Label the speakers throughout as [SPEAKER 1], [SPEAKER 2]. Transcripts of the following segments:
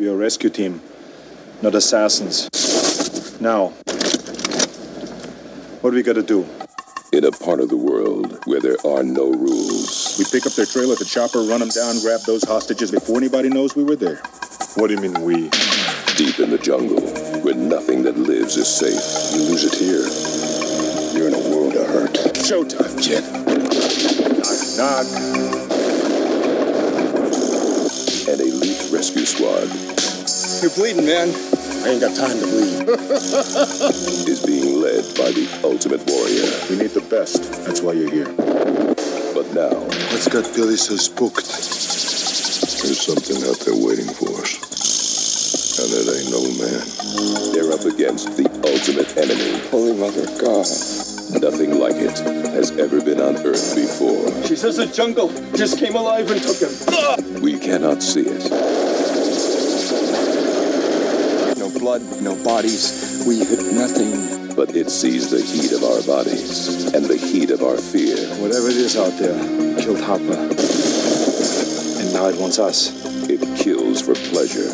[SPEAKER 1] rescue team, not assassins. Now, what we gotta do?
[SPEAKER 2] In a part of the world where there are no rules,
[SPEAKER 1] We pick up their trail at the chopper, run them down, grab those hostages before anybody knows we were there. What do you mean we?
[SPEAKER 2] deep in the jungle, where nothing that lives is safe, you lose it here. You're in a world of hurt.
[SPEAKER 1] Showtime, Jet. Knock, knock.
[SPEAKER 2] An elite rescue squad
[SPEAKER 3] You're bleeding, man. I ain't got time to bleed.
[SPEAKER 2] is being led by the ultimate warrior.
[SPEAKER 1] We need the best. That's why you're here.
[SPEAKER 2] But now,
[SPEAKER 3] What's got Billy so spooked?
[SPEAKER 4] There's something out there waiting for us. And it ain't no man.
[SPEAKER 2] they're up against the ultimate enemy.
[SPEAKER 3] Holy mother of God.
[SPEAKER 2] Nothing like it has ever been on Earth before.
[SPEAKER 3] She says the jungle just came alive and took him.
[SPEAKER 2] We cannot see it,
[SPEAKER 3] No blood, no bodies. We hit nothing.
[SPEAKER 2] but it sees the heat of our bodies and the heat of our fear.
[SPEAKER 1] Whatever it is out there, killed Hopper. And now it wants us.
[SPEAKER 2] It kills for pleasure.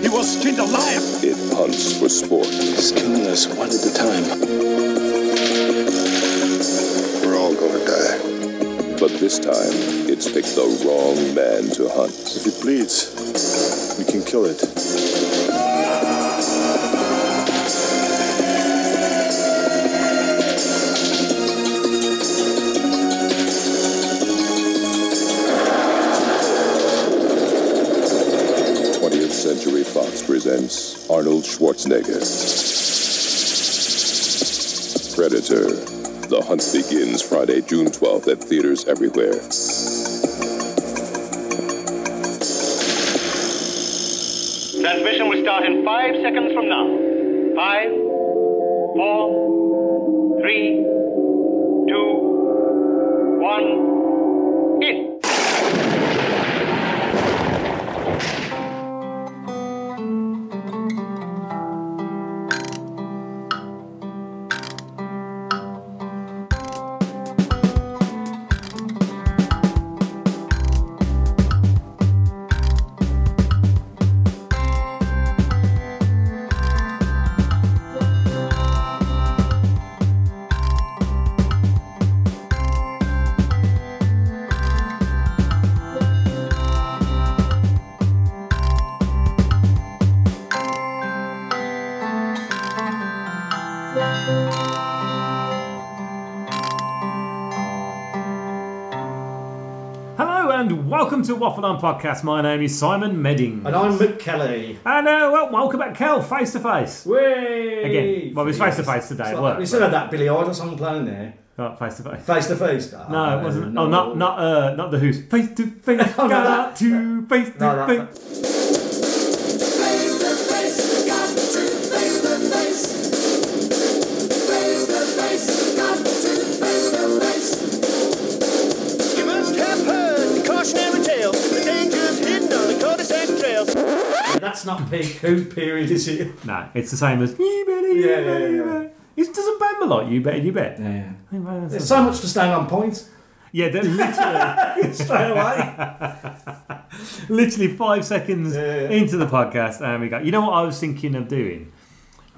[SPEAKER 1] He was skinned alive!
[SPEAKER 2] It hunts for sport.
[SPEAKER 3] He's killing us one at a time.
[SPEAKER 4] We're all gonna die.
[SPEAKER 2] But this time, it's picked the wrong man to hunt.
[SPEAKER 1] If it bleeds, we can kill it.
[SPEAKER 2] The 20th Century Fox presents Arnold Schwarzenegger. Predator. The hunt begins Friday, June 12th at theaters everywhere.
[SPEAKER 5] Transmission will start in five seconds from now. Five, four, three, two, one, in.
[SPEAKER 6] Hello and welcome to Waffle On Podcast. My name is Simon Medding.
[SPEAKER 7] And I'm Mick Kelly.
[SPEAKER 6] And uh, well, welcome back, Kel, face to face.
[SPEAKER 7] Way
[SPEAKER 6] Again, well, it was face-to-face today at work,
[SPEAKER 7] We still had that Billy Idol song playing there.
[SPEAKER 6] Not face to face.
[SPEAKER 7] Face to face. No,
[SPEAKER 6] Oh,
[SPEAKER 7] Oh,
[SPEAKER 6] No, it wasn't. oh, not not uh, not the Who's. Face to face, got
[SPEAKER 7] no,
[SPEAKER 6] out
[SPEAKER 7] that-
[SPEAKER 6] to face to
[SPEAKER 7] No, that-
[SPEAKER 6] face.
[SPEAKER 8] Face to face, got to face to face. Face to face, got to face to face.
[SPEAKER 9] You must have heard the cautionary tale, the dangers hidden on the cul-de-sac trails.
[SPEAKER 7] That's not peak. Who period is it?
[SPEAKER 6] No, it's the same as you better, you
[SPEAKER 7] Yeah, yeah,
[SPEAKER 6] better, you
[SPEAKER 7] yeah.
[SPEAKER 6] better. It doesn't bang a lot. You better, you bet.
[SPEAKER 7] Yeah.
[SPEAKER 6] Yeah,
[SPEAKER 7] There's so much for staying on point.
[SPEAKER 6] they're literally
[SPEAKER 7] Straight away.
[SPEAKER 6] literally five seconds
[SPEAKER 7] Yeah, yeah.
[SPEAKER 6] into the podcast, and we go. You know what I was thinking of doing,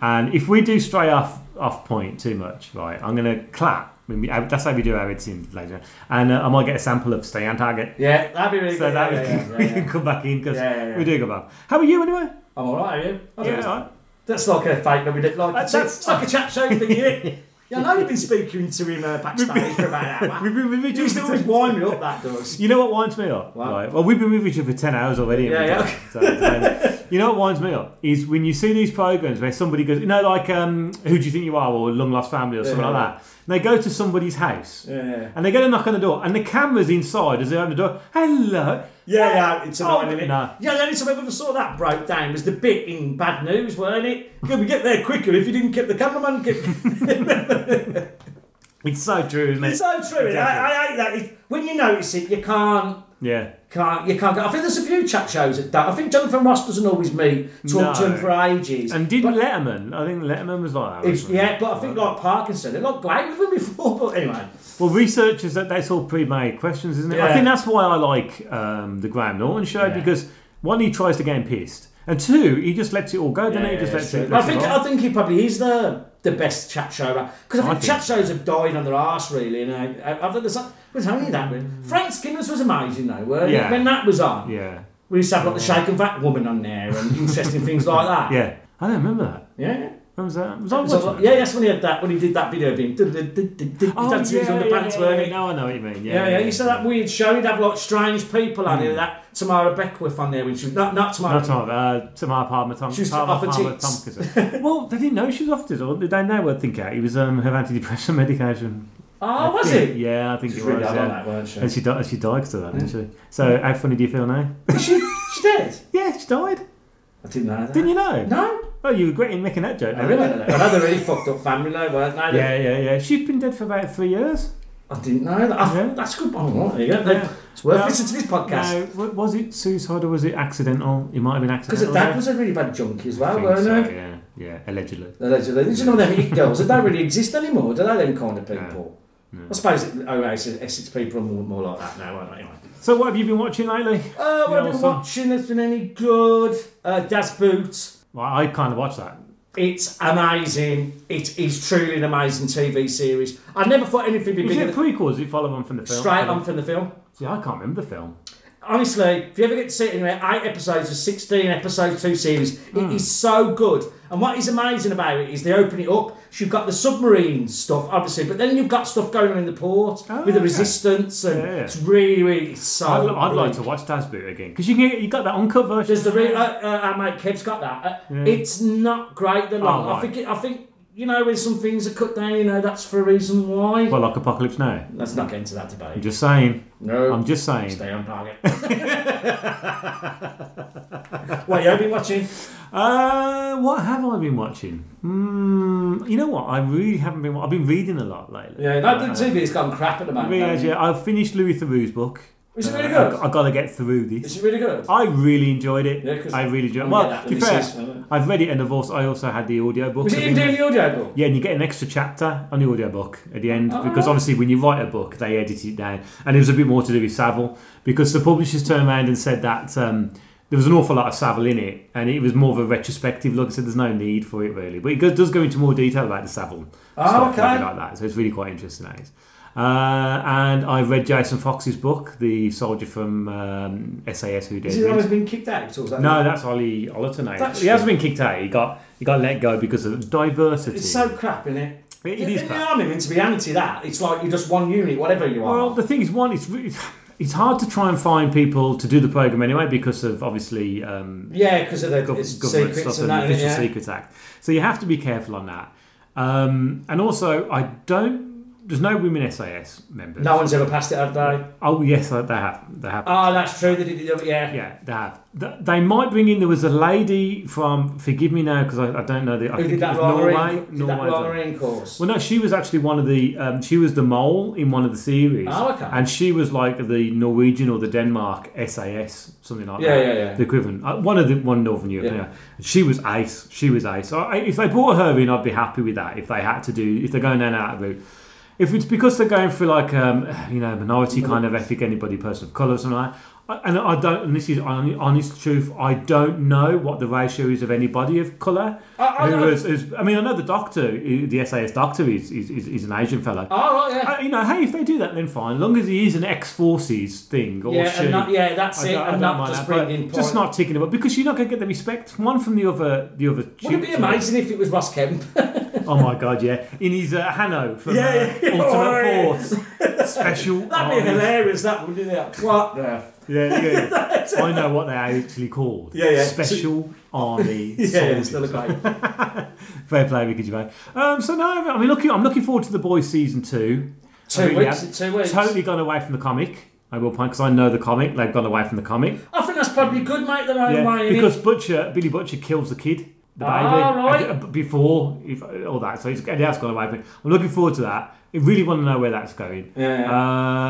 [SPEAKER 6] and if we do stray off off point too much, right? I'm gonna clap. I mean, I- That's how we do our editing later, and uh, I might get a sample of stay on target.
[SPEAKER 7] yeah, that'd be really
[SPEAKER 6] So
[SPEAKER 7] good.
[SPEAKER 6] that
[SPEAKER 7] yeah,
[SPEAKER 6] we,
[SPEAKER 7] yeah,
[SPEAKER 6] can,
[SPEAKER 7] yeah,
[SPEAKER 6] we
[SPEAKER 7] yeah.
[SPEAKER 6] can come back in because
[SPEAKER 7] Yeah, yeah, yeah.
[SPEAKER 6] we do go back. How are you anyway?
[SPEAKER 7] I'm alright, are you? I think
[SPEAKER 6] Yeah,
[SPEAKER 7] it's-
[SPEAKER 6] all right.
[SPEAKER 7] That's like a fake that we did. Like, it's,
[SPEAKER 6] that's-
[SPEAKER 7] it's like a chat show for you. Yeah, I know you've been speaking to him uh, backstage for about an
[SPEAKER 6] We've
[SPEAKER 7] hour.
[SPEAKER 6] been with each
[SPEAKER 7] You used to
[SPEAKER 6] other.
[SPEAKER 7] always wind me up, that does.
[SPEAKER 6] You know what winds me up?
[SPEAKER 7] What?
[SPEAKER 6] Right. Well, we've been with each other for ten hours already.
[SPEAKER 7] Yeah, yeah.
[SPEAKER 6] So, um, you know what winds me up is when you see these programs where somebody goes, you know, like um, who do you think you are, or long lost family, or something
[SPEAKER 7] Yeah.
[SPEAKER 6] like that. And they go to somebody's house,
[SPEAKER 7] Yeah.
[SPEAKER 6] and they get a knock on the door, and the camera's inside as they open the door. Hello.
[SPEAKER 7] Yeah, yeah, it's
[SPEAKER 6] Oh,
[SPEAKER 7] annoying. isn't it?
[SPEAKER 6] no.
[SPEAKER 7] Yeah, the only time I ever saw that broke down was the bit in Bad News, weren't it? Yeah, we get there quicker if you didn't get the cameraman. Get...
[SPEAKER 6] It's so true, isn't it?
[SPEAKER 7] it's so true. isn't it? I, I hate that. It- when you notice it, you can't.
[SPEAKER 6] yeah.
[SPEAKER 7] Can't, you can't go. I think there's a few chat shows that don't. I think Jonathan Ross doesn't always meet, talk to
[SPEAKER 6] No.
[SPEAKER 7] him for ages.
[SPEAKER 6] And didn't
[SPEAKER 7] But
[SPEAKER 6] Letterman? I think Letterman was like that.
[SPEAKER 7] if-
[SPEAKER 6] wasn't he?
[SPEAKER 7] yeah, but I think like Parkinson, they looked great with him before. But anyway,
[SPEAKER 6] Well, researchers that that's all pre-made questions, isn't it? I
[SPEAKER 7] Yeah.
[SPEAKER 6] think that's why I like um, the Graham Norton show
[SPEAKER 7] Yeah.
[SPEAKER 6] because One, he tries to get him pissed, and two, he just lets it all go. Then he
[SPEAKER 10] Yeah,
[SPEAKER 6] just
[SPEAKER 10] yeah,
[SPEAKER 6] lets
[SPEAKER 10] sure.
[SPEAKER 6] it.
[SPEAKER 7] I
[SPEAKER 6] lets it
[SPEAKER 7] think
[SPEAKER 6] roll.
[SPEAKER 7] I think he probably is the the best chat show because I think
[SPEAKER 6] I think
[SPEAKER 7] chat
[SPEAKER 6] so.
[SPEAKER 7] shows have died on their arse really. And I, I, I think there's some- it was only that. Really. Frank Skinner's was amazing though. Weren't
[SPEAKER 6] Yeah.
[SPEAKER 7] it? When that was on,
[SPEAKER 6] Mm. yeah,
[SPEAKER 7] we used to have like the shake and fat woman on there and interesting things like that.
[SPEAKER 6] yeah. I don't remember that.
[SPEAKER 7] yeah.
[SPEAKER 6] When was that? Was I
[SPEAKER 7] So,
[SPEAKER 6] watching?
[SPEAKER 7] like,
[SPEAKER 6] that?
[SPEAKER 7] yeah, that's when he had that when he did that video of him. did- did- did- did- did-
[SPEAKER 6] Oh,
[SPEAKER 7] dancing in his
[SPEAKER 6] yeah,
[SPEAKER 7] underpants,
[SPEAKER 6] yeah,
[SPEAKER 7] weren't
[SPEAKER 6] yeah,
[SPEAKER 7] he?
[SPEAKER 6] Now I know what you mean. Yeah, Mm.
[SPEAKER 7] Yeah, yeah. You saw that weird show. He'd have like strange people on it. That Tamara Beckwith on there, which was not not Tamara.
[SPEAKER 6] Not Tom, uh, Tamar Palmer, Tom,
[SPEAKER 7] She was
[SPEAKER 6] Tamar
[SPEAKER 7] off her
[SPEAKER 6] Palmer
[SPEAKER 7] tits.
[SPEAKER 6] Tomkinson. well, they didn't know she was off this, or did they know? I think out. He was um, her antidepressant medication.
[SPEAKER 7] oh, was
[SPEAKER 6] Yeah,
[SPEAKER 7] it?
[SPEAKER 6] Yeah, I think
[SPEAKER 7] She
[SPEAKER 6] it was.
[SPEAKER 7] was really hard
[SPEAKER 6] yeah.
[SPEAKER 7] on that, weren't she?
[SPEAKER 6] And she, di- she died because of that, didn't she? So, how funny do you feel now?
[SPEAKER 7] she, she did.
[SPEAKER 6] yeah, she died.
[SPEAKER 7] I didn't know that.
[SPEAKER 6] Didn't you know?
[SPEAKER 7] No.
[SPEAKER 6] Oh, you were regretting making that joke
[SPEAKER 7] I
[SPEAKER 6] now,
[SPEAKER 7] really
[SPEAKER 6] weren't
[SPEAKER 7] don't know. Another really fucked up family though, weren't
[SPEAKER 6] you?
[SPEAKER 7] they?
[SPEAKER 6] Yeah, yeah, yeah. She's been dead for about three years.
[SPEAKER 7] I didn't know that. I,
[SPEAKER 6] Yeah.
[SPEAKER 7] That's good. Oh, right, there you go. They-
[SPEAKER 6] Yeah.
[SPEAKER 7] It's worth
[SPEAKER 6] No.
[SPEAKER 7] listening to this podcast.
[SPEAKER 6] Now, w- was it suicide or was it accidental? It might have been
[SPEAKER 7] Because
[SPEAKER 6] accidental.
[SPEAKER 7] her dad was a really bad junkie as
[SPEAKER 6] I
[SPEAKER 7] well,
[SPEAKER 6] think
[SPEAKER 7] weren't
[SPEAKER 6] so,
[SPEAKER 7] he?
[SPEAKER 6] yeah, yeah, allegedly.
[SPEAKER 7] Allegedly. Did you know them it girls? They don't really exist anymore, do they, them kind of people? I suppose it, oh, right, so Essex people are more, more like that now, aren't they? Anyway.
[SPEAKER 6] So, what have you been watching lately?
[SPEAKER 7] Uh, what
[SPEAKER 6] Yeah,
[SPEAKER 7] have I been
[SPEAKER 6] awesome.
[SPEAKER 7] watching that's been any good? Uh, Das Boot.
[SPEAKER 6] Well, I kind of watched that.
[SPEAKER 7] It's amazing. It is truly an amazing TV series. I never thought anything would be
[SPEAKER 6] Is
[SPEAKER 7] bigger
[SPEAKER 6] it a
[SPEAKER 7] than
[SPEAKER 6] prequel? Is it follow on from the film?
[SPEAKER 7] straight on from the film.
[SPEAKER 6] See, I can't remember the film.
[SPEAKER 7] honestly, if you ever get to sit in there, eight episodes of 16 episode two series,
[SPEAKER 6] Hmm.
[SPEAKER 7] it is so good. And what is amazing about it is they open it up. So you've got the submarine stuff, obviously, but then you've got stuff going on in the port
[SPEAKER 6] Oh,
[SPEAKER 7] with the
[SPEAKER 6] okay.
[SPEAKER 7] resistance, and
[SPEAKER 6] Yeah, yeah.
[SPEAKER 7] it's really, Oh, really it's so.
[SPEAKER 6] I'd, I'd like
[SPEAKER 7] brilliant.
[SPEAKER 6] to watch Das Boot again because you can get, you got that uncut version.
[SPEAKER 7] There's the re- uh, uh, our mate Kev's got that. Uh, It's not great. The long. I
[SPEAKER 6] Oh, right.
[SPEAKER 7] think. It, I think you know when some things are cut down, you know that's for a reason why.
[SPEAKER 6] well, like Apocalypse Now.
[SPEAKER 7] Let's not get into that
[SPEAKER 6] I'm
[SPEAKER 7] debate.
[SPEAKER 6] just saying.
[SPEAKER 7] No.
[SPEAKER 6] I'm just saying.
[SPEAKER 7] Stay on target. what you have been watching?
[SPEAKER 6] Uh, what have I been watching? Mm, you know what? I really haven't been. wa- I've been reading a lot lately.
[SPEAKER 7] Yeah, no, the TV's gone crap at the moment.
[SPEAKER 6] Really,
[SPEAKER 7] hasn't it?
[SPEAKER 6] yeah, I finished Louis Theroux's book.
[SPEAKER 7] Is it really
[SPEAKER 6] I,
[SPEAKER 7] good?
[SPEAKER 6] I gotta get through this.
[SPEAKER 7] Is it really good?
[SPEAKER 6] I really enjoyed it.
[SPEAKER 7] Yeah, 'cause
[SPEAKER 6] I really enjoyed. it.
[SPEAKER 7] we'll get
[SPEAKER 6] Well,
[SPEAKER 7] that
[SPEAKER 6] to be
[SPEAKER 7] when
[SPEAKER 6] fair,
[SPEAKER 7] this is, uh,
[SPEAKER 6] I've read it, and of course, I also had the audio book.
[SPEAKER 7] Was it even doing the audio book?
[SPEAKER 6] Yeah, and you get an extra chapter on the audiobook at the
[SPEAKER 7] Oh.
[SPEAKER 6] end because obviously when you write a book, they edit it down. And it was a bit more to do with Savile because the publishers turned around and said that um, there was an awful lot of Savile in it and it was more of a retrospective look. I said there's no need for it really. But it goes, does go into more detail about the Savile stuff and
[SPEAKER 7] Oh, okay.
[SPEAKER 6] everything like that. So it's really quite interesting. That is. Uh, and I read Jason Fox's book, The Soldier from um, SAS Who Dared
[SPEAKER 7] Is it the one
[SPEAKER 6] Wins.
[SPEAKER 7] that's been kicked out? Or was that
[SPEAKER 6] No, that's Ollie Ollerton. eh?
[SPEAKER 7] That's
[SPEAKER 6] he has
[SPEAKER 7] true.
[SPEAKER 6] been kicked out. He got he got let go because of diversity.
[SPEAKER 7] It's so crap, isn't it?
[SPEAKER 6] It- it is
[SPEAKER 7] In the
[SPEAKER 6] crap.
[SPEAKER 7] army, meant to be anti that. It's like you're just one unit, whatever you are.
[SPEAKER 6] Well, the thing is, one, it's really, it's hard to try and find people to do the program anyway because of obviously um,
[SPEAKER 7] yeah, because of the
[SPEAKER 6] gov-
[SPEAKER 7] it's
[SPEAKER 6] government
[SPEAKER 7] secrets
[SPEAKER 6] stuff
[SPEAKER 7] and
[SPEAKER 6] and the
[SPEAKER 7] that.
[SPEAKER 6] Official
[SPEAKER 7] yeah.
[SPEAKER 6] Secrets Act. So you have to be careful on that. Um, and also, I don't. There's no women SAS members.
[SPEAKER 7] No one's ever passed it, have they?
[SPEAKER 6] Oh yes, they have. They have.
[SPEAKER 7] Oh, that's true. They did it. Yeah.
[SPEAKER 6] yeah, they have. Th- They might bring in. There was a lady from. Forgive me now because I, I don't know the. I
[SPEAKER 7] Who
[SPEAKER 6] think
[SPEAKER 7] did
[SPEAKER 6] it
[SPEAKER 7] that
[SPEAKER 6] was Norway.
[SPEAKER 7] Royal Did that
[SPEAKER 6] Norway, I
[SPEAKER 7] Royal
[SPEAKER 6] don't-
[SPEAKER 7] Marine course?
[SPEAKER 6] Well, no, she was actually one of the. Um, she was the mole in one of the series.
[SPEAKER 7] Oh, okay.
[SPEAKER 6] And she was like the Norwegian or the Denmark SAS, something like
[SPEAKER 7] Yeah,
[SPEAKER 6] that.
[SPEAKER 7] yeah, yeah.
[SPEAKER 6] The equivalent. Uh, one of the one Northern Europe.
[SPEAKER 7] Yeah.
[SPEAKER 6] Yeah. She was ace. She was ace. So I, if they brought her in, I'd be happy with that. If they had to do, if they're going down that route. If it's because they're going for like um, you know minority kind of ethic, anybody, person of colour, or something like that. I- And I don't. And this is hon- honest truth. I don't know what the ratio is of anybody of colour.
[SPEAKER 7] I- I-
[SPEAKER 6] who is- is- I mean, I know the doctor, the SAS doctor, is is, is, is an Asian fellow.
[SPEAKER 7] Oh, right, yeah.
[SPEAKER 6] Uh, you know, hey, if they do that, then fine. Long as he is an ex forces thing or
[SPEAKER 7] Yeah,
[SPEAKER 6] she.
[SPEAKER 7] and not, yeah, that's
[SPEAKER 6] I
[SPEAKER 7] it.
[SPEAKER 6] don't- I
[SPEAKER 7] and
[SPEAKER 6] don't
[SPEAKER 7] not
[SPEAKER 6] mind
[SPEAKER 7] just
[SPEAKER 6] that, but
[SPEAKER 7] bringing porn.
[SPEAKER 6] just not ticking about because you're not going to get the respect one from the other. The other.
[SPEAKER 7] Would it be amazing if it was Ross Kemp?
[SPEAKER 6] Oh my god, yeah! In his uh, Hanno from
[SPEAKER 7] Yeah,
[SPEAKER 6] uh,
[SPEAKER 7] yeah, yeah.
[SPEAKER 6] Ultimate
[SPEAKER 7] Oh,
[SPEAKER 6] Force special.
[SPEAKER 7] That'd be
[SPEAKER 6] Army.
[SPEAKER 7] hilarious, that would, wouldn't it? What the?
[SPEAKER 6] Yeah, yeah, yeah. I know what they're actually called.
[SPEAKER 7] Yeah, yeah.
[SPEAKER 6] Special Army
[SPEAKER 7] Yeah, yeah,
[SPEAKER 6] Soldiers.
[SPEAKER 7] still a great.
[SPEAKER 6] Fair play, Ricky Gervais. Um, so no, I mean, looking, I'm looking forward to the boys season two.
[SPEAKER 7] Two
[SPEAKER 6] I
[SPEAKER 7] weeks,
[SPEAKER 6] have
[SPEAKER 7] two weeks.
[SPEAKER 6] Totally gone away from the comic. I will point because I know the comic. They've gone away from the comic.
[SPEAKER 7] I think that's probably good, mate, their own
[SPEAKER 6] Yeah,
[SPEAKER 7] way.
[SPEAKER 6] because Butcher, Billy Butcher kills the kid, the baby,
[SPEAKER 7] Ah, right.
[SPEAKER 6] uh, b- before if, uh, all that. So it's, it has gone away from it. I'm looking forward to that. I really want to know where that's going.
[SPEAKER 7] Yeah, yeah.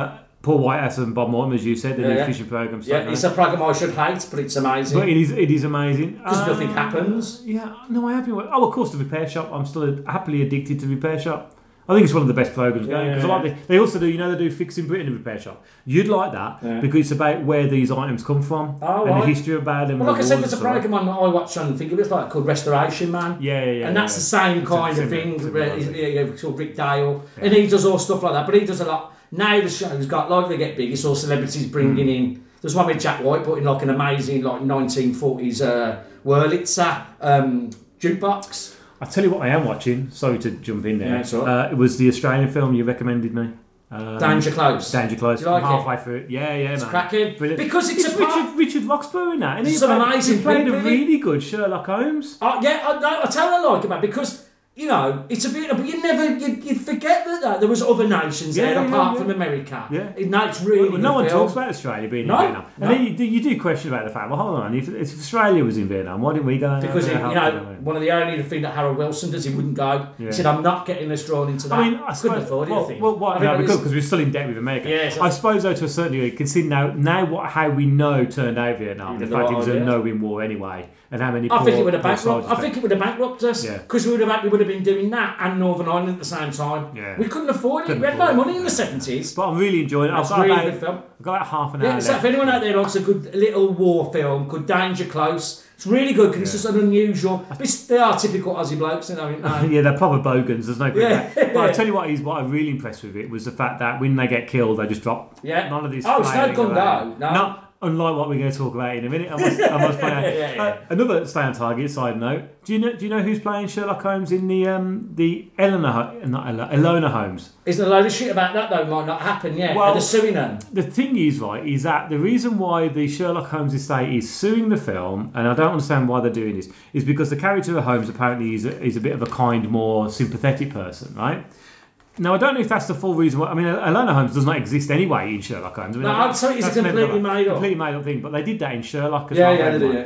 [SPEAKER 6] Uh, Paul Whitehouse and Bob Mortimer, as you said, the
[SPEAKER 7] Yeah,
[SPEAKER 6] new
[SPEAKER 7] yeah.
[SPEAKER 6] fishing program.
[SPEAKER 7] yeah, it's a program I should hate, but it's amazing.
[SPEAKER 6] but it is it is amazing
[SPEAKER 7] 'Cause nothing
[SPEAKER 6] Uh,
[SPEAKER 7] happens.
[SPEAKER 6] Yeah, no, I have been. wa- Oh, of course, the repair shop. I'm still happily addicted to repair shop. I think it's one of the best programs going
[SPEAKER 7] Yeah,
[SPEAKER 6] because
[SPEAKER 7] yeah,
[SPEAKER 6] like they, they also do, you know, they do Fixing Britain in Repair Shop. You'd like that because it's about where these items come from
[SPEAKER 7] Oh,
[SPEAKER 6] and
[SPEAKER 7] right.
[SPEAKER 6] the history about them.
[SPEAKER 7] Well, like I
[SPEAKER 6] and
[SPEAKER 7] said,
[SPEAKER 6] the
[SPEAKER 7] there's a
[SPEAKER 6] wars and stuff.
[SPEAKER 7] program on that I watch on think of it like called Restoration Man.
[SPEAKER 6] Yeah, yeah, yeah,
[SPEAKER 7] And that's
[SPEAKER 6] yeah.
[SPEAKER 7] the same
[SPEAKER 6] It's
[SPEAKER 7] kind of
[SPEAKER 6] similar-
[SPEAKER 7] thing.
[SPEAKER 6] similar
[SPEAKER 7] where he's-
[SPEAKER 6] thing.
[SPEAKER 7] yeah, yeah, sort of Rick Dale, and he does all stuff like that. But he does a lot. Now the show's got like they get big. It's all celebrities bringing
[SPEAKER 6] Mm.
[SPEAKER 7] in. There's one with Jack White putting like an amazing like 1940s uh, Wurlitzer um, jukebox.
[SPEAKER 6] I tell you what, I am watching. Sorry to jump in there.
[SPEAKER 7] Yeah, it's all right.
[SPEAKER 6] uh, it was the Australian film you recommended me. Um,
[SPEAKER 7] Danger Close.
[SPEAKER 6] Danger Close.
[SPEAKER 7] Do you like
[SPEAKER 6] I'm
[SPEAKER 7] it?
[SPEAKER 6] halfway through. it. Yeah, yeah, it's man.
[SPEAKER 7] cracking.
[SPEAKER 6] Brilliant.
[SPEAKER 7] Because it's a part-
[SPEAKER 6] Richard, Richard Roxburgh in that, and he
[SPEAKER 7] Some
[SPEAKER 6] played,
[SPEAKER 7] amazing
[SPEAKER 6] he played a
[SPEAKER 7] people, isn't he?
[SPEAKER 6] really good Sherlock Holmes.
[SPEAKER 7] Uh, yeah, I, no, I tell her like about because you know it's a bit, but you never you, you forget that, that there was other nations
[SPEAKER 6] Yeah,
[SPEAKER 7] there
[SPEAKER 6] yeah,
[SPEAKER 7] apart
[SPEAKER 6] yeah.
[SPEAKER 7] from America.
[SPEAKER 6] Yeah.
[SPEAKER 7] it, no, it's really
[SPEAKER 6] Well, no
[SPEAKER 7] good
[SPEAKER 6] one
[SPEAKER 7] film.
[SPEAKER 6] talks about Australia being
[SPEAKER 7] No,
[SPEAKER 6] in Vietnam.
[SPEAKER 7] no.
[SPEAKER 6] And then you, do- you do question about the fact, well, hold on, if, if Australia was in Vietnam, why didn't we go? and
[SPEAKER 7] because
[SPEAKER 6] uh,
[SPEAKER 7] it, you
[SPEAKER 6] help
[SPEAKER 7] know
[SPEAKER 6] them?
[SPEAKER 7] one of the only thing that Harold Wilson does, he wouldn't go.
[SPEAKER 6] Yeah.
[SPEAKER 7] He said, "I'm not getting us drawn into that."
[SPEAKER 6] I mean, I
[SPEAKER 7] couldn't
[SPEAKER 6] suppose,
[SPEAKER 7] afford it. I
[SPEAKER 6] well,
[SPEAKER 7] think.
[SPEAKER 6] well, what-
[SPEAKER 7] I think
[SPEAKER 6] no,
[SPEAKER 7] that
[SPEAKER 6] because
[SPEAKER 7] is-
[SPEAKER 6] because we're still in debt with America.
[SPEAKER 7] Yeah, so-
[SPEAKER 6] I suppose, though, to a certain degree, considering now, now what, how we know turned out Vietnam, the
[SPEAKER 7] Even
[SPEAKER 6] fact
[SPEAKER 7] though
[SPEAKER 6] it was
[SPEAKER 7] I
[SPEAKER 6] a
[SPEAKER 7] did.
[SPEAKER 6] no-win war anyway, and how many
[SPEAKER 7] I think
[SPEAKER 6] poor-
[SPEAKER 7] it would have
[SPEAKER 6] poor
[SPEAKER 7] bankrupt.
[SPEAKER 6] soldiers
[SPEAKER 7] I think it would have bankrupted us
[SPEAKER 6] Yeah.
[SPEAKER 7] because we would have had- we would have been doing that and Northern Ireland at the same time.
[SPEAKER 6] Yeah.
[SPEAKER 7] We couldn't afford it.
[SPEAKER 6] Couldn't
[SPEAKER 7] we had
[SPEAKER 6] afford
[SPEAKER 7] no
[SPEAKER 6] it.
[SPEAKER 7] money in the seventies.
[SPEAKER 6] But uh, I'm really enjoying it. I've
[SPEAKER 7] That's
[SPEAKER 6] got,
[SPEAKER 7] really
[SPEAKER 6] about,
[SPEAKER 7] good film.
[SPEAKER 6] I've got about half an hour
[SPEAKER 7] Yeah, so
[SPEAKER 6] left.
[SPEAKER 7] if anyone out there likes a good little war film called Danger Close, it's really good because it's just an unusual. It's, they are typical Aussie blokes, you know. no.
[SPEAKER 6] Yeah, they're proper bogans. There's no yeah.
[SPEAKER 7] Yeah.
[SPEAKER 6] But I tell you what is what I'm really impressed with it was the fact that when they get killed, they just drop.
[SPEAKER 7] Yeah.
[SPEAKER 6] None of these.
[SPEAKER 7] Oh, it's no
[SPEAKER 6] flailing
[SPEAKER 7] gun
[SPEAKER 6] around.
[SPEAKER 7] dow, no.
[SPEAKER 6] Not unlike what we're going to talk about in a minute. I must, I must point out.
[SPEAKER 7] Yeah, yeah.
[SPEAKER 6] Uh, another stay on target side note. Do you know? Do you know who's playing Sherlock Holmes in the um the Eleanor Ho- not Elo- Elona Holmes?
[SPEAKER 7] Isn't a load of shit about that though? Might not happen. Yeah,
[SPEAKER 6] Well-
[SPEAKER 7] well, they're suing them.
[SPEAKER 6] The thing is, right, is that the reason why the Sherlock Holmes estate is suing the film, and I don't understand why they're doing this, is because the character of Holmes apparently is a, is a bit of a kind, more sympathetic person, right? Now, I don't know if that's the full reason why. I mean, Alana Holmes does not exist anyway in Sherlock Holmes. I mean,
[SPEAKER 7] No,
[SPEAKER 6] that-
[SPEAKER 7] I'd say it's
[SPEAKER 6] that's
[SPEAKER 7] a completely
[SPEAKER 6] never-
[SPEAKER 7] made up.
[SPEAKER 6] Completely made up thing, but they did that in Sherlock as
[SPEAKER 7] Yeah,
[SPEAKER 6] well.
[SPEAKER 7] yeah, they
[SPEAKER 6] didn't
[SPEAKER 7] do. Yeah.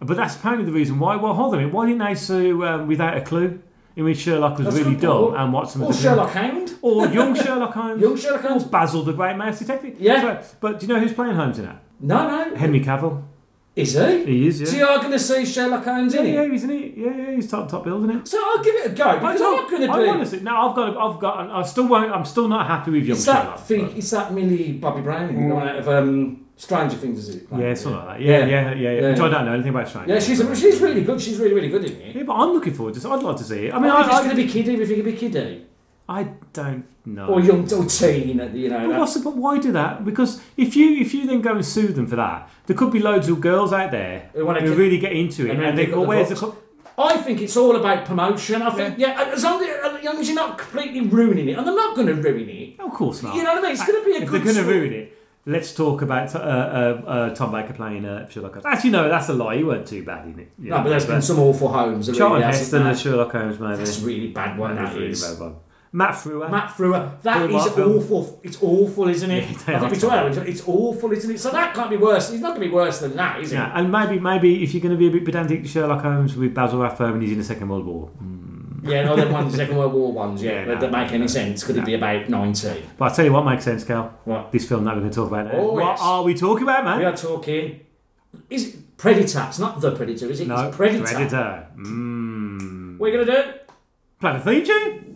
[SPEAKER 6] But that's apparently the reason why. Well, hold on a minute. Why didn't they sue um, without a clue? In which Sherlock was
[SPEAKER 7] That's
[SPEAKER 6] really
[SPEAKER 7] good, Paul.
[SPEAKER 6] dull and Watson
[SPEAKER 7] Or
[SPEAKER 6] was a-
[SPEAKER 7] Sherlock Hound.
[SPEAKER 6] or young Sherlock Holmes,
[SPEAKER 7] Young Sherlock Holmes.
[SPEAKER 6] or Basil the Great Mouse Detective.
[SPEAKER 7] Yeah.
[SPEAKER 6] So- but do you know who's playing Holmes in that?
[SPEAKER 7] No, no.
[SPEAKER 6] Henry Cavill.
[SPEAKER 7] Is he?
[SPEAKER 6] He is, yeah.
[SPEAKER 7] So you are going to see Sherlock Holmes in
[SPEAKER 6] Yeah,
[SPEAKER 7] it?
[SPEAKER 6] yeah, isn't he? Yeah, yeah, he's top top building it.
[SPEAKER 7] So I'll give it a go because I'm not going to
[SPEAKER 6] I
[SPEAKER 7] do.
[SPEAKER 6] honestly, no, I've got, I've got, I still won't, I'm still not happy with young
[SPEAKER 7] It's
[SPEAKER 6] Sherlock. Mm.
[SPEAKER 7] that thing. It's that Millie Bobby Brown you know, out of um, Stranger Things, is it?
[SPEAKER 6] but- yeah, something like that. Yeah, yeah, yeah, yeah.
[SPEAKER 7] Yeah.
[SPEAKER 6] Which I don't know anything about Strange.
[SPEAKER 7] Yeah, she's a, she's really good. She's really really good in it.
[SPEAKER 6] Yeah, but I'm looking forward to. I'd like to see it. I
[SPEAKER 7] I
[SPEAKER 6] mean,
[SPEAKER 7] mean,
[SPEAKER 6] I,
[SPEAKER 7] if it's going
[SPEAKER 6] I,
[SPEAKER 7] to be kiddie, if it could be kiddie.
[SPEAKER 6] I don't know.
[SPEAKER 7] or young or teen, you know.
[SPEAKER 6] But
[SPEAKER 7] that-
[SPEAKER 6] what's the, but why do that? Because if you if you then go and sue them for that, there could be loads of girls out there
[SPEAKER 7] Who
[SPEAKER 6] who,
[SPEAKER 7] wanna kick-
[SPEAKER 6] really get into it
[SPEAKER 7] and
[SPEAKER 6] and,
[SPEAKER 7] then
[SPEAKER 6] they
[SPEAKER 7] pick
[SPEAKER 6] go,
[SPEAKER 7] up the
[SPEAKER 6] "Where's the?"
[SPEAKER 7] books."
[SPEAKER 6] Co-?
[SPEAKER 7] I think it's all about promotion. I think yeah, as long as, as long as you're not completely ruining it, and they're not going to ruin it.
[SPEAKER 6] Of course not.
[SPEAKER 7] You know what I mean? It's gonna be a
[SPEAKER 6] if
[SPEAKER 7] good
[SPEAKER 6] They're going to
[SPEAKER 7] story.
[SPEAKER 6] ruin it. Let's talk about uh, uh, uh, Tom Baker playing uh, Sherlock Holmes. Actually, no, that's a lie. You weren't too bad in it. You
[SPEAKER 7] No,
[SPEAKER 6] know,
[SPEAKER 7] but there's been some awful homes. that
[SPEAKER 6] Charlton
[SPEAKER 7] really hasn't
[SPEAKER 6] Heston
[SPEAKER 7] there?
[SPEAKER 6] as Sherlock Holmes, maybe.
[SPEAKER 7] That's a really bad one.
[SPEAKER 6] That is
[SPEAKER 7] That
[SPEAKER 6] really
[SPEAKER 7] is.
[SPEAKER 6] bad one. Matt Frewer.
[SPEAKER 7] Matt Frewer, that
[SPEAKER 6] Frewer
[SPEAKER 7] is
[SPEAKER 6] film.
[SPEAKER 7] awful. It's awful, isn't it?
[SPEAKER 6] Yeah,
[SPEAKER 7] I
[SPEAKER 6] they
[SPEAKER 7] think
[SPEAKER 6] are.
[SPEAKER 7] it's, well, it's awful, isn't it? So that can't be worse. It's not going to be worse than that, is it?
[SPEAKER 6] Yeah, and maybe maybe if you're going to be a bit pedantic, Sherlock Holmes with Basil Rathbone when he's in the Second World War.
[SPEAKER 7] Yeah, no, them ones, Second World War ones, yeah,
[SPEAKER 6] Yeah,
[SPEAKER 7] that
[SPEAKER 6] no,
[SPEAKER 7] don't make
[SPEAKER 6] no,
[SPEAKER 7] any
[SPEAKER 6] no.
[SPEAKER 7] sense. Could it be about 19?
[SPEAKER 6] But I tell you what makes sense, Cal.
[SPEAKER 7] What?
[SPEAKER 6] This film that we're going to talk about now.
[SPEAKER 7] Oh,
[SPEAKER 6] what
[SPEAKER 7] yes.
[SPEAKER 6] are we talking about, man?
[SPEAKER 7] We are talking. Is it Predator? It's not the Predator, is it?
[SPEAKER 6] no,
[SPEAKER 7] it's Predator.
[SPEAKER 6] Predator. Mmm.
[SPEAKER 7] We're going to do it.
[SPEAKER 6] Play the theme tune.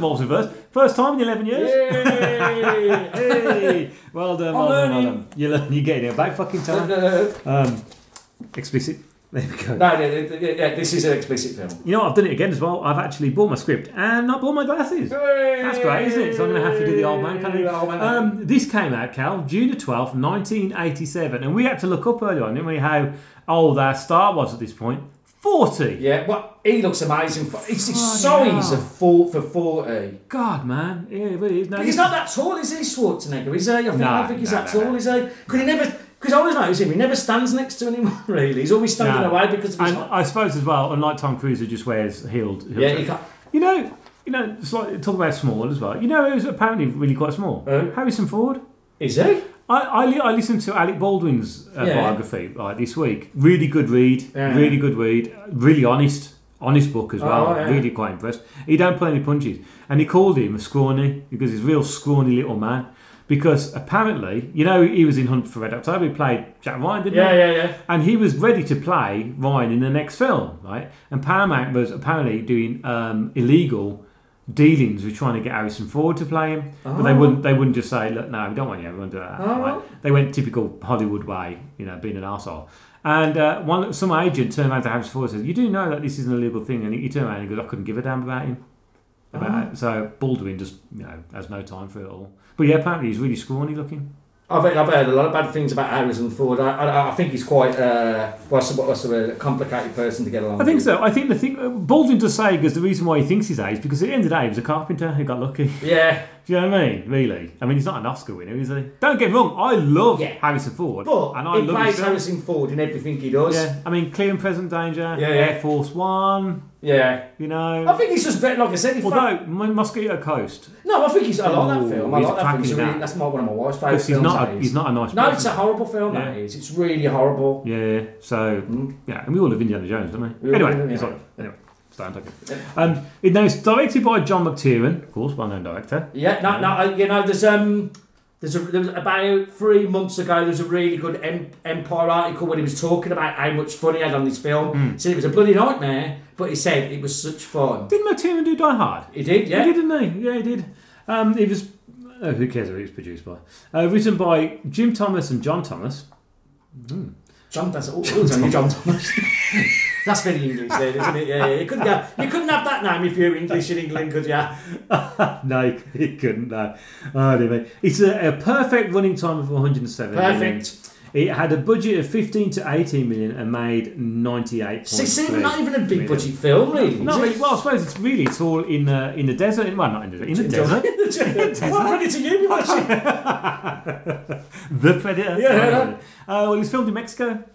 [SPEAKER 6] Waltz in Verse. First time in 11 years.
[SPEAKER 7] Yay!
[SPEAKER 6] hey! Well done, well done, well
[SPEAKER 7] learning.
[SPEAKER 6] done. You're, learning, you're getting it about fucking time.
[SPEAKER 7] no,
[SPEAKER 6] Um, explicit. There we go.
[SPEAKER 7] no, no, no, yeah, this is an explicit film.
[SPEAKER 6] You know what? I've done it again as well. I've actually bought my script and not bought my glasses. That's great, isn't it? So I'm going to have to do the old man kind
[SPEAKER 7] The old man.
[SPEAKER 6] of. Um, this came out, Cal, June the 12th, 1987. And we had to look up earlier on, didn't we, how old our star was at this point? 40.
[SPEAKER 7] Yeah, well, he looks amazing. For, he's, he's so
[SPEAKER 6] hell.
[SPEAKER 7] he's a four for forty.
[SPEAKER 6] God, man. Yeah, it really is. No,
[SPEAKER 7] He's not that tall, is he, Schwarzenegger? Is he? I think,
[SPEAKER 6] No,
[SPEAKER 7] I don't think he's
[SPEAKER 6] no,
[SPEAKER 7] that
[SPEAKER 6] no,
[SPEAKER 7] tall,
[SPEAKER 6] no.
[SPEAKER 7] is he? Because he never, because I always notice him. He never stands next to anyone really. He's always standing
[SPEAKER 6] No.
[SPEAKER 7] away because of his.
[SPEAKER 6] And I suppose as well, unlike Tom Cruise, who just wears heeled. heeled
[SPEAKER 7] yeah, he
[SPEAKER 6] shoes.
[SPEAKER 7] can't.
[SPEAKER 6] You know, you know. It's like talk about small as well. You know, who's apparently really quite small.
[SPEAKER 7] Who?
[SPEAKER 6] Harrison Ford.
[SPEAKER 7] Is he?
[SPEAKER 6] I, I, li- I listened to Alec Baldwin's uh,
[SPEAKER 7] Yeah.
[SPEAKER 6] biography like this week. Really good read.
[SPEAKER 7] Yeah. Oh,
[SPEAKER 6] Really good read. Really honest. Honest book as well.
[SPEAKER 7] yeah.
[SPEAKER 6] Really quite impressed. He don't pull any punches, and he called him a scrawny because he's a real scrawny little man. Because apparently, you know, he was in Hunt for Red October. He played Jack Ryan, didn't
[SPEAKER 7] Yeah,
[SPEAKER 6] he?
[SPEAKER 7] yeah, yeah.
[SPEAKER 6] And he was ready to play Ryan in the next film, right? And Paramount was apparently doing um, illegal dealings with trying to get Harrison Ford to play him, but
[SPEAKER 7] Oh.
[SPEAKER 6] they wouldn't. They wouldn't just say, "Look, no, we don't want you. We won't do that." right? They went typical Hollywood way, you know, being an asshole. And uh, one some agent turned around to Harrison Ford and says, "You do know that this is an illegal thing," and he, he turned around and he goes, "I couldn't give a damn about him."
[SPEAKER 7] Oh.
[SPEAKER 6] About it. So Baldwin just you know has no time for it at all. But yeah, apparently he's really scrawny looking.
[SPEAKER 7] I've, I've heard a lot of bad things about Harrison Ford. I, I, I think he's quite uh, what's, the- what's the word, a complicated person to get along.
[SPEAKER 6] I think
[SPEAKER 7] with.
[SPEAKER 6] so. I think the thing uh, Baldwin does say because the reason why he thinks he's age because at the end of the day he was a carpenter who got lucky.
[SPEAKER 7] Yeah,
[SPEAKER 6] Do you know what I mean? Really? I mean, he's not an Oscar winner, is he? Don't get me wrong. I love
[SPEAKER 7] Yeah.
[SPEAKER 6] Harrison Ford,
[SPEAKER 7] but
[SPEAKER 6] and I
[SPEAKER 7] he
[SPEAKER 6] love
[SPEAKER 7] plays
[SPEAKER 6] his films.
[SPEAKER 7] Harrison Ford in everything he does.
[SPEAKER 6] Yeah. I mean, Clear and Present Danger,
[SPEAKER 7] Yeah, yeah.
[SPEAKER 6] Air Force One.
[SPEAKER 7] Yeah.
[SPEAKER 6] You
[SPEAKER 7] I
[SPEAKER 6] know.
[SPEAKER 7] think he's just very, like I said. If I,
[SPEAKER 6] Although my Mosquito Coast,
[SPEAKER 7] no, I think he's. I like
[SPEAKER 6] Ooh,
[SPEAKER 7] that film. I
[SPEAKER 6] he's
[SPEAKER 7] like that film. It's
[SPEAKER 6] cracking
[SPEAKER 7] really,
[SPEAKER 6] that.
[SPEAKER 7] that's my, one of my wife's favourite
[SPEAKER 6] because he's
[SPEAKER 7] films.
[SPEAKER 6] not
[SPEAKER 7] that
[SPEAKER 6] a,
[SPEAKER 7] is.
[SPEAKER 6] he's not a nice
[SPEAKER 7] No,
[SPEAKER 6] person.
[SPEAKER 7] it's a horrible film. That
[SPEAKER 6] Yeah.
[SPEAKER 7] is. It's really horrible.
[SPEAKER 6] Yeah, so
[SPEAKER 7] Mm.
[SPEAKER 6] yeah, and we all love Indiana Jones, don't we?
[SPEAKER 7] Yeah,
[SPEAKER 6] anyway,
[SPEAKER 7] yeah, yeah.
[SPEAKER 6] it's like- anyway, Stan Tucker. Um, it now it's directed by John McTiernan, of course, well-known director.
[SPEAKER 7] Yeah, no, no, I- you know, there's um, there's a there was about three months ago. There was a really good em- Empire article when he was talking about how much fun he had on this film.
[SPEAKER 6] Hmm.
[SPEAKER 7] He said it was a bloody nightmare, but he said it was such fun.
[SPEAKER 6] Didn't McTiernan do Die Hard?
[SPEAKER 7] He did, yeah.
[SPEAKER 6] He did, didn't he? Yeah, he did. Um, it was. Oh, who cares who it was produced by? Uh, written by Jim Thomas and John Thomas.
[SPEAKER 7] John Thomas, oh, oh, it's only John Thomas. That's very English, there, isn't it? Yeah, yeah. You couldn't have, you couldn't have that name if you were English in England, could you?
[SPEAKER 6] No, he- he couldn't. No, oh, dear me. It's a, a perfect running time of 107. million.
[SPEAKER 7] Perfect.
[SPEAKER 6] It had a budget of 15 to 18 million and made 98.
[SPEAKER 7] So it's even not even a big budget film, really.
[SPEAKER 6] No,
[SPEAKER 7] is
[SPEAKER 6] but,
[SPEAKER 7] it?
[SPEAKER 6] well, I suppose it's really it's all in the in the desert. in- Well, not in the desert, in the desert.
[SPEAKER 7] Well, bring it to you, actually.
[SPEAKER 6] the Predator.
[SPEAKER 7] Yeah.
[SPEAKER 6] Uh, well, it was filmed in Mexico. Uh,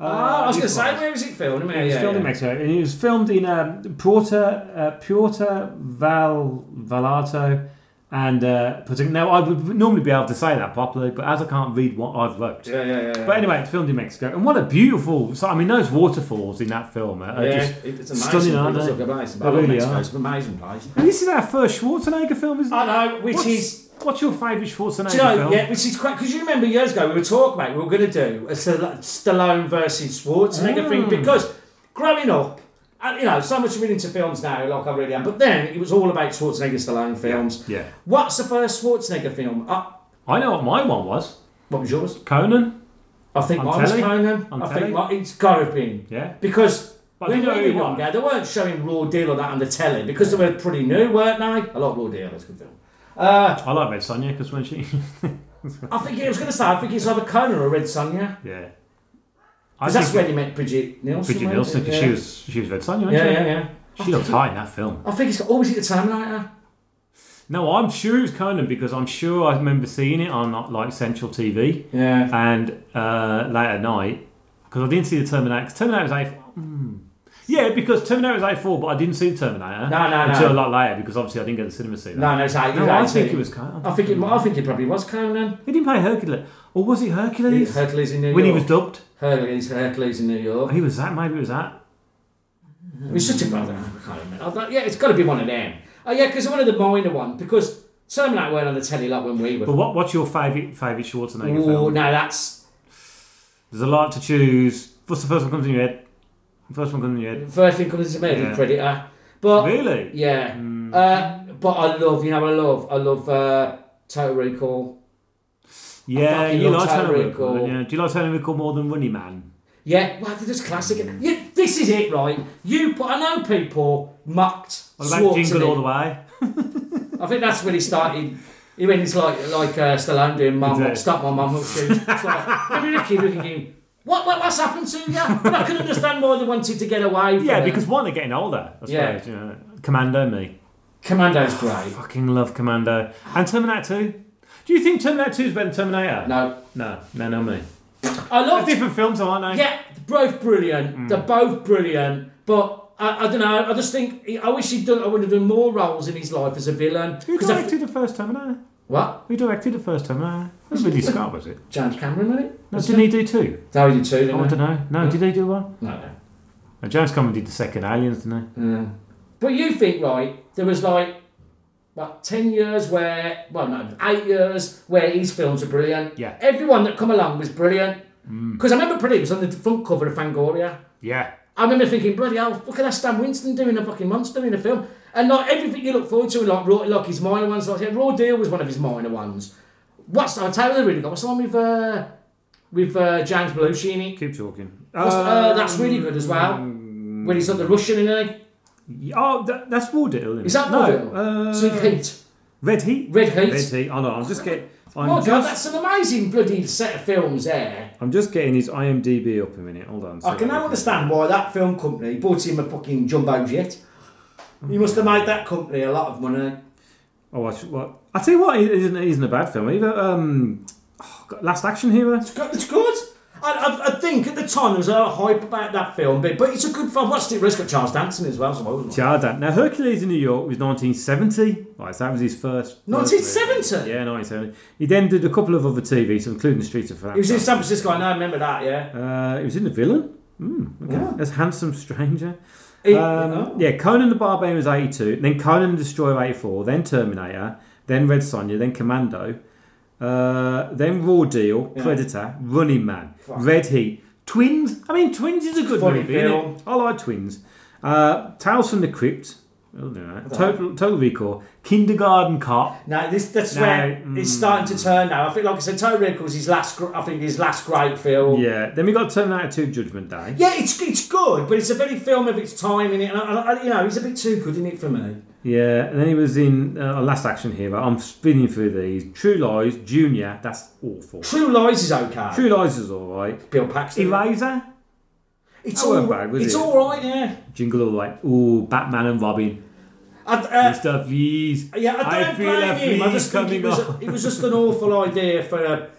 [SPEAKER 7] Ah, I was
[SPEAKER 6] it
[SPEAKER 7] going to say,
[SPEAKER 6] was.
[SPEAKER 7] where is it filmed?
[SPEAKER 6] It was
[SPEAKER 7] yeah,
[SPEAKER 6] filmed
[SPEAKER 7] yeah.
[SPEAKER 6] in Mexico, and it was filmed in um, Puerto uh, Puerto Val Valato and uh, Puerto. Now, I would normally be able to say that properly, but as I can't read what I've wrote,
[SPEAKER 7] Yeah, yeah, yeah. yeah.
[SPEAKER 6] But anyway, it's filmed in Mexico, and what a beautiful! So, I mean, those waterfalls in that film are, are
[SPEAKER 7] Yeah,
[SPEAKER 6] just
[SPEAKER 7] it's
[SPEAKER 6] stunning,
[SPEAKER 7] amazing.
[SPEAKER 6] aren't
[SPEAKER 7] It's
[SPEAKER 6] they?
[SPEAKER 7] amazing.
[SPEAKER 6] They
[SPEAKER 7] I love
[SPEAKER 6] really
[SPEAKER 7] Mexico.
[SPEAKER 6] are.
[SPEAKER 7] It's an amazing place.
[SPEAKER 6] And this is our first Schwarzenegger film, isn't it?
[SPEAKER 7] I know, which
[SPEAKER 6] What's-
[SPEAKER 7] is-
[SPEAKER 6] what's your favourite Schwarzenegger
[SPEAKER 7] Do you know,
[SPEAKER 6] film?
[SPEAKER 7] yeah, which is quite because you remember years ago we were talking about we were going to do a Stal- Stallone versus Schwarzenegger thing because growing up, I- you know, so much I'm into films now, like I really am. But then it was all about Schwarzenegger Stallone films.
[SPEAKER 6] Yeah.
[SPEAKER 7] What's the first Schwarzenegger film? Uh,
[SPEAKER 6] I know what my one was.
[SPEAKER 7] what was yours?
[SPEAKER 6] Conan.
[SPEAKER 7] I think
[SPEAKER 6] On
[SPEAKER 7] mine was
[SPEAKER 6] telly?
[SPEAKER 7] Conan.
[SPEAKER 6] On
[SPEAKER 7] I
[SPEAKER 6] telly?
[SPEAKER 7] think mine, it's got to have been.
[SPEAKER 6] Yeah.
[SPEAKER 7] Because
[SPEAKER 6] But
[SPEAKER 7] when
[SPEAKER 6] do you know
[SPEAKER 7] we
[SPEAKER 6] who
[SPEAKER 7] were
[SPEAKER 6] won?
[SPEAKER 7] younger, they weren't showing Raw Deal or that on the telly because they were pretty new, weren't they? I like Raw Deal, that's a good film.
[SPEAKER 6] I like Red Sonja because when she,
[SPEAKER 7] I think I was going to say, I think it's either Conan or Red Sonja.
[SPEAKER 6] yeah, I
[SPEAKER 7] Because that's
[SPEAKER 6] think-
[SPEAKER 7] when he met Bridget Nielsen.
[SPEAKER 6] Bridget
[SPEAKER 7] wasn't
[SPEAKER 6] Nielsen
[SPEAKER 7] it?
[SPEAKER 6] because
[SPEAKER 7] yeah.
[SPEAKER 6] she was she was Red Sonja, wasn't
[SPEAKER 7] Yeah,
[SPEAKER 6] she?
[SPEAKER 7] yeah, yeah.
[SPEAKER 6] She looked hot in that film.
[SPEAKER 7] I think it's got always at the Terminator.
[SPEAKER 6] No, I'm sure it was Conan because I'm sure I remember seeing it on like Central TV
[SPEAKER 7] Yeah.
[SPEAKER 6] and uh, late at night because I didn't see the Terminator. 'cause Terminator was eight. mm. Yeah, because Terminator was eight four, but I didn't see the Terminator
[SPEAKER 7] No, no, no.
[SPEAKER 6] until a lot later because obviously I didn't get the cinema to see that.
[SPEAKER 7] No, no, it's eight.
[SPEAKER 6] No,
[SPEAKER 7] it's
[SPEAKER 6] I
[SPEAKER 7] 18.
[SPEAKER 6] think it was Conan.
[SPEAKER 7] I think it. I think it probably was Conan.
[SPEAKER 6] He didn't play Hercules, or was it Hercules?
[SPEAKER 7] Hercules in New York.
[SPEAKER 6] when he was dubbed,
[SPEAKER 7] Hercules, Hercules in New York.
[SPEAKER 6] he was that. Maybe it was that.
[SPEAKER 7] It was such a brother. I can't remember. I thought, yeah, it's got to be one of them. Oh yeah, because one of the minor one because Terminator weren't on the telly like when we were.
[SPEAKER 6] But what, what's your favourite favourite Schwarzenegger
[SPEAKER 7] Ooh,
[SPEAKER 6] film?
[SPEAKER 7] no, that's
[SPEAKER 6] There's a lot to choose. What's the first one comes in your head? First one comes in your head.
[SPEAKER 7] first thing comes to me.
[SPEAKER 6] Oh, Yeah. Hmm.
[SPEAKER 7] The Predator, but
[SPEAKER 6] Really?
[SPEAKER 7] yeah, uh, but I love, you know, what I love, I love uh, Total Recall.
[SPEAKER 6] Yeah,
[SPEAKER 7] fucking
[SPEAKER 6] you
[SPEAKER 7] love
[SPEAKER 6] like Total
[SPEAKER 7] Total
[SPEAKER 6] Recall.
[SPEAKER 7] Recall.
[SPEAKER 6] Yeah. Do you like Total Recall more than Running Man?
[SPEAKER 7] Yeah, well, they're just classic.
[SPEAKER 6] Hmm.
[SPEAKER 7] You, this is it, right? You, put, I know people mocked.
[SPEAKER 6] What about
[SPEAKER 7] slaughtered
[SPEAKER 6] Jingle
[SPEAKER 7] it.
[SPEAKER 6] All the Way?
[SPEAKER 7] I think that's when he started. He went into like like uh, Stallone doing "Mum,
[SPEAKER 6] Exactly.
[SPEAKER 7] stop my mum up shoot." It's like, every little kid looking at him. What, what what's happened to you? And I can understand why they wanted to get away. From
[SPEAKER 6] Yeah,
[SPEAKER 7] it.
[SPEAKER 6] because one, they're getting older. I suppose.
[SPEAKER 7] Yeah.
[SPEAKER 6] You know. Commando, me.
[SPEAKER 7] Commando's great.
[SPEAKER 6] Fucking love Commando. And Terminator 2. Do you think Terminator 2 is better than Terminator?
[SPEAKER 7] No,
[SPEAKER 6] No, no, no, me.
[SPEAKER 7] I
[SPEAKER 6] They're
[SPEAKER 7] loved
[SPEAKER 6] different films, aren't they?
[SPEAKER 7] Yeah, they're both brilliant.
[SPEAKER 6] Hmm.
[SPEAKER 7] They're both brilliant. But I, I don't know. I just think he- I wish he'd done. I would have done more roles in his life as a villain.
[SPEAKER 6] Who
[SPEAKER 7] 'Cause I-
[SPEAKER 6] directed the first Terminator?
[SPEAKER 7] what?
[SPEAKER 6] Who directed the first Terminator? It was Ridley Scott, was it?
[SPEAKER 7] James Cameron, wasn't it?
[SPEAKER 6] No, didn't he do two?
[SPEAKER 7] No, he did too. Didn't
[SPEAKER 6] Oh, I
[SPEAKER 7] he?
[SPEAKER 6] don't know. No, did he do one?
[SPEAKER 7] No, no.
[SPEAKER 6] No, James Cameron did the second Aliens, didn't he?
[SPEAKER 7] But you think, right, there was like, what, 10 years where, well, no, eight years where his films were brilliant.
[SPEAKER 6] Yeah. Mm.
[SPEAKER 7] Everyone that come along was brilliant. Because I remember pretty, it was on the front cover of Fangoria.
[SPEAKER 6] Yeah.
[SPEAKER 7] I remember thinking, bloody hell, look at that Stan Winston doing a fucking monster in a film. And like everything you look forward to, like, raw, like his minor ones, like yeah, Raw Deal was one of his minor ones. What's I tell you, they really got what's the one with uh, with uh, James Belushi in it?
[SPEAKER 6] Keep talking.
[SPEAKER 7] What's the- uh, that's really good as well.
[SPEAKER 6] Um,
[SPEAKER 7] When he's got the Russian in it,
[SPEAKER 6] Oh, that, that's War Deal. Isn't
[SPEAKER 7] is that
[SPEAKER 6] it? no,
[SPEAKER 7] Raw Deal?
[SPEAKER 6] Uh,
[SPEAKER 7] Sweet Heat.
[SPEAKER 6] Red Heat.
[SPEAKER 7] Red Heat.
[SPEAKER 6] Red Heat. Oh no, I'm just getting. I'm,
[SPEAKER 7] Oh God,
[SPEAKER 6] just,
[SPEAKER 7] that's an amazing bloody set of films there.
[SPEAKER 6] I'm just getting his IMDb up a minute. Hold on.
[SPEAKER 7] I can now understand why that film company bought him a fucking jumbo jet. He must have made that company a lot of money.
[SPEAKER 6] Oh, I should, what? I tell you what, it isn't, it isn't a bad film either. Um, oh, God, Last Action Hero.
[SPEAKER 7] It's good. It's good. I, I, I think at the time there was a lot of hype about that film, but, but it's a good film. I watched it. It's got Charles Danson as well. So I wasn't.
[SPEAKER 6] Yeah, I don't- Now, Hercules in New York was 1970. Right, so that was his first.
[SPEAKER 7] 1970?
[SPEAKER 6] Yeah, 1970. He then did a couple of other TV, so including Streets of France.
[SPEAKER 7] He was in San Francisco. I know. I remember that. Yeah.
[SPEAKER 6] Uh, he was in The Villain. Mm, okay.
[SPEAKER 7] Yeah.
[SPEAKER 6] As Handsome Stranger.
[SPEAKER 7] He-
[SPEAKER 6] Um,
[SPEAKER 7] oh.
[SPEAKER 6] Yeah, Conan the Barbarian was 82, then Conan the Destroyer 84, then Terminator, then Red Sonja, then Commando, uh, then Raw Deal, Predator, Running Man, Red Heat, Twins. I mean, Twins is a good
[SPEAKER 7] Funny
[SPEAKER 6] movie. isn't it?
[SPEAKER 7] film.
[SPEAKER 6] I like Twins. Uh, Tales from the Crypt. I don't know. Total, Total Recall, Kindergarten Cop.
[SPEAKER 7] Now mm. this that's
[SPEAKER 6] No,
[SPEAKER 7] where it's starting to turn now. I think, like I said, Total Recall was his last. gr- I think his last great film.
[SPEAKER 6] Yeah, then we got Terminator 2 Judgment Day.
[SPEAKER 7] Yeah, it's it's good, but it's a very film of its time in it, and I, I, you know, it's a bit too good in it for me.
[SPEAKER 6] Yeah, and then he was in uh, Last Action Hero. I'm spinning through these. True Lies, Junior, that's awful.
[SPEAKER 7] True Lies is okay.
[SPEAKER 6] True Lies is alright.
[SPEAKER 7] Bill Paxton.
[SPEAKER 6] Eraser,
[SPEAKER 7] It's
[SPEAKER 6] That
[SPEAKER 7] all
[SPEAKER 6] weren't bad, was
[SPEAKER 7] it's
[SPEAKER 6] it?
[SPEAKER 7] all right, yeah.
[SPEAKER 6] Jingle All Right. Ooh, Batman and Robin.
[SPEAKER 7] I, uh,
[SPEAKER 6] Mr. V's.
[SPEAKER 7] yeah, I don't
[SPEAKER 6] feel a
[SPEAKER 7] blame him. I
[SPEAKER 6] flea's
[SPEAKER 7] just think
[SPEAKER 6] coming
[SPEAKER 7] it was,
[SPEAKER 6] on.
[SPEAKER 7] a, it was just an awful idea for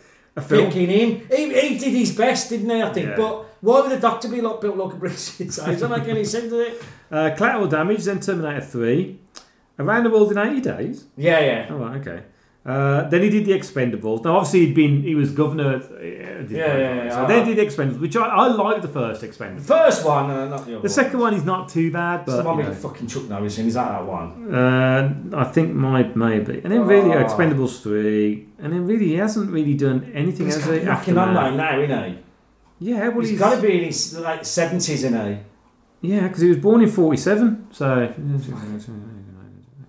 [SPEAKER 7] a,
[SPEAKER 6] film.
[SPEAKER 7] picking him. He, he did his best, didn't he? I think,
[SPEAKER 6] Yeah.
[SPEAKER 7] but why would the doctor be like built like a British? It doesn't make any sense, does it?
[SPEAKER 6] Uh, collateral Damage, then Terminator 3. Around the World in 80 Days.
[SPEAKER 7] Yeah, yeah.
[SPEAKER 6] All right, okay. Uh, then he did the Expendables. Now, obviously, he'd been he was governor. At, yeah,
[SPEAKER 7] Yeah, yeah, yeah,
[SPEAKER 6] So
[SPEAKER 7] I
[SPEAKER 6] then
[SPEAKER 7] like-
[SPEAKER 6] he did the Expendables, which I, I like the first Expendables.
[SPEAKER 7] First one, uh, not the other.
[SPEAKER 6] The second one is not too bad,
[SPEAKER 7] one.
[SPEAKER 6] but
[SPEAKER 7] the one
[SPEAKER 6] you
[SPEAKER 7] with
[SPEAKER 6] know.
[SPEAKER 7] fucking Chuck Norris in. Is that that one?
[SPEAKER 6] Uh, I think my maybe, and then really
[SPEAKER 7] Ah.
[SPEAKER 6] Expendables three, and then really he hasn't really done anything
[SPEAKER 7] He's
[SPEAKER 6] has he?
[SPEAKER 7] knocking on
[SPEAKER 6] Aftermath.
[SPEAKER 7] though now, isn't he?
[SPEAKER 6] Yeah, well he's,
[SPEAKER 7] He's got to be in his like seventies, isn't he?
[SPEAKER 6] yeah because he was born in forty seven, so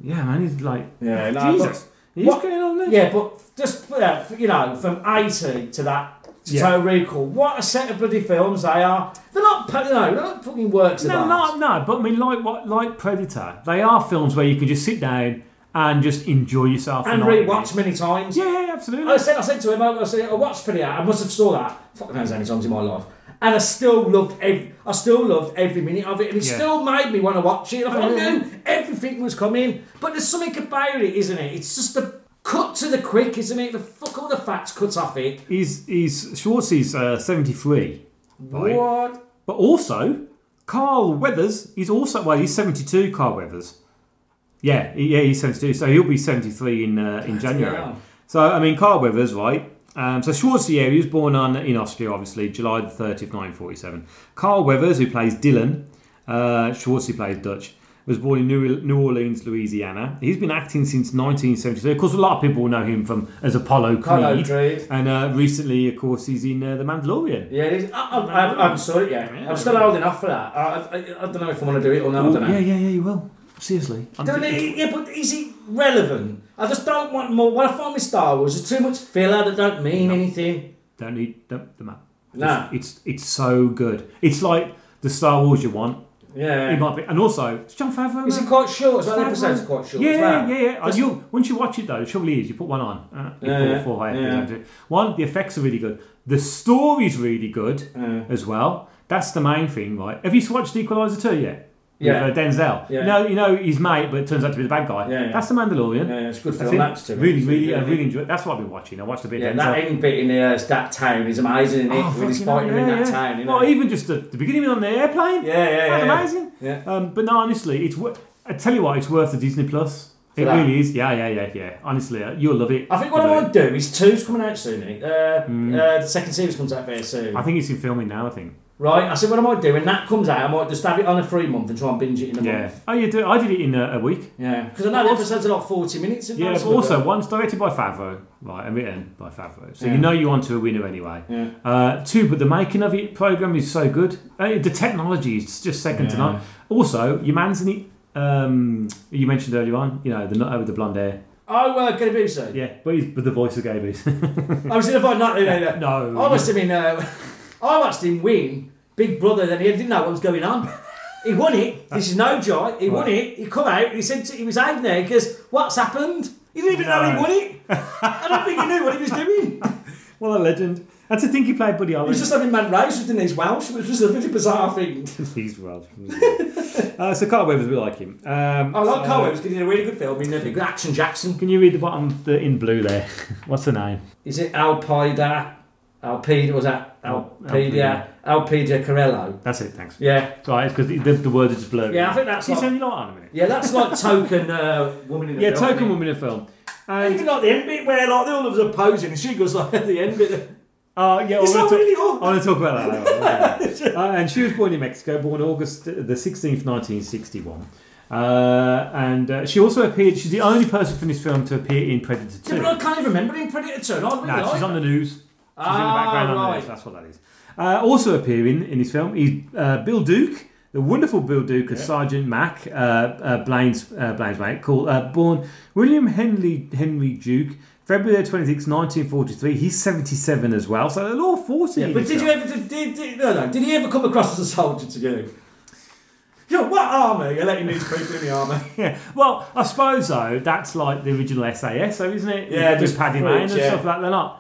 [SPEAKER 6] yeah, man, he's like
[SPEAKER 7] Yeah, no,
[SPEAKER 6] Jesus, he's
[SPEAKER 7] What-
[SPEAKER 6] going on there.
[SPEAKER 7] Yeah, but just uh, you know, from eighty to that to
[SPEAKER 6] Yeah.
[SPEAKER 7] Total Recall, what a set of bloody films they are. They're not, pu- you know, they're not fucking works of
[SPEAKER 6] No,
[SPEAKER 7] art.
[SPEAKER 6] no, no, but I mean, like what, like Predator, they are films where you can just sit down and just enjoy yourself
[SPEAKER 7] and
[SPEAKER 6] for ninety
[SPEAKER 7] rewatch many
[SPEAKER 6] minutes.
[SPEAKER 7] times.
[SPEAKER 6] Yeah, yeah, absolutely.
[SPEAKER 7] I said, I said to him, I, I said, I watched Pretty Out. I must have saw that. Fuck knows how many times in my life. And I still loved every, I still loved every minute of it, and it
[SPEAKER 6] Yeah.
[SPEAKER 7] still made me want to watch it. I thought,
[SPEAKER 6] yeah.
[SPEAKER 7] I knew everything was coming, but there's something about it, isn't it? It's just the cut to the quick, isn't it? The fuck all the facts cut off it.
[SPEAKER 6] He's he's Schwartz is uh, seventy three, right?
[SPEAKER 7] What?
[SPEAKER 6] But also, Carl Weathers is also well, he's seventy two. Carl Weathers, yeah, he- yeah, he's seventy two. So he'll be seventy three in uh, in January.
[SPEAKER 7] hell.
[SPEAKER 6] So I mean, Carl Weathers, right? Um, so Schwarzenegger, he was born on in Austria, obviously, July the thirtieth, nineteen forty seven. Carl Weathers, who plays Dylan, uh, Schwartz, who plays Dutch. Was born in New, New Orleans, Louisiana. He's been acting since 1973. Of course, a lot of people know him from as Apollo Creed,
[SPEAKER 7] Apollo Creed.
[SPEAKER 6] and uh, recently, of course, he's in uh, The Mandalorian.
[SPEAKER 7] Yeah, it is. I, I, I, I haven't saw it yet. I'm still holding off for
[SPEAKER 6] Oh,
[SPEAKER 7] that. I, I, I don't know if I want to do it or not. I don't know.
[SPEAKER 6] yeah, yeah, yeah, you will. Seriously. I'm
[SPEAKER 7] Don't he- yeah, but is he? relevant. I just don't want more. What I find with Star Wars is too much filler that don't mean anything.
[SPEAKER 6] Don't need the, the map.
[SPEAKER 7] Nah.
[SPEAKER 6] It's, it's it's so good. It's like the Star Wars you want.
[SPEAKER 7] Yeah.
[SPEAKER 6] It might be, and also it's John Favreau.
[SPEAKER 7] Is
[SPEAKER 6] man.
[SPEAKER 7] it quite short? Is that
[SPEAKER 6] Favreau.
[SPEAKER 7] episode's quite short?
[SPEAKER 6] Yeah,
[SPEAKER 7] as well?
[SPEAKER 6] yeah, yeah. And you, once you watch it though, the trouble is you put one on. Uh, you
[SPEAKER 7] Yeah,
[SPEAKER 6] fall- fall high,
[SPEAKER 7] yeah.
[SPEAKER 6] you don't do it. One, the effects are really good. The story's really good as well. That's the main thing, right? Have you watched Equalizer two yet?
[SPEAKER 7] Yeah.
[SPEAKER 6] With, uh, Denzel.
[SPEAKER 7] Yeah.
[SPEAKER 6] You know, you know he's mate, but it turns out to be the bad guy.
[SPEAKER 7] Yeah, yeah.
[SPEAKER 6] That's the Mandalorian.
[SPEAKER 7] Yeah, it's good for
[SPEAKER 6] That's
[SPEAKER 7] the
[SPEAKER 6] it.
[SPEAKER 7] laps too.
[SPEAKER 6] Really, really, I really enjoy. it. That's what I've been watching. I watched a bit.
[SPEAKER 7] Yeah,
[SPEAKER 6] of Denzel.
[SPEAKER 7] that end bit in there, it's that town is amazing, isn't it?
[SPEAKER 6] Oh,
[SPEAKER 7] With his
[SPEAKER 6] fucking
[SPEAKER 7] fighting
[SPEAKER 6] hell,
[SPEAKER 7] in
[SPEAKER 6] yeah,
[SPEAKER 7] that
[SPEAKER 6] yeah.
[SPEAKER 7] town, you
[SPEAKER 6] Well,
[SPEAKER 7] know.
[SPEAKER 6] even just the, the beginning on the airplane.
[SPEAKER 7] Yeah, yeah,
[SPEAKER 6] That's
[SPEAKER 7] yeah,
[SPEAKER 6] amazing.
[SPEAKER 7] yeah.
[SPEAKER 6] Um, but no, honestly, it's wor- I tell you what, it's worth the Disney Plus. It
[SPEAKER 7] that.
[SPEAKER 6] really is. Yeah, yeah, yeah, yeah. Honestly, uh, you'll love it.
[SPEAKER 7] I think what I
[SPEAKER 6] You'll love
[SPEAKER 7] want to do is two's coming out soon. isn't it? Uh, uh, the second series comes out very soon,
[SPEAKER 6] it. Hmm. I think it's in filming now. I think.
[SPEAKER 7] right? I said what I might do when that comes out, I might just have it on a free month and try and binge it in a
[SPEAKER 6] Yeah.
[SPEAKER 7] month.
[SPEAKER 6] Oh, you do. I did it in a, a week.
[SPEAKER 7] Yeah, because I know the episodes are like forty minutes. isn't
[SPEAKER 6] Yeah.
[SPEAKER 7] they?
[SPEAKER 6] But
[SPEAKER 7] Some of
[SPEAKER 6] also,
[SPEAKER 7] them.
[SPEAKER 6] one's directed by Favreau, right, and written by Favreau, so
[SPEAKER 7] Yeah.
[SPEAKER 6] you know you're onto a winner anyway.
[SPEAKER 7] Yeah.
[SPEAKER 6] Uh, two, but the making of it program is so good. Uh, the technology is just second to none. Also, your man's in it. Um, you mentioned earlier on, you know, the nut over the blonde hair.
[SPEAKER 7] oh, well, gonna be so.
[SPEAKER 6] Yeah, but he's, but the voice of Gabies.
[SPEAKER 7] I was in a fight. No, no, no.
[SPEAKER 6] No.
[SPEAKER 7] I watched him in. Uh, I watched him win Big Brother. Then he didn't know what was going on. He won it. This is no joy. He won it. He come out. He said to, he was hanging there because what's happened? He didn't even know he
[SPEAKER 6] No.
[SPEAKER 7] won it. I don't think he knew what he was doing.
[SPEAKER 6] what a legend. And to think he played Buddy
[SPEAKER 7] He
[SPEAKER 6] Holly.
[SPEAKER 7] was just having man race within his Welsh, which was a really bizarre thing.
[SPEAKER 6] He's well. uh, so Carl Weaver's a bit like him. Um,
[SPEAKER 7] I like
[SPEAKER 6] so-
[SPEAKER 7] Cohen because he did a really good film. He did a good Action Jackson.
[SPEAKER 6] Can you read the bottom the, in blue there? What's the name?
[SPEAKER 7] Is it Alpida? Alpida was that
[SPEAKER 6] Al-
[SPEAKER 7] Alpida? Alpida Carello.
[SPEAKER 6] That's it, thanks.
[SPEAKER 7] Yeah,
[SPEAKER 6] It's alright, because the, the, the words are just blurred.
[SPEAKER 7] Yeah, I think that's
[SPEAKER 6] She's
[SPEAKER 7] like-
[SPEAKER 6] only like on a minute.
[SPEAKER 7] yeah. That's like token uh, woman in the
[SPEAKER 6] Yeah,
[SPEAKER 7] film, isn't
[SPEAKER 6] token
[SPEAKER 7] it?
[SPEAKER 6] woman in film.
[SPEAKER 7] Even like the end bit where like all of us are posing and she goes like at the end bit.
[SPEAKER 6] Oh yeah, I
[SPEAKER 7] It's
[SPEAKER 6] wanna
[SPEAKER 7] not
[SPEAKER 6] talk-
[SPEAKER 7] really awkward.
[SPEAKER 6] I want to talk about that. later. uh, and she was born in Mexico, born August uh, the sixteenth, nineteen sixty-one. Uh, and uh, she also appeared. She's the only person from this film to appear in Predator Two.
[SPEAKER 7] Yeah, but I can't even remember in Predator 2. No, I really
[SPEAKER 6] No, she's
[SPEAKER 7] like
[SPEAKER 6] on the news. She's in the
[SPEAKER 7] Ah,
[SPEAKER 6] background on the
[SPEAKER 7] right.
[SPEAKER 6] news. That's what that is. Uh, also appearing in this film is uh, Bill Duke, the wonderful Bill Duke as Sergeant Mac, uh, uh, Blaine's, uh, Blaine's mate, called uh, born William Henley Henry Duke, February 26, 1943. He's 77 as well, so they're all 40.
[SPEAKER 7] it. But did you ever did, did, did, no, no, did he ever come across as a soldier to you? Yo, what army? You're letting these people in the army.
[SPEAKER 6] Yeah. Well, I suppose though that's like the original SAS, though, isn't it?
[SPEAKER 7] Yeah,
[SPEAKER 6] With- with
[SPEAKER 7] just
[SPEAKER 6] Paddy
[SPEAKER 7] freaks,
[SPEAKER 6] Mayne and
[SPEAKER 7] yeah.
[SPEAKER 6] stuff like that. They're not.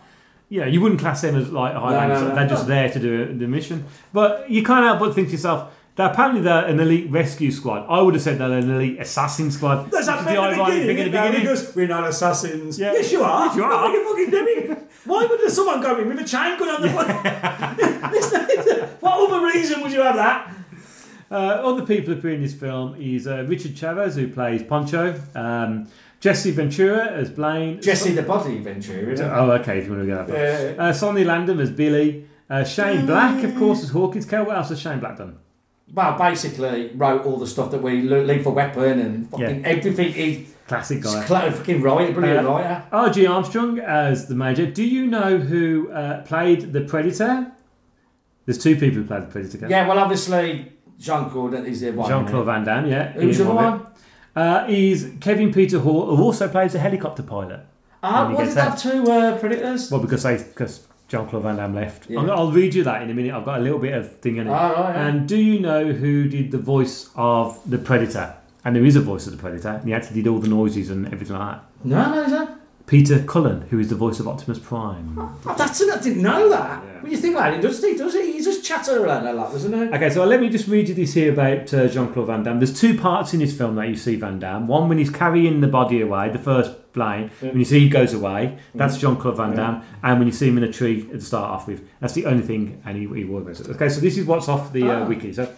[SPEAKER 6] Yeah, you wouldn't class them as like Highlanders.
[SPEAKER 7] no, no.
[SPEAKER 6] They're just there to do the mission. But you can't help but think to yourself. That apparently they're an elite rescue squad. I would have said they're an elite assassin squad. which
[SPEAKER 7] That's that
[SPEAKER 6] is
[SPEAKER 7] bit at the
[SPEAKER 6] ironic
[SPEAKER 7] beginning.
[SPEAKER 6] thing at
[SPEAKER 7] isn't
[SPEAKER 6] the
[SPEAKER 7] it?
[SPEAKER 6] beginning.
[SPEAKER 7] He goes, We're not assassins.
[SPEAKER 6] Yeah.
[SPEAKER 7] Yes, you are.
[SPEAKER 6] Yes, you
[SPEAKER 7] Look
[SPEAKER 6] are.
[SPEAKER 7] What are you fucking doing? Why would there someone go in with a chain gun on the front? what other reason would you have that?
[SPEAKER 6] Uh, other people appearing in this film is uh, Richard Chavez, who plays Poncho, um, Jesse Ventura as Blaine,
[SPEAKER 7] Jesse the body venture, isn't
[SPEAKER 6] Oh, okay. If you want to go that far.
[SPEAKER 7] Yeah, yeah,
[SPEAKER 6] Uh, Sonny Landham as Billy. Uh,
[SPEAKER 7] Oh,
[SPEAKER 6] Shane Black, of course, as Hawkins. Cal, what else has Shane Black done?
[SPEAKER 7] Well, basically wrote all the stuff that we lo- leave for weapon and fucking
[SPEAKER 6] Yeah.
[SPEAKER 7] everything. He's
[SPEAKER 6] Classic guy.
[SPEAKER 7] cl- fucking writer, brilliant
[SPEAKER 6] Uh,
[SPEAKER 7] writer.
[SPEAKER 6] R.G. Armstrong as the Major. Do you know who uh, played the Predator? There's two people who played the Predator. Cal.
[SPEAKER 7] Yeah, well, obviously Jean Claude is the one.
[SPEAKER 6] Jean-Claude Van Damme, yeah.
[SPEAKER 7] Who's the
[SPEAKER 6] Ian
[SPEAKER 7] other
[SPEAKER 6] Roberts.
[SPEAKER 7] one?
[SPEAKER 6] Uh, he's Kevin Peter Hall, who also plays a helicopter pilot.
[SPEAKER 7] Ah,
[SPEAKER 6] When he
[SPEAKER 7] what
[SPEAKER 6] gets
[SPEAKER 7] did have two uh, predators?
[SPEAKER 6] Well, because they because John Claude Van Damme left.
[SPEAKER 7] Yeah.
[SPEAKER 6] I'm gonna- I'll read you that in a minute. I've got a little bit of thing in it.
[SPEAKER 7] Ah, right, yeah.
[SPEAKER 6] And do you know who did the voice of the Predator? And there is a voice of the Predator, and he actually did all the noises and everything like that.
[SPEAKER 7] No, no, no.
[SPEAKER 6] Peter Cullen, who is the voice of Optimus Prime.
[SPEAKER 7] Oh, that's I didn't know that. When you think about it, does he? Does he? He's just chatter around a lot, doesn't he?
[SPEAKER 6] Okay, so let me just read you this here about uh, Jean Claude Van Damme. There's two parts in this film that you see Van Damme. One when he's carrying the body away, the first plane. When you see he goes away, that's Jean Claude Van Damme. And when you see him in a tree to start off with, that's the only thing. And he, he was okay. So this is what's off the uh, wiki. So.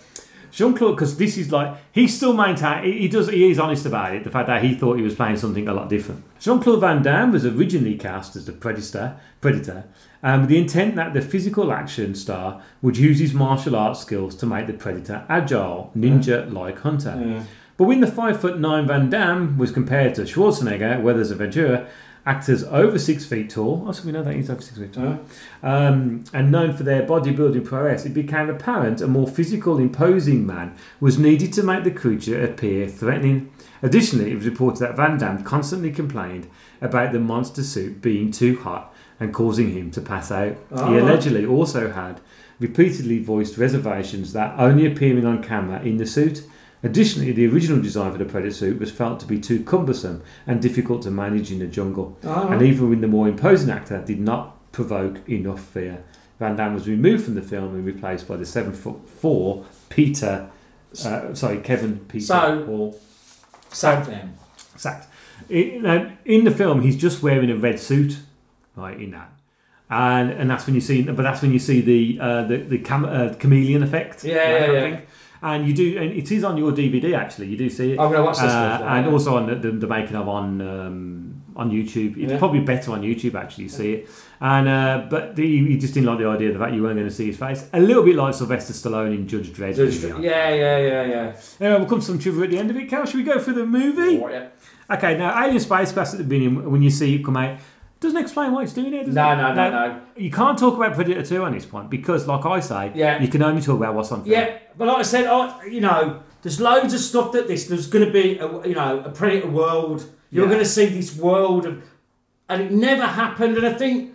[SPEAKER 6] Jean Claude, because this is like he still maintains he, he does he is honest about it. The fact that he thought he was playing something a lot different. Jean Claude Van Damme was originally cast as the Predator, Predator, um, with the intent that the physical action star would use his martial arts skills to make the Predator agile, ninja-like hunter. But when the five foot nine Van Damme was compared to Schwarzenegger, Weathers, and Ventura, actors over six feet tall. Also, we know that he's over six feet tall. Um, and known for their bodybuilding prowess, it became apparent a more physical, imposing man was needed to make the creature appear threatening. Additionally, it was reported that Van Damme constantly complained about the monster suit being too hot and causing him to pass out. He
[SPEAKER 7] Ah.
[SPEAKER 6] allegedly also had repeatedly voiced reservations that only appearing on camera in the suit. Additionally, the original design for the Predator suit was felt to be too cumbersome and difficult to manage in the jungle, and even with the more imposing actor, did not provoke enough fear. Van Damme was removed from the film and replaced by the seven foot four Peter, uh, sorry Kevin Peter
[SPEAKER 7] So-
[SPEAKER 6] Hall
[SPEAKER 7] Sack them.
[SPEAKER 6] sacked. In, um, in the film, he's just wearing a red suit, right? In that, and and that's when you see, but that's when you see the uh, the the cam- uh, chameleon effect.
[SPEAKER 7] Yeah,
[SPEAKER 6] that
[SPEAKER 7] yeah,
[SPEAKER 6] kind of
[SPEAKER 7] yeah.
[SPEAKER 6] thing. And you do, and it is on your DVD actually. You do see it.
[SPEAKER 7] I'm gonna watch this
[SPEAKER 6] Uh,
[SPEAKER 7] stuff,
[SPEAKER 6] and
[SPEAKER 7] yeah.
[SPEAKER 6] also on the, the, the making of on um, on YouTube. It's
[SPEAKER 7] Yeah.
[SPEAKER 6] probably better on YouTube actually. You see it, and uh, but the, you just didn't like the idea of the fact you weren't going to see his face. A little bit like Sylvester Stallone in Judge Dredd.
[SPEAKER 7] Yeah, yeah, yeah, yeah.
[SPEAKER 6] Anyway, we'll come to some trivia at the end of it. Cal, should we go through the movie?
[SPEAKER 7] What, yeah.
[SPEAKER 6] Okay, now Alien Spacecraft at the beginning, when you see it come out, doesn't explain why it's doing it, does
[SPEAKER 7] No,
[SPEAKER 6] it?
[SPEAKER 7] no, no,
[SPEAKER 6] Now,
[SPEAKER 7] no.
[SPEAKER 6] You can't talk about Predator 2 on this point because, like I say,
[SPEAKER 7] Yeah.
[SPEAKER 6] you can only talk about what's on film.
[SPEAKER 7] Yeah, but like I said, I, you know, there's loads of stuff that this. There's going to be, a, you know, a predator world. You're
[SPEAKER 6] Yeah.
[SPEAKER 7] going to see this world of, and it never happened. And I think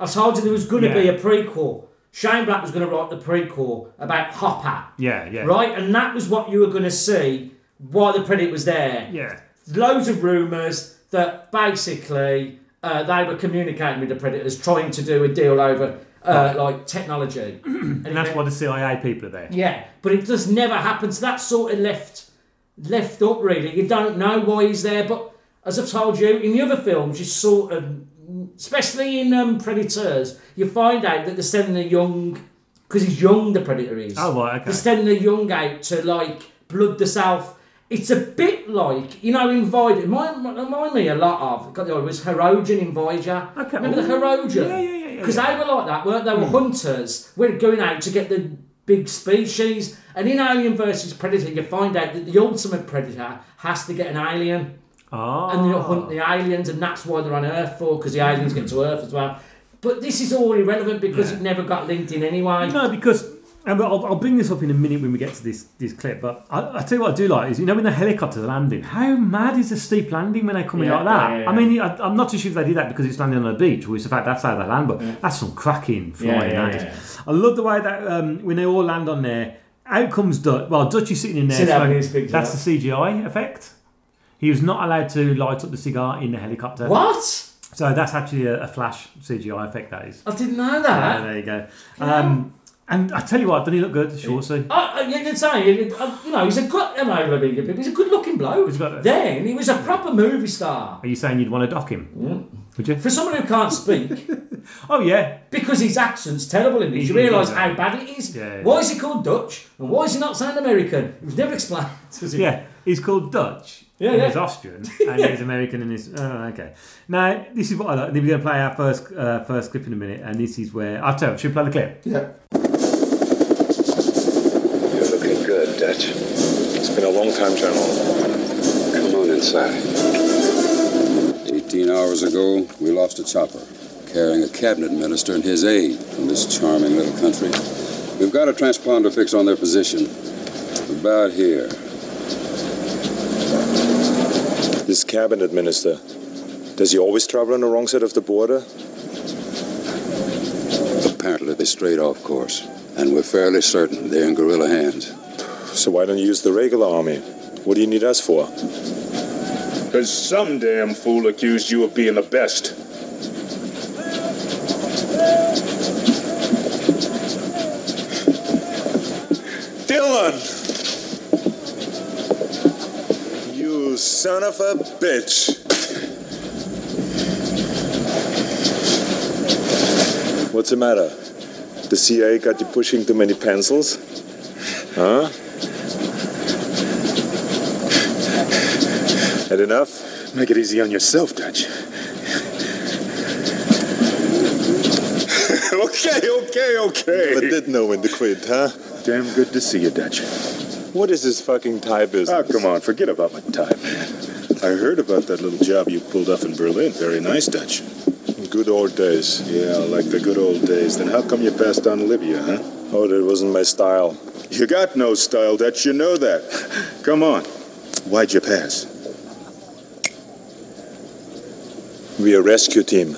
[SPEAKER 7] I told you there was going to be
[SPEAKER 6] Yeah.
[SPEAKER 7] a prequel. Shane Black was going to write the prequel about Hopper.
[SPEAKER 6] Yeah, yeah.
[SPEAKER 7] Right, and that was what you were going to see while the predator was there.
[SPEAKER 6] Yeah.
[SPEAKER 7] Loads of rumours that basically uh, they were communicating with the predators, trying to do a deal over uh, like technology. and
[SPEAKER 6] And that's why the CIA people are there.
[SPEAKER 7] yeah, but it just never happens. That sort of left left up really. You don't know why he's there, but as I've told you in the other films, you sort of, especially in um, Predators, you find out that they're sending a young because he's young. The Predator is.
[SPEAKER 6] Oh, right, okay.
[SPEAKER 7] They're sending a young out to like blood the South. It's a bit like you know in Voyager. Remind, remind me a lot of. God, there was Herodian in Voyager.
[SPEAKER 6] Okay,
[SPEAKER 7] Remember the
[SPEAKER 6] ooh.
[SPEAKER 7] Herodian?
[SPEAKER 6] Yeah, yeah, yeah, Hmm. yeah,
[SPEAKER 7] Because
[SPEAKER 6] yeah.
[SPEAKER 7] they were like that, weren't they? They Were hunters? We're going out to get the big species. And in Alien versus Predator, you find out that the ultimate predator has to get an alien,
[SPEAKER 6] Oh.
[SPEAKER 7] and they'll hunt the aliens, and that's why they're on Earth for, because the aliens get to Earth as well. But this is all irrelevant because
[SPEAKER 6] Yeah.
[SPEAKER 7] it never got linked in anyway.
[SPEAKER 6] No, because and I'll, I'll bring this up in a minute when we get to this this clip. But I, I tell you what I do like is you know when the helicopter's landing, how mad is the steep landing when they come in
[SPEAKER 7] Yeah,
[SPEAKER 6] like that?
[SPEAKER 7] yeah, yeah,
[SPEAKER 6] I mean, I, I'm not too sure if they did that because it's landing on a beach, or it's the fact that's how they land. But that's some cracking flying.
[SPEAKER 7] yeah,
[SPEAKER 6] that is.
[SPEAKER 7] yeah.
[SPEAKER 6] I love the way that um, when they all land on there, out comes Dutch. Well, Dutch is sitting in there.
[SPEAKER 7] Sit down
[SPEAKER 6] smoking-
[SPEAKER 7] in his picture.
[SPEAKER 6] that's the CGI effect. He was not allowed to light up the cigar in the helicopter.
[SPEAKER 7] What?
[SPEAKER 6] So that's actually a, a flash CGI effect. That is.
[SPEAKER 7] I didn't know that.
[SPEAKER 6] Yeah, there you go. Um, and I tell you what, doesn't he look good, Shorty?
[SPEAKER 7] I, I, you can say, you uh, you know, he's a good, you know, I mean, he's a good-looking bloke.
[SPEAKER 6] He's got a-
[SPEAKER 7] then he was a proper movie star.
[SPEAKER 6] Are you saying you'd want to dock him? Would you?
[SPEAKER 7] For someone who can't speak,
[SPEAKER 6] Oh yeah,
[SPEAKER 7] Because his accent's terrible in this. You
[SPEAKER 6] He- he
[SPEAKER 7] realise
[SPEAKER 6] is,
[SPEAKER 7] how bad it is.
[SPEAKER 6] Mm, Yeah, yeah.
[SPEAKER 7] Why is he called Dutch? And why is he not sound American? It was never explained. was it?
[SPEAKER 6] yeah. He's called Dutch.
[SPEAKER 7] Yeah,
[SPEAKER 6] and
[SPEAKER 7] yeah.
[SPEAKER 6] He's Austrian and he's American and he's oh, okay. Now this is what I like. We're going to play our first uh, first clip in a minute, and this is where I'll tell. you, Should we play the clip?
[SPEAKER 2] You're looking good, Dutch. It's been a long time, General. Come on inside.
[SPEAKER 10] 18 hours ago, we lost a chopper carrying a cabinet minister and his aide from this charming little country. We've got a transponder fix on their position. About here.
[SPEAKER 1] This cabinet minister, does he always travel on the wrong side of the border?
[SPEAKER 10] Apparently, they strayed off course, and we're fairly certain they're in guerrilla hands.
[SPEAKER 1] So why don't you use the regular army? What do you need us for?
[SPEAKER 4] Because some damn fool accused you of being the best.
[SPEAKER 1] Dylan! You son of a bitch! What's the matter? The CIA got you pushing too many pencils? Huh? Had enough?
[SPEAKER 4] Make it easy on yourself, Dutch.
[SPEAKER 1] okay, okay, okay. Never did know when to quit, huh?
[SPEAKER 4] Damn good to see you, Dutch. Uh,
[SPEAKER 1] What is this fucking Thai business?
[SPEAKER 4] Oh, come on, forget about my time, man.
[SPEAKER 1] I heard about that little job you pulled off in Berlin. Very nice, Dutch. Good old days. Yeah, like the good old days. Then how come you passed on Libya, huh?
[SPEAKER 11] Oh, that wasn't my style.
[SPEAKER 1] You got no style, Dutch. You know that. Come on. Why'd you pass?
[SPEAKER 11] We are rescue team,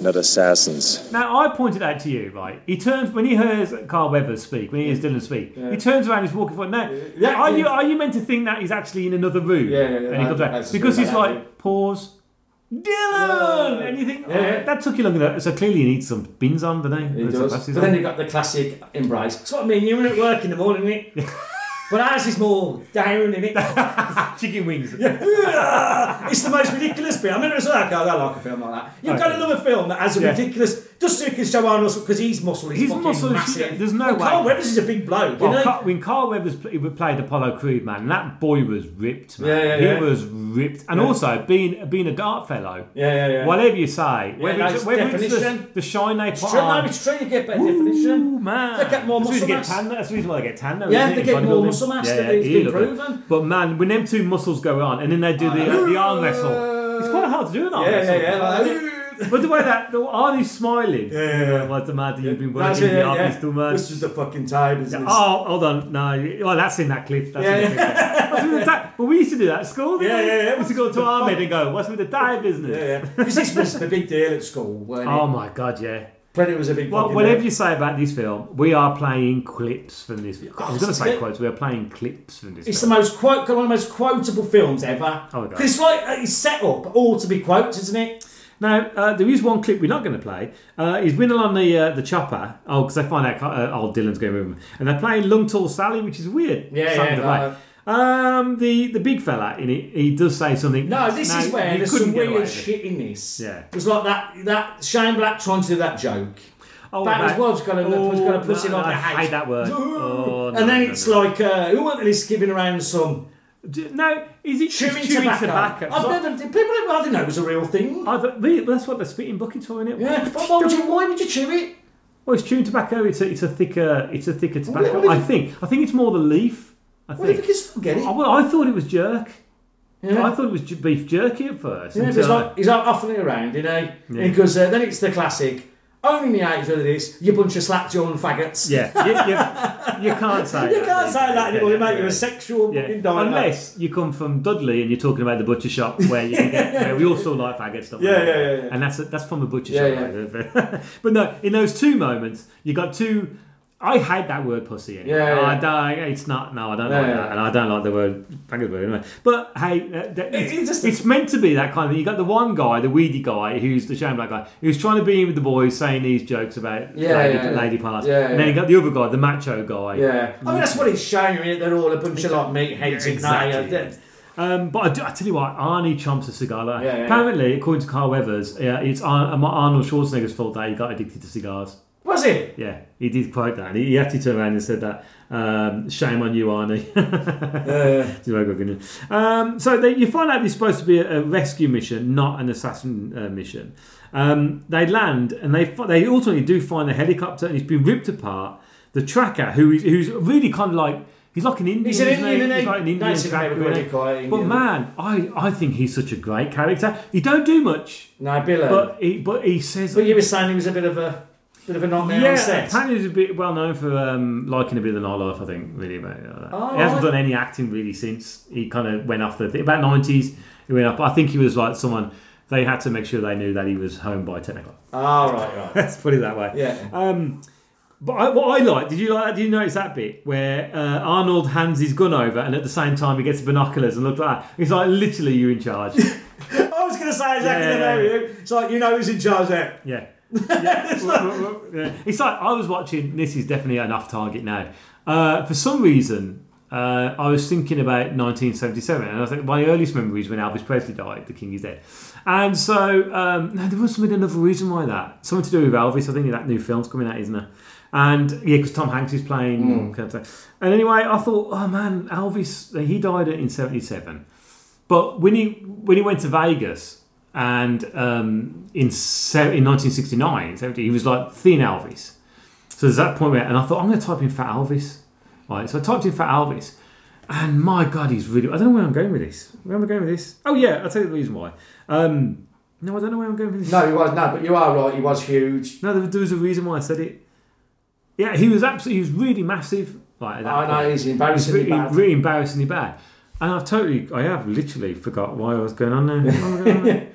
[SPEAKER 11] not assassins.
[SPEAKER 6] Now I pointed out to you, right? He turns when he hears Carl Weathers speak, when he hears Dylan speak, he turns around, he's walking forward. Now,
[SPEAKER 7] Yeah,
[SPEAKER 6] are
[SPEAKER 7] yeah.
[SPEAKER 6] you are you meant to think that he's actually in another room?
[SPEAKER 7] Yeah, yeah, yeah,
[SPEAKER 6] and he
[SPEAKER 7] I-
[SPEAKER 6] comes
[SPEAKER 7] I
[SPEAKER 6] back
[SPEAKER 7] just
[SPEAKER 6] because he's
[SPEAKER 7] remember that,
[SPEAKER 6] like pause. Dylan, and you think oh,
[SPEAKER 7] Yeah, yeah.
[SPEAKER 6] that took you long enough. So clearly, you need some bins on, don't they?
[SPEAKER 7] It
[SPEAKER 6] Or some
[SPEAKER 7] does.
[SPEAKER 6] glasses
[SPEAKER 7] But then
[SPEAKER 6] on.
[SPEAKER 7] you've got the classic embrace. It's what I mean, you're at work in the morning, innit? but ours is more down, innit?
[SPEAKER 6] chicken wings.
[SPEAKER 7] it's the most ridiculous bit. I mean, it's like, oh, I like a film like that. You've got
[SPEAKER 6] Okay.
[SPEAKER 7] another film that has a
[SPEAKER 6] Yeah.
[SPEAKER 7] ridiculous. Just so you can show Arnold because he's muscle. He's,
[SPEAKER 6] His
[SPEAKER 7] fucking
[SPEAKER 6] muscle is-
[SPEAKER 7] massive.
[SPEAKER 6] there's no
[SPEAKER 7] But Carl
[SPEAKER 6] way.
[SPEAKER 7] Weathers is a big bloke,
[SPEAKER 6] Well,
[SPEAKER 7] you know?
[SPEAKER 6] Car- when Carl Weathers pl- he played Apollo Creed, man, that boy was ripped, man.
[SPEAKER 7] Yeah, yeah,
[SPEAKER 6] he
[SPEAKER 7] yeah.
[SPEAKER 6] was ripped, and also being being a dart fellow.
[SPEAKER 7] Yeah, yeah, yeah.
[SPEAKER 6] Whatever you say, whether,
[SPEAKER 7] no,
[SPEAKER 6] it's,
[SPEAKER 7] it's
[SPEAKER 6] whether it's the,
[SPEAKER 7] definition.
[SPEAKER 6] the shine they put
[SPEAKER 7] True, no,
[SPEAKER 6] on.
[SPEAKER 7] it's true. You get better
[SPEAKER 6] Ooh,
[SPEAKER 7] definition.
[SPEAKER 6] man.
[SPEAKER 7] They get more
[SPEAKER 6] that's the reason
[SPEAKER 7] muscle
[SPEAKER 6] they get
[SPEAKER 7] mass.
[SPEAKER 6] tan, That's the reason why they get tan. Though,
[SPEAKER 7] Yeah,
[SPEAKER 6] isn't
[SPEAKER 7] they
[SPEAKER 6] it,
[SPEAKER 7] get more
[SPEAKER 6] bodybuilding?
[SPEAKER 7] muscle mass,
[SPEAKER 6] Yeah,
[SPEAKER 7] that
[SPEAKER 6] yeah,
[SPEAKER 7] it's
[SPEAKER 6] he
[SPEAKER 7] been
[SPEAKER 6] looked good.
[SPEAKER 7] proven.
[SPEAKER 6] But man, when them two muscles go on, and then they do the, uh, the arm wrestle, it's quite hard to do an arm
[SPEAKER 7] Yeah,
[SPEAKER 6] wrestle.
[SPEAKER 7] yeah, yeah. like-
[SPEAKER 6] But the way that the Arnie's smiling, yeah, what the matter? You've been
[SPEAKER 7] That's
[SPEAKER 6] working
[SPEAKER 7] it,
[SPEAKER 6] the
[SPEAKER 7] yeah.
[SPEAKER 6] office too much.
[SPEAKER 7] This is the fucking time, isn't it?
[SPEAKER 6] Oh, hold on. No, well, that's in that clip. That's
[SPEAKER 7] Yeah,
[SPEAKER 6] in the clip. What's with the di- But we used to do that at school, didn't
[SPEAKER 7] Yeah,
[SPEAKER 6] we?
[SPEAKER 7] yeah, yeah.
[SPEAKER 6] We used to go to Ahmed and go, what's with the diet business?
[SPEAKER 7] Because this was a big deal at school, weren't it?
[SPEAKER 6] Oh, my God, yeah.
[SPEAKER 7] Predator was a big
[SPEAKER 6] Well,
[SPEAKER 7] fucking
[SPEAKER 6] whatever
[SPEAKER 7] deal.
[SPEAKER 6] you say about this film, we are playing clips from this film. I was going to
[SPEAKER 7] it's
[SPEAKER 6] say
[SPEAKER 7] the-
[SPEAKER 6] quotes. We are playing clips from this
[SPEAKER 7] It's the
[SPEAKER 6] film.
[SPEAKER 7] most quote, one of the most quotable films ever.
[SPEAKER 6] Oh, my God.
[SPEAKER 7] It's like it's set up all to be quotes, isn't it?
[SPEAKER 6] now, uh, there is one clip we're not going to play. Uh, he's winning on the uh, the chopper. Oh, because they find out uh, old Dylan's going with him. And they're playing Lung Tall Sally, which is weird.
[SPEAKER 7] Yeah,
[SPEAKER 6] Something
[SPEAKER 7] yeah,
[SPEAKER 6] to play.
[SPEAKER 7] no.
[SPEAKER 6] Um, the, the big fella in it, he does say something.
[SPEAKER 7] No, this
[SPEAKER 6] Now,
[SPEAKER 7] is where
[SPEAKER 6] you
[SPEAKER 7] there's
[SPEAKER 6] couldn't
[SPEAKER 7] some
[SPEAKER 6] get away
[SPEAKER 7] weird
[SPEAKER 6] with it.
[SPEAKER 7] shit in this.
[SPEAKER 6] Yeah.
[SPEAKER 7] It was like that that Shane Black trying to do that joke.
[SPEAKER 6] Oh,
[SPEAKER 7] That was
[SPEAKER 6] about- Oh,
[SPEAKER 7] what's gonna- what's gonna put it on
[SPEAKER 6] I
[SPEAKER 7] the
[SPEAKER 6] hate
[SPEAKER 7] house.
[SPEAKER 6] that word. Oh, no,
[SPEAKER 7] and then
[SPEAKER 6] no,
[SPEAKER 7] it's
[SPEAKER 6] no.
[SPEAKER 7] like, uh, who wanted this giving around some
[SPEAKER 6] D- no, is it
[SPEAKER 7] chewing,
[SPEAKER 6] it's chewing
[SPEAKER 7] tobacco?
[SPEAKER 6] tobacco?
[SPEAKER 7] I've never, people, I didn't know it was a real thing.
[SPEAKER 6] I thought- really, that's what the spitting buckets for, isn't it?
[SPEAKER 7] yeah. But why would you, why would you chew it?
[SPEAKER 6] Well, it's chewing tobacco. It's a, it's a thicker, it's a thicker tobacco.
[SPEAKER 7] what if
[SPEAKER 6] I
[SPEAKER 7] it-
[SPEAKER 6] think. I think it's more the leaf. I
[SPEAKER 7] Well, if
[SPEAKER 6] think.
[SPEAKER 7] you can still get it.
[SPEAKER 6] I, Oh, well, I thought it was jerk.
[SPEAKER 7] Yeah.
[SPEAKER 6] I thought it was j- beef jerky at first.
[SPEAKER 7] Yeah,
[SPEAKER 6] until
[SPEAKER 7] he's like he's like offering it around, you know, because uh, then it's the classic. Only in the eighties whether this, you bunch of slack jawing faggots.
[SPEAKER 6] Yeah, you, you, you can't say
[SPEAKER 7] You
[SPEAKER 6] that.
[SPEAKER 7] can't say that anymore,
[SPEAKER 6] Yeah,
[SPEAKER 7] you mate.
[SPEAKER 6] yeah,
[SPEAKER 7] You're
[SPEAKER 6] yeah.
[SPEAKER 7] a sexual
[SPEAKER 6] Yeah.
[SPEAKER 7] fucking dynamo.
[SPEAKER 6] Unless you come from Dudley and you're talking about the butcher shop where you can get where we all still like faggots, don't we?
[SPEAKER 7] Yeah, yeah, yeah, yeah.
[SPEAKER 6] And that's that's from the butcher
[SPEAKER 7] Yeah,
[SPEAKER 6] shop. right? but no, in those two moments, you got two. I hate that word pussy. Anyway.
[SPEAKER 7] Yeah, yeah,
[SPEAKER 6] I
[SPEAKER 7] yeah.
[SPEAKER 6] don't. It's not. No, I don't
[SPEAKER 7] Yeah,
[SPEAKER 6] like
[SPEAKER 7] yeah,
[SPEAKER 6] that,
[SPEAKER 7] yeah.
[SPEAKER 6] and I don't like the word faggot word anyway. But hey, uh, that- it's,
[SPEAKER 7] it's just-
[SPEAKER 6] it's meant to be that kind of thing. You got the one guy, the weedy guy, who's the shame black guy, who's trying to be in with the boys, saying these jokes about
[SPEAKER 7] Yeah,
[SPEAKER 6] lady,
[SPEAKER 7] yeah, yeah.
[SPEAKER 6] lady parts,
[SPEAKER 7] Yeah,
[SPEAKER 6] and then
[SPEAKER 7] yeah.
[SPEAKER 6] you got the other guy, the macho guy,
[SPEAKER 7] Yeah. I mean that's what it's showing, isn't it? They're all a bunch of like meat heads and
[SPEAKER 6] Exactly.
[SPEAKER 7] that, Mm. yeah.
[SPEAKER 6] Um, but I, do, I tell you what, Arnie chomps a cigar. Like,
[SPEAKER 7] Yeah, yeah,
[SPEAKER 6] apparently, according to Carl Weathers, uh, it's Ar- um, Arnold Schwarzenegger's fault that he got addicted to cigars.
[SPEAKER 7] Was it?
[SPEAKER 6] Yeah, he did quote that. And he, he actually turned around and said that. Um, shame on you, Arnie. It's a very good opinion. um, so they, you find out it's supposed to be a, a rescue mission, not an assassin uh, mission. Um, they land and they fi- they ultimately do find the helicopter and it's been ripped apart. The tracker, who is who's really kind of like he's like an Indian,
[SPEAKER 7] He's an
[SPEAKER 6] isn't he?
[SPEAKER 7] Indian, isn't
[SPEAKER 6] he's
[SPEAKER 7] he?
[SPEAKER 6] like an Indian
[SPEAKER 7] Native
[SPEAKER 6] tracker,
[SPEAKER 7] American,
[SPEAKER 6] isn't he?
[SPEAKER 7] quite Indian.
[SPEAKER 6] But man, I, I think he's such a great character. He don't do much,
[SPEAKER 7] No, Billo. But,
[SPEAKER 6] but he but he says
[SPEAKER 7] you were saying he was a bit of a bit of a nightmare on set.
[SPEAKER 6] apparently he's a bit well known for um, liking a bit of the nightlife. I think really about it, like that.
[SPEAKER 7] Oh,
[SPEAKER 6] he hasn't
[SPEAKER 7] right.
[SPEAKER 6] done any acting really since he kind of went off the thing. about nineties. He went up. I think he was like someone they had to make sure they knew that he was home by ten o'clock.
[SPEAKER 7] Oh right, right.
[SPEAKER 6] Let's put it that way.
[SPEAKER 7] Yeah.
[SPEAKER 6] Um, but I, what I like, did you like? Did you notice that bit where uh, Arnold hands his gun over, and at the same time he gets binoculars and looks like that? He's like, literally, you in charge.
[SPEAKER 7] I was gonna say exactly
[SPEAKER 6] Yeah.
[SPEAKER 7] that area. It's like you know who's in charge there.
[SPEAKER 6] Yeah. Yeah. Yeah. It's like I was watching. This is definitely an off target now. Uh, for some reason, uh, I was thinking about 1977, and I think my earliest memory is when Elvis Presley died. The King is dead, and so um, no, there must have been another reason why that. Something to do with Elvis. I think that new film's coming out, isn't there? And yeah, because Tom Hanks is playing. Kind of thing. and anyway, I thought, oh man, Elvis. He died in 77. But when he when he went to Vegas and um, in se- in 1969, 70, he was like thin Elvis. So there's that point where, and I thought I'm going to type in fat Elvis. Right, so I typed in fat Elvis, And my God, he's really. I don't know where I'm going with this. Where am I going with this? Oh yeah, I'll tell you the reason why. Um, no, I don't know where I'm going with this.
[SPEAKER 7] No, he was no, but you are right. He was huge.
[SPEAKER 6] No, there, there was a reason why I said it. Yeah, he was absolutely. He was really massive. Right, at that
[SPEAKER 7] I know,
[SPEAKER 6] point.
[SPEAKER 7] he's embarrassingly
[SPEAKER 6] He was really,
[SPEAKER 7] bad.
[SPEAKER 6] really embarrassingly bad. And I've totally, I have literally forgot why I was going on there. Why am I going on there?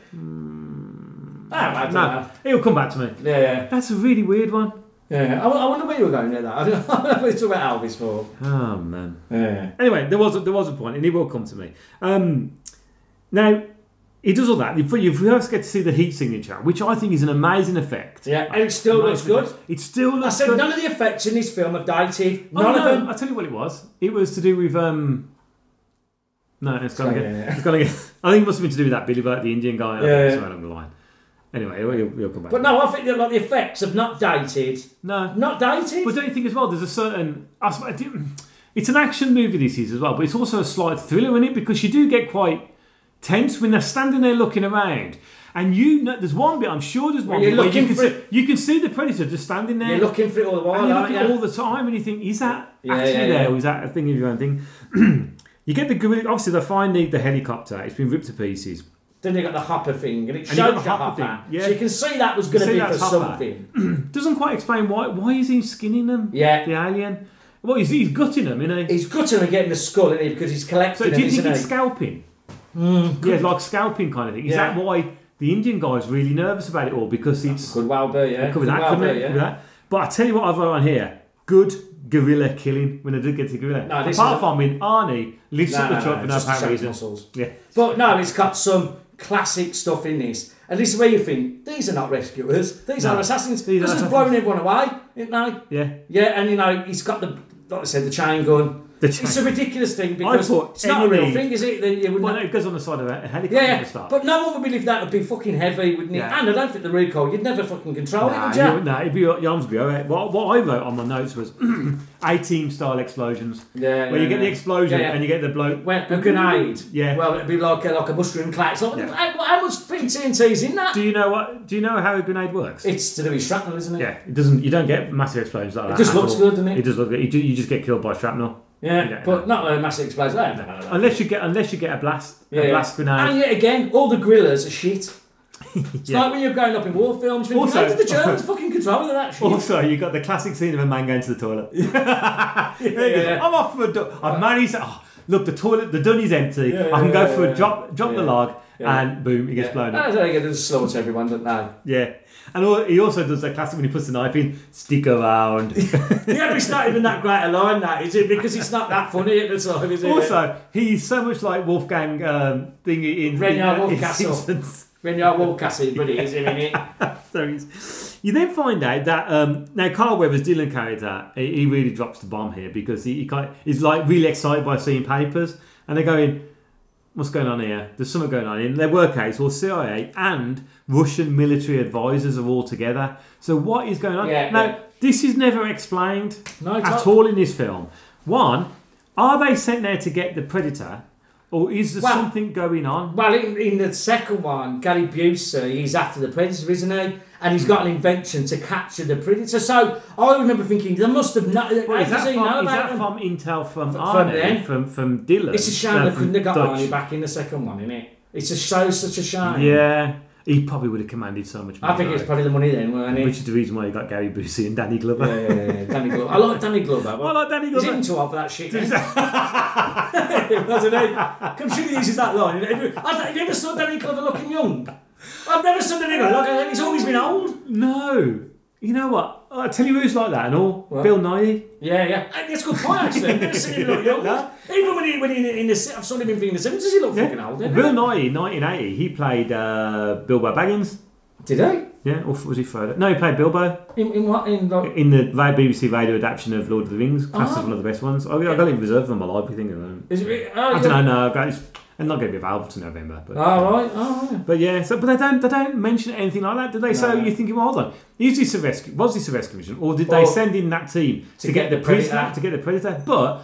[SPEAKER 7] Ah, I don't know.
[SPEAKER 6] no, it'll come back to me.
[SPEAKER 7] Yeah, yeah.
[SPEAKER 6] That's a really weird one.
[SPEAKER 7] Yeah, I, I wonder where you were going there. That I don't know what it's about Elvis for.
[SPEAKER 6] Oh man.
[SPEAKER 7] Yeah.
[SPEAKER 6] Anyway, there was a, there was a point, and he will come to me. Um, now he does all that. You you first get to see the heat signature, which I think is an amazing effect.
[SPEAKER 7] Yeah, and it still looks
[SPEAKER 6] Amazing
[SPEAKER 7] good.
[SPEAKER 6] effect. It still
[SPEAKER 7] I
[SPEAKER 6] looks
[SPEAKER 7] said
[SPEAKER 6] good.
[SPEAKER 7] none of the effects in this film have dated.
[SPEAKER 6] Oh,
[SPEAKER 7] None of
[SPEAKER 6] no,
[SPEAKER 7] them.
[SPEAKER 6] I tell you what it was. It was to do with um. No, it's gone
[SPEAKER 7] gone
[SPEAKER 6] again.
[SPEAKER 7] again, yeah.
[SPEAKER 6] It's gone again. I think it must have been to do with that Billy Burke, the Indian guy. I think,
[SPEAKER 7] Yeah, yeah.
[SPEAKER 6] somewhere along the line. Anyway, you'll, you'll- you'll come back.
[SPEAKER 7] But no, I think that like the effects have not dated.
[SPEAKER 6] no,
[SPEAKER 7] Not dated.
[SPEAKER 6] But don't you think as well? There's a certain. I sp- I do- It's an action movie this is as well, but it's also a slight thriller in it because you do get quite tense when they're standing there looking around, and you know there's one bit I'm sure there's one
[SPEAKER 7] you're
[SPEAKER 6] bit where you
[SPEAKER 7] looking
[SPEAKER 6] can
[SPEAKER 7] for
[SPEAKER 6] see,
[SPEAKER 7] it.
[SPEAKER 6] you can see the predator just standing there
[SPEAKER 7] You're looking for it all the while,
[SPEAKER 6] and you look
[SPEAKER 7] aren't
[SPEAKER 6] at
[SPEAKER 7] you?
[SPEAKER 6] all the time and you think, is that
[SPEAKER 7] Oh, Yeah,
[SPEAKER 6] actually
[SPEAKER 7] yeah,
[SPEAKER 6] there
[SPEAKER 7] yeah.
[SPEAKER 6] or is that a thing of your own thing? you get the gorilla. Obviously, they find the, the helicopter. It's been ripped to pieces.
[SPEAKER 7] Then you got the hopper thing, and it
[SPEAKER 6] you got
[SPEAKER 7] shows
[SPEAKER 6] the
[SPEAKER 7] the
[SPEAKER 6] hopper
[SPEAKER 7] hopper.
[SPEAKER 6] thing, yeah.
[SPEAKER 7] So you can see that was going
[SPEAKER 6] see
[SPEAKER 7] to be
[SPEAKER 6] that
[SPEAKER 7] for
[SPEAKER 6] hopper.
[SPEAKER 7] something.
[SPEAKER 6] Doesn't quite explain why. Why is he skinning them?
[SPEAKER 7] Yeah.
[SPEAKER 6] the alien. Well, he's, he's gutting them, isn't he?
[SPEAKER 7] He's gutting and getting the skull in it because he's collecting
[SPEAKER 6] So do
[SPEAKER 7] them,
[SPEAKER 6] you think
[SPEAKER 7] isn't
[SPEAKER 6] he's
[SPEAKER 7] he?
[SPEAKER 6] scalping? Yeah,
[SPEAKER 7] Good.
[SPEAKER 6] like scalping kind of thing. Is
[SPEAKER 7] Yeah.
[SPEAKER 6] that why the Indian guy's really nervous about it all? Because it's
[SPEAKER 7] Could well be, yeah.
[SPEAKER 6] could be that,
[SPEAKER 7] well
[SPEAKER 6] couldn't
[SPEAKER 7] be,
[SPEAKER 6] it? Could be that. But I tell you what, I've got on here. Good gorilla killing when I did get to gorilla.
[SPEAKER 7] No, this
[SPEAKER 6] Apart
[SPEAKER 7] is-
[SPEAKER 6] from when Arnie lifts
[SPEAKER 7] No,
[SPEAKER 6] up the
[SPEAKER 7] no,
[SPEAKER 6] truck
[SPEAKER 7] no,
[SPEAKER 6] for no
[SPEAKER 7] just to
[SPEAKER 6] apparent
[SPEAKER 7] show
[SPEAKER 6] reason.
[SPEAKER 7] muscles.
[SPEAKER 6] Yeah.
[SPEAKER 7] But no, it's got some classic stuff in this. And this is where you think, these are not rescuers, these
[SPEAKER 6] No.
[SPEAKER 7] are assassins.
[SPEAKER 6] These are
[SPEAKER 7] this has
[SPEAKER 6] assassins.
[SPEAKER 7] blown everyone away, isn't they?
[SPEAKER 6] Yeah.
[SPEAKER 7] Yeah, and you know, he's got the, like I said, the chain gun.
[SPEAKER 6] The
[SPEAKER 7] It's
[SPEAKER 6] chain-
[SPEAKER 7] a ridiculous thing because
[SPEAKER 6] thought
[SPEAKER 7] it's not a real
[SPEAKER 6] enemy-
[SPEAKER 7] thing, is it? That you would
[SPEAKER 6] Well,
[SPEAKER 7] not-
[SPEAKER 6] no, it goes on the side of a helicopter
[SPEAKER 7] yeah,
[SPEAKER 6] for a
[SPEAKER 7] yeah.
[SPEAKER 6] start.
[SPEAKER 7] but no one would believe that would be fucking heavy, wouldn't
[SPEAKER 6] Yeah.
[SPEAKER 7] it? And I don't think the root call, you'd never fucking control it,
[SPEAKER 6] Nah,
[SPEAKER 7] would you?
[SPEAKER 6] you- nah, it'd be your, your arms would be all right. What, what I wrote on my notes was A team style explosions.
[SPEAKER 7] Yeah,
[SPEAKER 6] Where you
[SPEAKER 7] yeah,
[SPEAKER 6] get the
[SPEAKER 7] yeah.
[SPEAKER 6] explosion
[SPEAKER 7] Yeah, yeah.
[SPEAKER 6] and you get the bloke.
[SPEAKER 7] Well, a grenade.
[SPEAKER 6] Yeah.
[SPEAKER 7] Well, it'd be like a, like a mushroom cloud. It's like,
[SPEAKER 6] Yeah.
[SPEAKER 7] how, how much TNT's in that?
[SPEAKER 6] Do you know what? Do you know how a grenade works?
[SPEAKER 7] It's to do with shrapnel, isn't it?
[SPEAKER 6] Yeah, it doesn't. You don't get massive explosions like that.
[SPEAKER 7] just
[SPEAKER 6] at
[SPEAKER 7] looks
[SPEAKER 6] all.
[SPEAKER 7] good, doesn't it?
[SPEAKER 6] It does look good. You, ju- you just get killed by shrapnel.
[SPEAKER 7] Yeah,
[SPEAKER 6] You don't
[SPEAKER 7] but
[SPEAKER 6] know.
[SPEAKER 7] not a massive explosion. I don't know about that.
[SPEAKER 6] unless you get unless you get a blast
[SPEAKER 7] Yeah,
[SPEAKER 6] a
[SPEAKER 7] yeah.
[SPEAKER 6] blast
[SPEAKER 7] And
[SPEAKER 6] grenade.
[SPEAKER 7] yet again, all the gorillas are shit. It's
[SPEAKER 6] Yeah.
[SPEAKER 7] like when you're growing up in war films. You
[SPEAKER 6] Also-
[SPEAKER 7] also, did the Germans fucking control of that shit?
[SPEAKER 6] Also, you got the classic scene of a man going to the toilet. There you go.
[SPEAKER 7] yeah.
[SPEAKER 6] I'm off for a. Do- I've managed. Oh, look, the toilet, the dunny's empty. I can go
[SPEAKER 7] yeah,
[SPEAKER 6] for
[SPEAKER 7] yeah.
[SPEAKER 6] a drop, drop the
[SPEAKER 7] Yeah.
[SPEAKER 6] log,
[SPEAKER 7] Yeah.
[SPEAKER 6] and boom, he gets blown up.
[SPEAKER 7] That's how they get to slaughter everyone, don't they?
[SPEAKER 6] Yeah, and al- he also does that classic when he puts the knife in. Stick around.
[SPEAKER 7] yeah, but it's not even that great a line, that is it? Because it's not that funny at the time, is it?
[SPEAKER 6] also, he's so much like Wolfgang um, thingy in, in, uh,
[SPEAKER 7] Reynard
[SPEAKER 6] in
[SPEAKER 7] Wolfcastle.
[SPEAKER 6] Simpsons.
[SPEAKER 7] when you're Wolcastle, but it is, isn't it?
[SPEAKER 6] So he's- you then find out that um, now Carl Weathers Dylan character he, he really drops the bomb here because he, he kind he's like really excited by seeing papers and they're going what's going on here there's something going on in their work out it's all CIA and Russian military advisors are all together so what is going on
[SPEAKER 7] Yeah,
[SPEAKER 6] now
[SPEAKER 7] yeah.
[SPEAKER 6] this is never explained
[SPEAKER 7] No, it's
[SPEAKER 6] at
[SPEAKER 7] not.
[SPEAKER 6] all in this film one are they sent there to get the predator or is there
[SPEAKER 7] Well-
[SPEAKER 6] something going on
[SPEAKER 7] Well, in, in the second one, Gary Busey, he's after the predator, isn't he? And he's got an invention to capture the predator. So I remember thinking, they must have not.
[SPEAKER 6] Well,
[SPEAKER 7] how
[SPEAKER 6] is
[SPEAKER 7] does
[SPEAKER 6] that,
[SPEAKER 7] he
[SPEAKER 6] from,
[SPEAKER 7] know
[SPEAKER 6] is that
[SPEAKER 7] about them?
[SPEAKER 6] from intel from
[SPEAKER 7] from
[SPEAKER 6] Arnie,
[SPEAKER 7] them?
[SPEAKER 6] from, from Dylan?
[SPEAKER 7] It's a shame
[SPEAKER 6] No,
[SPEAKER 7] they
[SPEAKER 6] from
[SPEAKER 7] couldn't have got
[SPEAKER 6] Dutch.
[SPEAKER 7] Arnie back in the second one, innit? It's a show, such a shame.
[SPEAKER 6] Yeah, he probably would have commanded so much money.
[SPEAKER 7] I think it's
[SPEAKER 6] though.
[SPEAKER 7] probably the money then, weren't it?
[SPEAKER 6] Which is the reason why he got Gary Busey and Danny Glover.
[SPEAKER 7] yeah, yeah, yeah, yeah. Danny Glover. I like Danny Glover.
[SPEAKER 6] I like Danny
[SPEAKER 7] He's
[SPEAKER 6] Glover.
[SPEAKER 7] into all for that shit. Doesn't he? I'm sure he uses that line. Every- I don't- Have you ever saw Danny Glover looking young? I've never seen Danny Glover. Like, he's always been old.
[SPEAKER 6] No, you know what? I tell you who's like that and all.
[SPEAKER 7] What?
[SPEAKER 6] Bill Nye.
[SPEAKER 7] Yeah, yeah. Hey, That's a good point, actually. I've never seen him look young. Even when he, when he in the, Se- I've seen him in the Simpsons, he looked fucking old. Didn't
[SPEAKER 6] Bill Nye, in 1980, he played uh, Bilbo Baggins.
[SPEAKER 7] he? Did
[SPEAKER 6] Yeah, or was he Frodo? No, he played Bilbo
[SPEAKER 7] he? In, in what? In the,
[SPEAKER 6] in the ra- BBC radio adaptation of Lord of the Rings. Classed as
[SPEAKER 7] Oh.
[SPEAKER 6] one of the best ones. I, I got it reserved for my library thing. I
[SPEAKER 7] is it, oh,
[SPEAKER 6] don't know. No, I've got- it's I'm not going to be available to November. But
[SPEAKER 7] All right, all right.
[SPEAKER 6] But yeah, so but they don't they don't mention anything like that, do they? so you're thinking, well, hold on, is this a rescue? Was this a rescue mission, or did they
[SPEAKER 7] Or-
[SPEAKER 6] send in that team to, get, the prisoner
[SPEAKER 7] predator.
[SPEAKER 6] to get the predator? But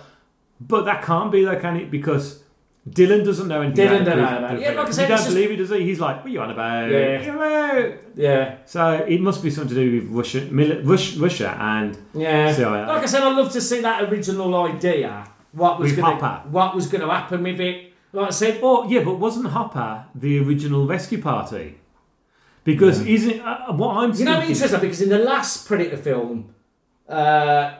[SPEAKER 6] but that can't be, though, can it? Because Dylan doesn't know anything.
[SPEAKER 7] Dylan
[SPEAKER 6] about the
[SPEAKER 7] don't know
[SPEAKER 6] pres-
[SPEAKER 7] about
[SPEAKER 6] the
[SPEAKER 7] it. Yeah, like I
[SPEAKER 6] predator. he
[SPEAKER 7] said, it's
[SPEAKER 6] don't
[SPEAKER 7] just-
[SPEAKER 6] believe it, does he? He's like, what are you on about?
[SPEAKER 7] Yeah.
[SPEAKER 6] Hello.
[SPEAKER 7] Yeah,
[SPEAKER 6] So it must be something to do with Russia, mili- Rush, Russia, and
[SPEAKER 7] yeah.
[SPEAKER 6] CIA.
[SPEAKER 7] Like I said, I'd love to see that original idea what was
[SPEAKER 6] With
[SPEAKER 7] gonna,
[SPEAKER 6] Hopper.
[SPEAKER 7] what was going to happen with it. Like I said,
[SPEAKER 6] oh yeah, but wasn't Hopper the original rescue party? Because isn't uh, what I'm
[SPEAKER 7] You know,
[SPEAKER 6] thinking-
[SPEAKER 7] interesting because in the last Predator film, uh,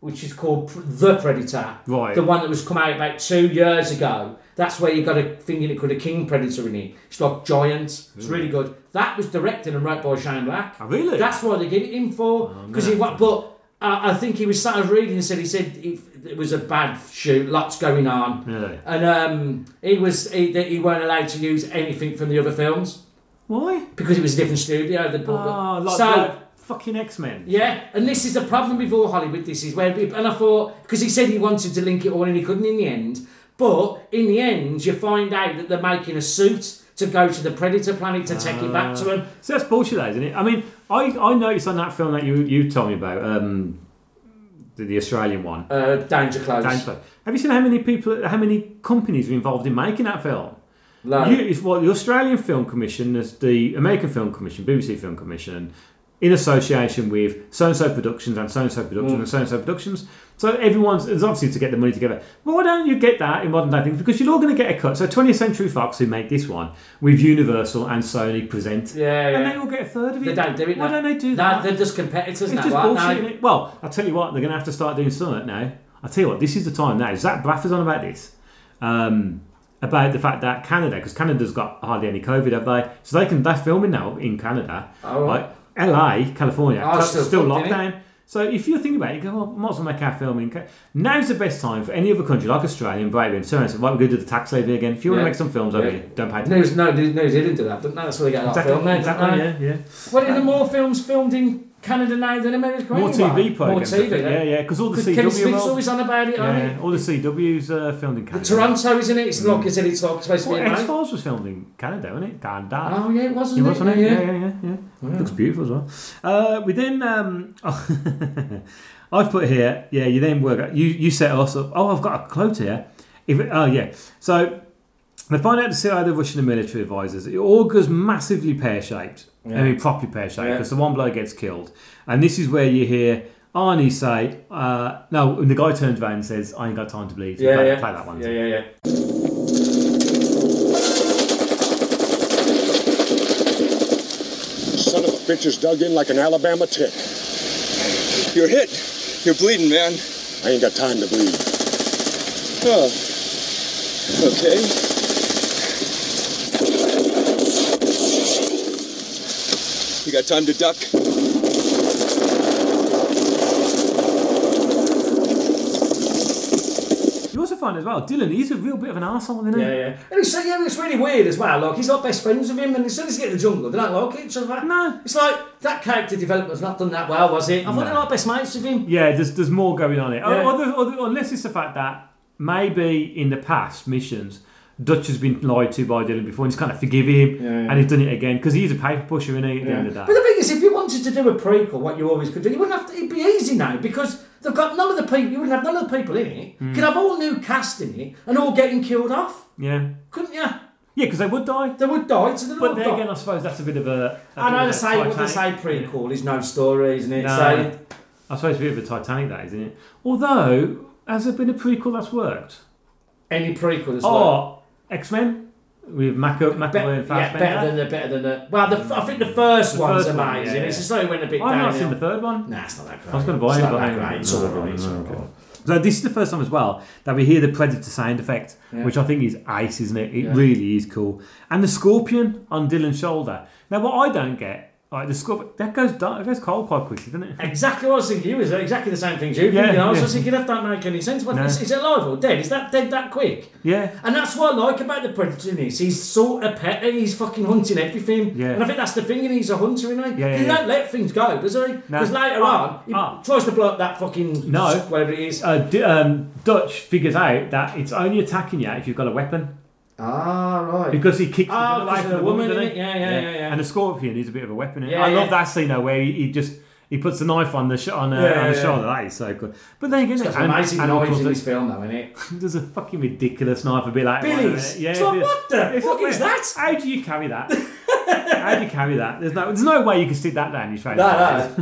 [SPEAKER 7] which is called Pr- The Predator,
[SPEAKER 6] Right.
[SPEAKER 7] the one that was come out about two years ago, that's where you got a thinking it could a King Predator in it. It's like giant. It's
[SPEAKER 6] Mm.
[SPEAKER 7] really good. That was directed and wrote by Shane Black.
[SPEAKER 6] Oh, really? Oh,
[SPEAKER 7] That's why they gave it him for because he what? But uh, I think he was sat and reading and said he said it, it was a bad shoot. Lots going on.
[SPEAKER 6] Really?
[SPEAKER 7] And um, he was he, that he weren't allowed to use anything from the other films.
[SPEAKER 6] Why?
[SPEAKER 7] Because it was a different studio. That bought
[SPEAKER 6] Ah,
[SPEAKER 7] them.
[SPEAKER 6] like,
[SPEAKER 7] so
[SPEAKER 6] like fucking X Men.
[SPEAKER 7] yeah, and this is the problem with all Hollywood. This is where, people, and I thought because he said he wanted to link it all and he couldn't in the end. But in the end, you find out that they're making a suit to go to the Predator planet to take it back to him.
[SPEAKER 6] So that's bullshit, though, isn't it? I mean, I, I noticed on that film that you you told me about, um, the, the Australian one,
[SPEAKER 7] uh, Danger Close.
[SPEAKER 6] Danger Close. Have you seen how many people, how many companies were involved in making that film?
[SPEAKER 7] No.
[SPEAKER 6] You, it's what the Australian Film Commission, there's the American Film Commission, BBC Film Commission, in association with so and so Productions and so and so Productions
[SPEAKER 11] Mm.
[SPEAKER 6] and so and so Productions. So everyone's it's obviously to get the money together. But why don't you get that in modern day things? Because you're all going to get a cut. So 20th Century Fox, who make this one, with Universal and Sony present.
[SPEAKER 7] Yeah, yeah.
[SPEAKER 6] And they all get a third of it.
[SPEAKER 7] They don't do it.
[SPEAKER 6] Why
[SPEAKER 7] no.
[SPEAKER 6] don't they do
[SPEAKER 7] No,
[SPEAKER 6] that?
[SPEAKER 7] they're just competitors
[SPEAKER 6] It's
[SPEAKER 7] now.
[SPEAKER 6] just
[SPEAKER 7] aren't
[SPEAKER 6] bullshit,
[SPEAKER 7] they?
[SPEAKER 6] innit? Well, I'll tell you what, they're going to have to start doing something now. I'll tell you what, this is the time now. Zach Blaffer's on about this. Um, about the fact that Canada, because Canada's got hardly any COVID, have they? So they can, they're filming now in Canada.
[SPEAKER 7] Oh, right.
[SPEAKER 6] LA, California,
[SPEAKER 7] Oh,
[SPEAKER 6] cl-
[SPEAKER 7] still
[SPEAKER 6] still,
[SPEAKER 7] fucked, innit?
[SPEAKER 6] lockdown. So if you're thinking about it, you go, well, might as well make our film in Canada. Now's the best time for any other country, like Australia and Brighton, so and so, right, we're going to do the tax levy again. If you want
[SPEAKER 7] Yeah.
[SPEAKER 6] to make some films over
[SPEAKER 7] Yeah.
[SPEAKER 6] here, don't pay
[SPEAKER 7] No, it's- no, no, they didn't do that. But no, that's where they get that
[SPEAKER 6] Exactly,
[SPEAKER 7] film. Now,
[SPEAKER 6] exactly,
[SPEAKER 7] don't
[SPEAKER 6] yeah,
[SPEAKER 7] they?
[SPEAKER 6] yeah.
[SPEAKER 7] Well, are there more films filmed in Canada now than America?
[SPEAKER 6] More
[SPEAKER 7] anyway?
[SPEAKER 6] TV programs.
[SPEAKER 7] More TV.
[SPEAKER 6] I think. Yeah,
[SPEAKER 7] then.
[SPEAKER 6] yeah, because all the CW.
[SPEAKER 7] Kevin Smith's
[SPEAKER 6] roles-
[SPEAKER 7] always on about it, aren't
[SPEAKER 6] yeah, all the CW's uh, filmed in
[SPEAKER 7] he?
[SPEAKER 6] Canada.
[SPEAKER 7] Toronto, isn't it? It's like I said, it's like supposed to be.
[SPEAKER 6] Well,
[SPEAKER 7] a
[SPEAKER 6] X
[SPEAKER 7] night.
[SPEAKER 6] Files was filmed in Canada, wasn't it? Canada.
[SPEAKER 7] Oh yeah, it was,
[SPEAKER 6] It
[SPEAKER 7] wasn't
[SPEAKER 6] was, wasn't it?
[SPEAKER 7] Yeah,
[SPEAKER 6] Yeah, yeah, yeah. yeah. Looks beautiful as well. Uh, we then, um, I've put here, yeah, you then work, you, you set us up. Oh, I've got a quote here. If, oh, yeah. So they find out the CIA, the Russian and military advisors, it all goes massively pear shaped.
[SPEAKER 11] Yeah.
[SPEAKER 6] I mean, properly pear shaped,
[SPEAKER 11] Yeah.
[SPEAKER 6] because the one bloke gets killed. And this is where you hear Arnie say, uh, no, and the guy turns around and says, I ain't got time to bleed.
[SPEAKER 7] Yeah,
[SPEAKER 6] play,
[SPEAKER 7] yeah.
[SPEAKER 6] play that one.
[SPEAKER 7] Yeah, yeah, yeah.
[SPEAKER 12] Son of a bitch is dug in like an Alabama tick.
[SPEAKER 3] You're hit. You're bleeding, man.
[SPEAKER 12] I ain't got time to bleed.
[SPEAKER 3] Oh. Okay. You got time to duck?
[SPEAKER 6] You also find as well, Dylan, he's a real bit of an arsehole, isn't he?
[SPEAKER 7] Yeah, yeah. And it's, yeah, it's really weird as well. Like, he's not best friends with him, and as soon as you get in the jungle, they don't like each other. No. It's like, that character development's not done that well, was it? I thought they
[SPEAKER 6] No.
[SPEAKER 7] like best mates with him.
[SPEAKER 6] Yeah, there's, there's more going on here.
[SPEAKER 7] Yeah.
[SPEAKER 6] Oh, Other, other, unless it's the fact that maybe in the past missions, Dutch has been lied to by Dylan before and he's kind of forgive him
[SPEAKER 7] Yeah, yeah.
[SPEAKER 6] and he's done it again because he's a paper pusher, isn't he, at the
[SPEAKER 7] Yeah.
[SPEAKER 6] end of
[SPEAKER 7] But
[SPEAKER 6] that.
[SPEAKER 7] the thing is, if you wanted to do a prequel, what you always could do, you wouldn't have to. It'd be easy now because they've got none of the people. You wouldn't have none of the people in it. You
[SPEAKER 6] Mm.
[SPEAKER 7] Could have all new cast in it and all getting killed off,
[SPEAKER 6] Yeah.
[SPEAKER 7] couldn't you?
[SPEAKER 6] Yeah, because they would die.
[SPEAKER 7] They would die. So
[SPEAKER 6] But there again, I suppose that's a bit of a. a
[SPEAKER 7] I
[SPEAKER 6] bit
[SPEAKER 7] know
[SPEAKER 6] of
[SPEAKER 7] they
[SPEAKER 6] a
[SPEAKER 7] say what they
[SPEAKER 6] Titanic.
[SPEAKER 7] say prequel is no story, isn't it?
[SPEAKER 6] No.
[SPEAKER 7] So
[SPEAKER 6] I suppose it's a bit of a Titanic, that, isn't it? Although, has there been a prequel that's worked?
[SPEAKER 7] any prequel that's
[SPEAKER 6] Oh, X Men with Maca- McAvoy and
[SPEAKER 7] yeah,
[SPEAKER 6] Fassbender.
[SPEAKER 7] better than the better than the. Well, the, I think the first
[SPEAKER 6] The
[SPEAKER 7] one's
[SPEAKER 6] first one,
[SPEAKER 7] amazing.
[SPEAKER 6] yeah, yeah.
[SPEAKER 7] It's just that it went a bit.
[SPEAKER 6] I've not
[SPEAKER 7] downhill.
[SPEAKER 6] seen the third one.
[SPEAKER 7] Nah, it's not that great.
[SPEAKER 6] I was going to buy
[SPEAKER 7] it's
[SPEAKER 6] it,
[SPEAKER 7] not
[SPEAKER 6] but
[SPEAKER 7] that great. It's all right. It's all right.
[SPEAKER 6] So this is the first time as well that we hear the Predator sound effect,
[SPEAKER 7] Yeah.
[SPEAKER 6] which I think is ace, isn't it? It
[SPEAKER 7] Yeah.
[SPEAKER 6] really is cool. And the scorpion on Dylan's shoulder. Now, what I don't get, like the scorpion, that goes dark, that goes cold quite quickly, doesn't it?
[SPEAKER 7] Exactly what I was thinking. You was exactly the same thing, Jude.
[SPEAKER 6] Yeah,
[SPEAKER 7] thinking. I was
[SPEAKER 6] yeah.
[SPEAKER 7] just thinking that don't make any sense. What,
[SPEAKER 6] No.
[SPEAKER 7] is, is it alive or dead? Is that dead that quick?
[SPEAKER 6] Yeah.
[SPEAKER 7] And that's what I like about the predator in this. He's sort of pet. He's fucking hunting everything.
[SPEAKER 6] Yeah.
[SPEAKER 7] And I think that's the thing. And he's a hunter, isn't he?
[SPEAKER 6] Yeah, yeah,
[SPEAKER 7] he
[SPEAKER 6] yeah. Ah,
[SPEAKER 7] don't let things go, does he? Because later on, he tries to blow up that fucking
[SPEAKER 6] No.
[SPEAKER 7] whatever it is.
[SPEAKER 6] Uh, D- um, Dutch figures out that it's only attacking you if you've got a weapon.
[SPEAKER 7] Ah, right.
[SPEAKER 6] Because he kicks
[SPEAKER 7] Ah,
[SPEAKER 6] the
[SPEAKER 7] because
[SPEAKER 6] life of
[SPEAKER 7] of the
[SPEAKER 6] the woman,
[SPEAKER 7] woman,
[SPEAKER 6] doesn't
[SPEAKER 7] innit?
[SPEAKER 6] he?
[SPEAKER 7] Yeah, yeah, yeah, yeah.
[SPEAKER 6] And the scorpion is a bit of a weapon. Isn't it?
[SPEAKER 7] Yeah,
[SPEAKER 6] I love
[SPEAKER 7] yeah.
[SPEAKER 6] that scene though, where he, he just he puts the knife on the sh- on, uh,
[SPEAKER 7] Yeah, yeah,
[SPEAKER 6] on the
[SPEAKER 7] yeah.
[SPEAKER 6] shoulder. That is so good. But then again,
[SPEAKER 7] It's got some
[SPEAKER 6] and-
[SPEAKER 7] amazing
[SPEAKER 6] and of
[SPEAKER 7] knives
[SPEAKER 6] course
[SPEAKER 7] in
[SPEAKER 6] the-
[SPEAKER 7] this film, though, isn't it?
[SPEAKER 6] There's a fucking ridiculous knife, a bit like
[SPEAKER 7] Billy's.
[SPEAKER 6] Yeah,
[SPEAKER 7] It's like,
[SPEAKER 6] it is.
[SPEAKER 7] what the
[SPEAKER 6] It's
[SPEAKER 7] fuck
[SPEAKER 6] like,
[SPEAKER 7] is
[SPEAKER 6] wait,
[SPEAKER 7] that?
[SPEAKER 6] How do you carry that? how do you carry that? There's no, there's no way you can stick that down your face.
[SPEAKER 7] No,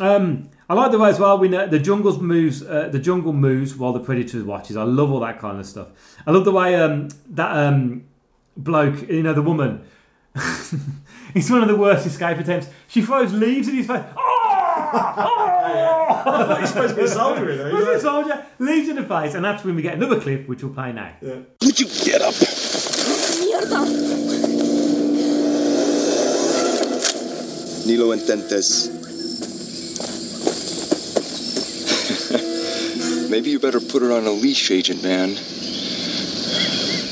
[SPEAKER 6] um, I like the way as well. We know the jungle's moves. Uh, the jungle moves while the predator watches. I love all that kind of stuff. I love the way um, that um, bloke, you know, the woman. it's one of the worst escape attempts. She throws leaves in his face. I
[SPEAKER 7] thought you're supposed to be a soldier in there.
[SPEAKER 6] Was it a soldier? Leaves in the face, and that's when we get another clip, which we'll play now.
[SPEAKER 2] Would you get up?
[SPEAKER 3] Ni lo intentes. Maybe you better put her on a leash, Agent Man.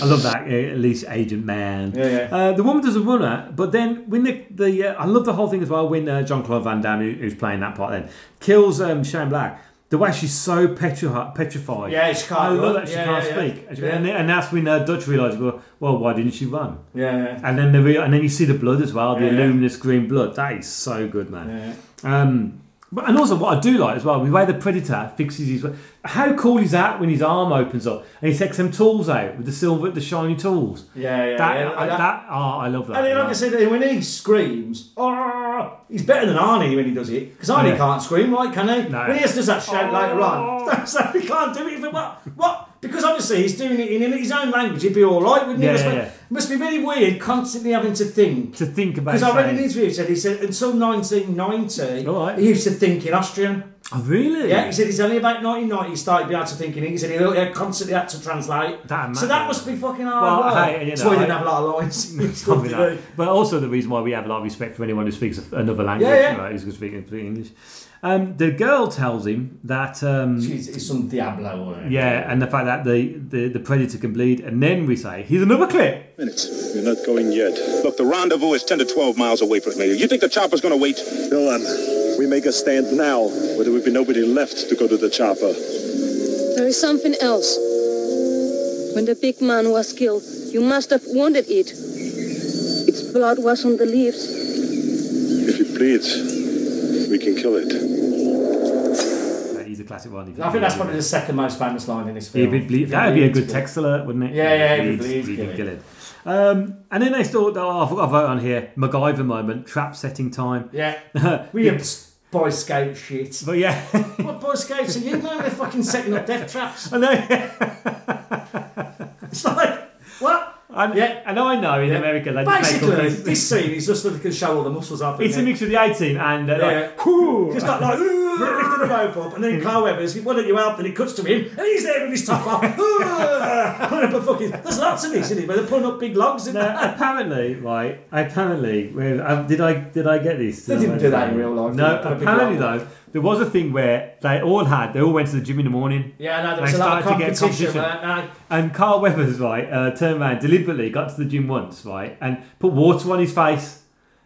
[SPEAKER 6] I love that. uh, At least Agent Man.
[SPEAKER 7] Yeah, yeah.
[SPEAKER 6] Uh, the woman does a runner, but then when the the uh, I love the whole thing as well. When uh, John Claude Van Damme, who, who's playing that part, then kills um, Shane Black. The way she's so petri- petrified.
[SPEAKER 7] Yeah, she can't
[SPEAKER 6] I love
[SPEAKER 7] run.
[SPEAKER 6] that she
[SPEAKER 7] Yeah,
[SPEAKER 6] can't
[SPEAKER 7] yeah, yeah.
[SPEAKER 6] speak.
[SPEAKER 7] Yeah.
[SPEAKER 6] And, then- and that's when uh, Dutch realises, well, well, why didn't she run?
[SPEAKER 7] Yeah, yeah.
[SPEAKER 6] And then the re- and then you see the blood as well, the
[SPEAKER 7] Yeah, yeah.
[SPEAKER 6] luminous green blood. That is so good, man. Um, but, and also what I do like as well, the way the predator fixes his. How cool is that when his arm opens up and he takes some tools out with the silver, the shiny tools.
[SPEAKER 7] Yeah, yeah,
[SPEAKER 6] That,
[SPEAKER 7] yeah.
[SPEAKER 6] I,
[SPEAKER 7] And I-
[SPEAKER 6] that, oh, I love that.
[SPEAKER 7] And then, like
[SPEAKER 6] Yeah.
[SPEAKER 7] I said, when he screams, "Arr!" he's better than Arnie when he does it. Because Arnie
[SPEAKER 6] Yeah.
[SPEAKER 7] can't scream, right? Can he?
[SPEAKER 6] No.
[SPEAKER 7] When he has does that shout later
[SPEAKER 6] Oh.
[SPEAKER 7] on, so he can't do it for what? What? Because obviously he's doing it in in his own language. He'd be all right, wouldn't
[SPEAKER 6] Yeah,
[SPEAKER 7] he? Must
[SPEAKER 6] yeah,
[SPEAKER 7] be-
[SPEAKER 6] yeah.
[SPEAKER 7] Must be really weird constantly having to think.
[SPEAKER 6] to think about.
[SPEAKER 7] Because I read an
[SPEAKER 6] saying-
[SPEAKER 7] interview, he said he said until 1990, he used to think in Austrian.
[SPEAKER 6] Oh, really?
[SPEAKER 7] Yeah, he said it's only about 1990 he started being able to think in English, and he looked- he constantly had to translate. so
[SPEAKER 6] mad.
[SPEAKER 7] that must be fucking hard.
[SPEAKER 6] Well,
[SPEAKER 7] work.
[SPEAKER 6] hey, you
[SPEAKER 7] That's
[SPEAKER 6] know,
[SPEAKER 7] why he
[SPEAKER 6] I-
[SPEAKER 7] didn't have a lot of lines. and stuff
[SPEAKER 6] Probably
[SPEAKER 7] to
[SPEAKER 6] not.
[SPEAKER 7] do.
[SPEAKER 6] But also the reason why we have a lot of respect for anyone who speaks another language,
[SPEAKER 7] Yeah, yeah.
[SPEAKER 6] right? Who's speaking speak English. Um, the girl tells him that um,
[SPEAKER 7] She's- it's some Diablo. wasn't it?
[SPEAKER 6] Yeah, and the fact that the, the, the predator can bleed, and then we say, here's another clip.
[SPEAKER 12] Minutes. You're not going yet.
[SPEAKER 13] Look, the rendezvous is 10 to 12 miles away from here. You think the chopper's gonna wait?
[SPEAKER 12] Dylan, we make a stand now, but there will be nobody left to go to the chopper.
[SPEAKER 14] There is something else. When the big man was killed, you must have wanted it. Its blood was on the leaves.
[SPEAKER 4] If it bleeds, we can kill it.
[SPEAKER 6] That is a classic one.
[SPEAKER 7] I think that's probably the second most famous line in this
[SPEAKER 6] If
[SPEAKER 7] film.
[SPEAKER 6] it bleeds, that would be a good text alert, wouldn't it?
[SPEAKER 7] Yeah, yeah, if it bleeds,
[SPEAKER 6] we
[SPEAKER 7] kill
[SPEAKER 6] can
[SPEAKER 7] it.
[SPEAKER 6] kill it. Um, and then they thought, oh, I've got a vote on here, MacGyver moment, trap setting time.
[SPEAKER 7] Yeah. we have Boy Scout shit.
[SPEAKER 6] But yeah.
[SPEAKER 7] what Boy Scouts are you? No, they're fucking setting up death traps.
[SPEAKER 6] I know.
[SPEAKER 7] it's like, what?
[SPEAKER 6] And, yeah. and I know in America they just make all
[SPEAKER 7] Basically,
[SPEAKER 6] those-
[SPEAKER 7] this scene is just so they can show all the muscles off.
[SPEAKER 6] It's a
[SPEAKER 7] isn't it?
[SPEAKER 6] mixture of the 18 and uh,
[SPEAKER 7] Yeah.
[SPEAKER 6] like, whoo.
[SPEAKER 7] Just like, like "Ooh," lifting the rope up, and then Carl Weathers, why don't you help? And it cuts to him, and he's there with his top off, "Ooh," pulling up a fucking. There's lots of these, isn't it? Where they're pulling up big logs in
[SPEAKER 6] Uh,
[SPEAKER 7] there.
[SPEAKER 6] apparently, right? Apparently, where- uh, did I did I get this?
[SPEAKER 7] They didn't do that in real life,
[SPEAKER 6] No,
[SPEAKER 7] did they?
[SPEAKER 6] apparently though, there was a thing where they all had they all went to the gym in the morning.
[SPEAKER 7] Yeah, no, there
[SPEAKER 6] And
[SPEAKER 7] was
[SPEAKER 6] they
[SPEAKER 7] a lot of
[SPEAKER 6] started to get
[SPEAKER 7] competition. weren't there?
[SPEAKER 6] And Carl Weathers, right, uh, turned around deliberately, got to the gym once, right, and put water on his face.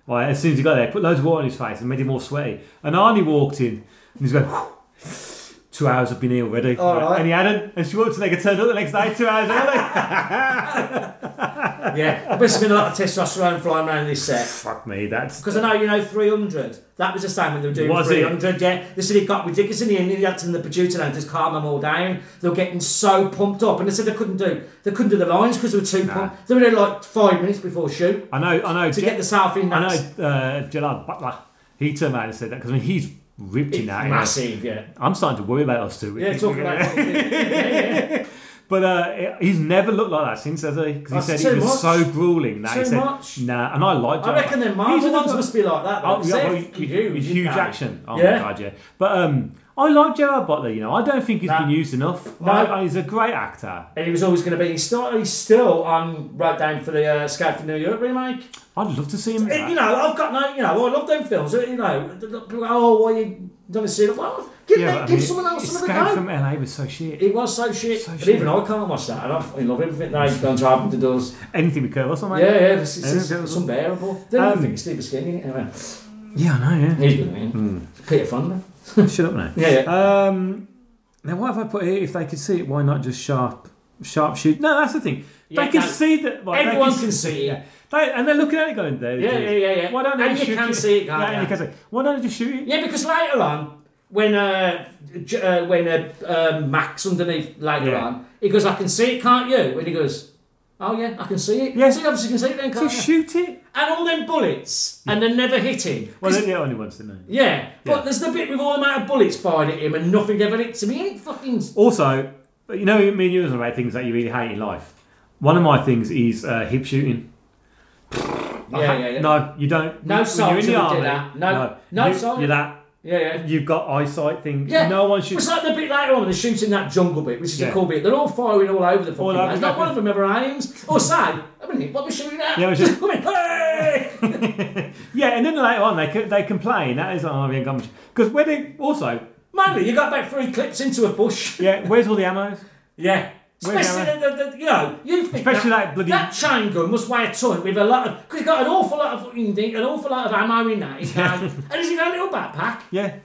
[SPEAKER 6] Right, as soon as he got there, put loads of water on his face and made him all sweaty. And Arnie walked in and he's going, "Whew, two hours have been here already.
[SPEAKER 7] All right.
[SPEAKER 6] And he hadn't. And she walked in, they turned up the next day, two hours early.
[SPEAKER 7] yeah, there must have been a lot of testosterone flying around this set.
[SPEAKER 6] Fuck me, that's
[SPEAKER 7] Because I know, you know, 300. That was the same when they were doing
[SPEAKER 6] Was it?
[SPEAKER 7] 300, yeah. They said it got ridiculous in the end. They had to, the producer had to just calm them all down. They were getting so pumped up. And they said they couldn't do they couldn't do the lines because they were too pumped. They were there like five minutes before shoot.
[SPEAKER 6] I know, I know.
[SPEAKER 7] To
[SPEAKER 6] Je-
[SPEAKER 7] get the South in
[SPEAKER 6] I
[SPEAKER 7] nuts.
[SPEAKER 6] know uh, Gerard Butler. He turned around and said that because I mean, he's ripped in that. you know.
[SPEAKER 7] massive, yeah.
[SPEAKER 6] I'm starting to worry about us too.
[SPEAKER 7] Yeah, talking about
[SPEAKER 6] But uh, he's never looked like that since, has he? Because he
[SPEAKER 7] That's
[SPEAKER 6] said he
[SPEAKER 7] too
[SPEAKER 6] was
[SPEAKER 7] much.
[SPEAKER 6] so grueling that he
[SPEAKER 7] Too
[SPEAKER 6] said,
[SPEAKER 7] much.
[SPEAKER 6] "Nah." And I liked.
[SPEAKER 7] I
[SPEAKER 6] Gerard
[SPEAKER 7] reckon the
[SPEAKER 6] Butler.
[SPEAKER 7] Marvel
[SPEAKER 6] He's
[SPEAKER 7] ones
[SPEAKER 6] another-
[SPEAKER 7] must be like that.
[SPEAKER 6] Oh,
[SPEAKER 7] though.
[SPEAKER 6] yeah, well,
[SPEAKER 7] Except
[SPEAKER 6] he-
[SPEAKER 7] you,
[SPEAKER 6] he's
[SPEAKER 7] didn't
[SPEAKER 6] Hugh
[SPEAKER 7] they?
[SPEAKER 6] Jackson. Oh
[SPEAKER 7] yeah.
[SPEAKER 6] my god, yeah. But um, I like Gerard Butler. You know, I don't think he's been used enough.
[SPEAKER 7] No.
[SPEAKER 6] I- I- he's a great actor.
[SPEAKER 7] And he was always going to be. He's still, he's still on right down for the uh, Scout for New York remake.
[SPEAKER 6] I'd love to see him. in
[SPEAKER 7] It- Eh, you know, I've got no. You know, I love them films. You know, people go, oh, why you don't see it? Well, give,
[SPEAKER 6] Yeah,
[SPEAKER 7] them-
[SPEAKER 6] but I
[SPEAKER 7] give
[SPEAKER 6] mean,
[SPEAKER 7] someone else another
[SPEAKER 6] Escape
[SPEAKER 7] go.
[SPEAKER 6] from LA was so shit.
[SPEAKER 7] It was so shit. but
[SPEAKER 6] shit.
[SPEAKER 7] even I can't watch that. And I fucking love everything they've done to Carpenter does.
[SPEAKER 6] Anything with Kurt Russell,
[SPEAKER 7] Yeah,
[SPEAKER 6] mate.
[SPEAKER 7] yeah, it's, it's,
[SPEAKER 6] Anything
[SPEAKER 7] it's,
[SPEAKER 6] with Kurt Russell.
[SPEAKER 7] unbearable. Then um,
[SPEAKER 6] Um,
[SPEAKER 7] I think Steve Buscemi in it anyway.
[SPEAKER 6] Yeah, I know. Yeah,
[SPEAKER 7] He's good, man.
[SPEAKER 6] hmm.
[SPEAKER 7] Peter Fonda.
[SPEAKER 6] Shut up now.
[SPEAKER 7] Yeah,
[SPEAKER 6] Um, now, what have I put here? If they could see it, why not just sharp, sharp shoot? No, that's the thing.
[SPEAKER 7] Yeah,
[SPEAKER 6] they can
[SPEAKER 7] no.
[SPEAKER 6] see that. like, they
[SPEAKER 7] Everyone can
[SPEAKER 6] s-
[SPEAKER 7] see it.
[SPEAKER 6] Yeah. They, and they're looking at it going, there it
[SPEAKER 7] Yeah,
[SPEAKER 6] is."
[SPEAKER 7] yeah, yeah, yeah.
[SPEAKER 6] Why don't they
[SPEAKER 7] and
[SPEAKER 6] just
[SPEAKER 7] you
[SPEAKER 6] shoot
[SPEAKER 7] can see it, can't
[SPEAKER 6] Yeah, and you
[SPEAKER 7] you?
[SPEAKER 6] can see it. Why don't they just shoot it?
[SPEAKER 7] Yeah, because later on, when uh, J- uh when uh, uh, Max underneath later
[SPEAKER 6] Yeah.
[SPEAKER 7] on, he goes, "I can see it, can't you?" And he goes, Oh yeah, I can see it. Yeah, so you obviously can see it then. Can't
[SPEAKER 6] So
[SPEAKER 7] you?
[SPEAKER 6] shoot it.
[SPEAKER 7] And all them bullets, and they never hit him.
[SPEAKER 6] Well, they're the only ones, didn't they?
[SPEAKER 7] Yeah, but there's the bit with all amount of bullets fired at him, and nothing ever hits him. He ain't fucking.
[SPEAKER 6] Also, you know, me and you were talking about things that you really hate in life. One of my things is uh, hip shooting. I
[SPEAKER 7] Yeah,
[SPEAKER 6] ha-
[SPEAKER 7] yeah, yeah.
[SPEAKER 6] No, you don't.
[SPEAKER 7] No
[SPEAKER 6] when
[SPEAKER 7] soldier
[SPEAKER 6] you're in the
[SPEAKER 7] would
[SPEAKER 6] army,
[SPEAKER 7] do that. No- no
[SPEAKER 6] you,
[SPEAKER 7] soldier.
[SPEAKER 6] You're that.
[SPEAKER 7] Yeah, yeah.
[SPEAKER 6] You've got eyesight thing.
[SPEAKER 7] Yeah,
[SPEAKER 6] No one
[SPEAKER 7] It's
[SPEAKER 6] shoots.
[SPEAKER 7] like the bit later on when they're shooting that jungle bit, which is a
[SPEAKER 6] Yeah.
[SPEAKER 7] cool bit. They're all firing all over the fucking
[SPEAKER 6] All over
[SPEAKER 7] place.
[SPEAKER 6] the
[SPEAKER 7] Not
[SPEAKER 6] place.
[SPEAKER 7] one of them ever Oh, aims. Or say, I mean, what are we shooting at?
[SPEAKER 6] Yeah, it was just-
[SPEAKER 7] Come in, hey!
[SPEAKER 6] Yeah, and then later on they co- they complain that is oh, I haven't got much because where they also
[SPEAKER 7] Manly, you got about three clips into a bush.
[SPEAKER 6] Yeah, where's all the ammo?
[SPEAKER 7] Yeah.
[SPEAKER 6] Where's
[SPEAKER 7] Especially,
[SPEAKER 6] the
[SPEAKER 7] the, the, the, you know, you think
[SPEAKER 6] Especially
[SPEAKER 7] that,
[SPEAKER 6] that bloody-
[SPEAKER 7] that chain gun must weigh a ton with a lot of because it's got an awful lot of fucking thing, an awful lot of ammo in that. It's like, and it's in a little backpack.
[SPEAKER 6] Yeah,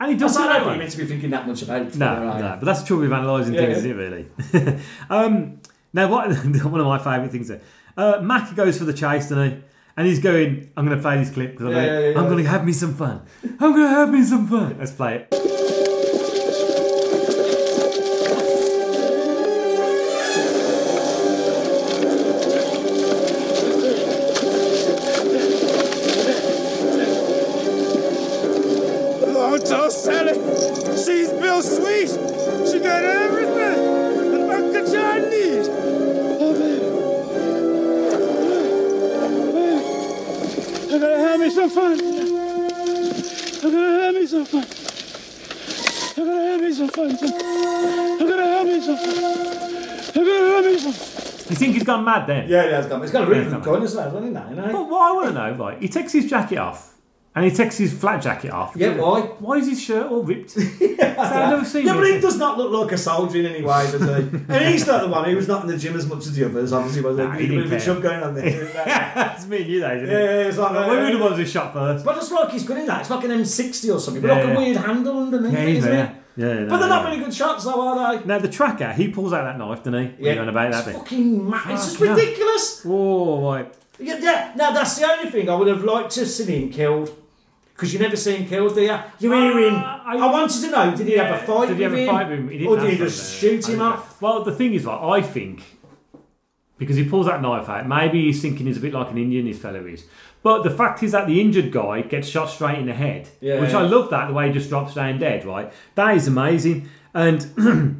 [SPEAKER 6] and he
[SPEAKER 7] That's
[SPEAKER 6] doesn't
[SPEAKER 7] not
[SPEAKER 6] have
[SPEAKER 7] what
[SPEAKER 6] one.
[SPEAKER 7] you're meant to be thinking that much about.
[SPEAKER 6] No,
[SPEAKER 7] Yeah, right.
[SPEAKER 6] no, but that's the trouble with analysing
[SPEAKER 7] Yeah,
[SPEAKER 6] things,
[SPEAKER 7] yeah.
[SPEAKER 6] isn't it, really? um, now, what, one of my favourite things there. Uh, Mac goes for the chase, doesn't he? And he's going, I'm going to play this clip because I'm,
[SPEAKER 8] Yeah, yeah,
[SPEAKER 6] gonna-
[SPEAKER 8] yeah,
[SPEAKER 6] I'm
[SPEAKER 8] yeah.
[SPEAKER 6] going to have me some fun. I'm going to have me some fun. Let's play it.
[SPEAKER 9] Lord, don't sell it. She's Bill Sweet. She got everything. The fuck that y'all need. Oh, baby. Baby. I'm gonna have me some fun. I'm gonna have me some fun. I'm gonna have me some fun. I'm gonna have me some fun. I'm gonna have me some fun.
[SPEAKER 6] You think he's gone mad then?
[SPEAKER 7] Yeah, he has gone. He's got a really
[SPEAKER 6] Yeah,
[SPEAKER 7] good
[SPEAKER 6] he's gone
[SPEAKER 7] gun as well, hasn't he? That, you
[SPEAKER 6] mad.
[SPEAKER 7] know?
[SPEAKER 6] But what I want to know, right, he takes his jacket off and he takes his flat jacket off.
[SPEAKER 7] Yeah, why?
[SPEAKER 6] Why is his shirt all ripped? I've never seen
[SPEAKER 7] yeah, but
[SPEAKER 6] this.
[SPEAKER 7] he does not look like a soldier in any way, does he? and he's not the one who was not in the gym as much as the others, obviously. Was
[SPEAKER 6] Nah,
[SPEAKER 7] there?
[SPEAKER 6] he
[SPEAKER 7] Bit
[SPEAKER 6] didn't
[SPEAKER 7] of a
[SPEAKER 6] care.
[SPEAKER 7] jump going on there.
[SPEAKER 6] That's me and you, though, isn't
[SPEAKER 7] Yeah,
[SPEAKER 6] it? uh,
[SPEAKER 7] yeah, it's like that,
[SPEAKER 6] We were
[SPEAKER 7] yeah.
[SPEAKER 6] the ones who shot first.
[SPEAKER 7] But it's like he's good in that. It's like an M60 or something, but
[SPEAKER 6] Yeah,
[SPEAKER 7] like a
[SPEAKER 6] yeah.
[SPEAKER 7] weird handle underneath,
[SPEAKER 6] Yeah,
[SPEAKER 7] it,
[SPEAKER 6] he's
[SPEAKER 7] isn't
[SPEAKER 6] there.
[SPEAKER 7] it?
[SPEAKER 6] Yeah, yeah,
[SPEAKER 7] But they're
[SPEAKER 6] yeah.
[SPEAKER 7] not really good shots, though, are they?
[SPEAKER 6] Now the tracker, he pulls out that knife, doesn't he?
[SPEAKER 7] Yeah.
[SPEAKER 6] Yeah. You on about that
[SPEAKER 7] It's
[SPEAKER 6] bit?
[SPEAKER 7] fucking mad. It's just
[SPEAKER 6] Fucking hell.
[SPEAKER 7] ridiculous.
[SPEAKER 6] Whoa, right.
[SPEAKER 7] Yeah, yeah. Now that's the only thing I would have liked to have seen him killed. Because you never see him killed, do you? You hear him. I, wanted to know, did he have a fight
[SPEAKER 6] Uh, Did he have
[SPEAKER 7] with
[SPEAKER 6] a
[SPEAKER 7] him?
[SPEAKER 6] fight with him? He didn't
[SPEAKER 7] or did he
[SPEAKER 6] have
[SPEAKER 7] just
[SPEAKER 6] one, uh,
[SPEAKER 7] shoot him
[SPEAKER 6] I don't
[SPEAKER 7] off?
[SPEAKER 6] know. Well, the thing is, like, I think because he pulls that knife out, maybe he's thinking he's a bit like an Indian. His fellow is, but the fact is that the injured guy gets shot straight in the head,
[SPEAKER 11] Yeah,
[SPEAKER 6] which
[SPEAKER 11] yeah.
[SPEAKER 6] I love that the way he just drops down dead. Right, that is amazing, and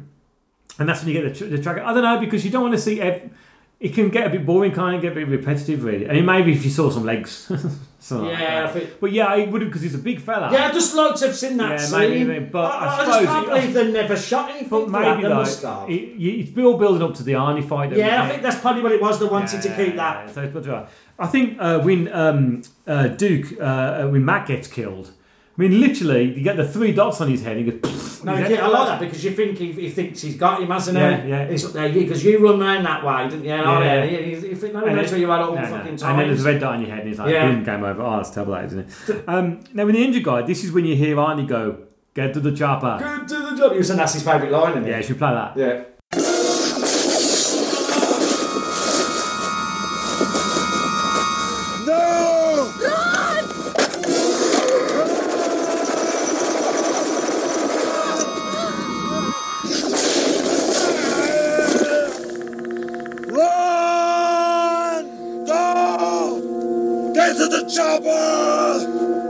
[SPEAKER 6] and that's when you get the, tr- the tracker. I don't know because you don't want to see. Ev- it can get a bit boring, kind of get a bit repetitive, really. I mean, maybe if you saw some legs, something like
[SPEAKER 7] Yeah, I
[SPEAKER 6] that.
[SPEAKER 7] think-
[SPEAKER 6] but yeah, I wouldn't because he's a big fella.
[SPEAKER 7] Yeah, I'd just like to have seen that
[SPEAKER 6] Yeah,
[SPEAKER 7] scene.
[SPEAKER 6] maybe, maybe, but I
[SPEAKER 7] I,
[SPEAKER 6] suppose
[SPEAKER 7] just can't
[SPEAKER 6] it-
[SPEAKER 7] believe they never shot anything for that.
[SPEAKER 6] Maybe
[SPEAKER 7] They
[SPEAKER 6] though,
[SPEAKER 7] must have.
[SPEAKER 6] it, it- it's all building up to the Arnie fight.
[SPEAKER 7] Yeah, I think that's probably what it was. They wanted
[SPEAKER 6] Yeah,
[SPEAKER 7] to keep that.
[SPEAKER 6] So it's put to- I think uh, when um, uh, Duke, uh, when Matt gets killed, I mean, literally, you get the three dots on his head. And he goes.
[SPEAKER 7] No,
[SPEAKER 6] his
[SPEAKER 7] yeah,
[SPEAKER 6] head
[SPEAKER 7] I like that because you think he, he thinks he's got him, hasn't
[SPEAKER 6] Yeah,
[SPEAKER 7] he?
[SPEAKER 6] yeah.
[SPEAKER 7] He's up there because you run round that way, didn't you? And I-
[SPEAKER 6] Yeah, yeah.
[SPEAKER 7] yeah, he's- he think, no,
[SPEAKER 6] And
[SPEAKER 7] no,
[SPEAKER 6] then-
[SPEAKER 7] so you had all
[SPEAKER 6] no,
[SPEAKER 7] the
[SPEAKER 6] no.
[SPEAKER 7] fucking
[SPEAKER 6] And then there's
[SPEAKER 7] times.
[SPEAKER 6] a red dot on your head, and it's like,
[SPEAKER 7] Yeah.
[SPEAKER 6] boom, game over. Oh, it's terrible, that, isn't it? um, now, when the injured guy, this is when you hear Arnie go, get to the chopper.
[SPEAKER 7] Good to the job. You said that's his favourite line, isn't it?
[SPEAKER 6] Yeah, should we play that?
[SPEAKER 7] Yeah.
[SPEAKER 8] No! Run! Go! Get to the chopper!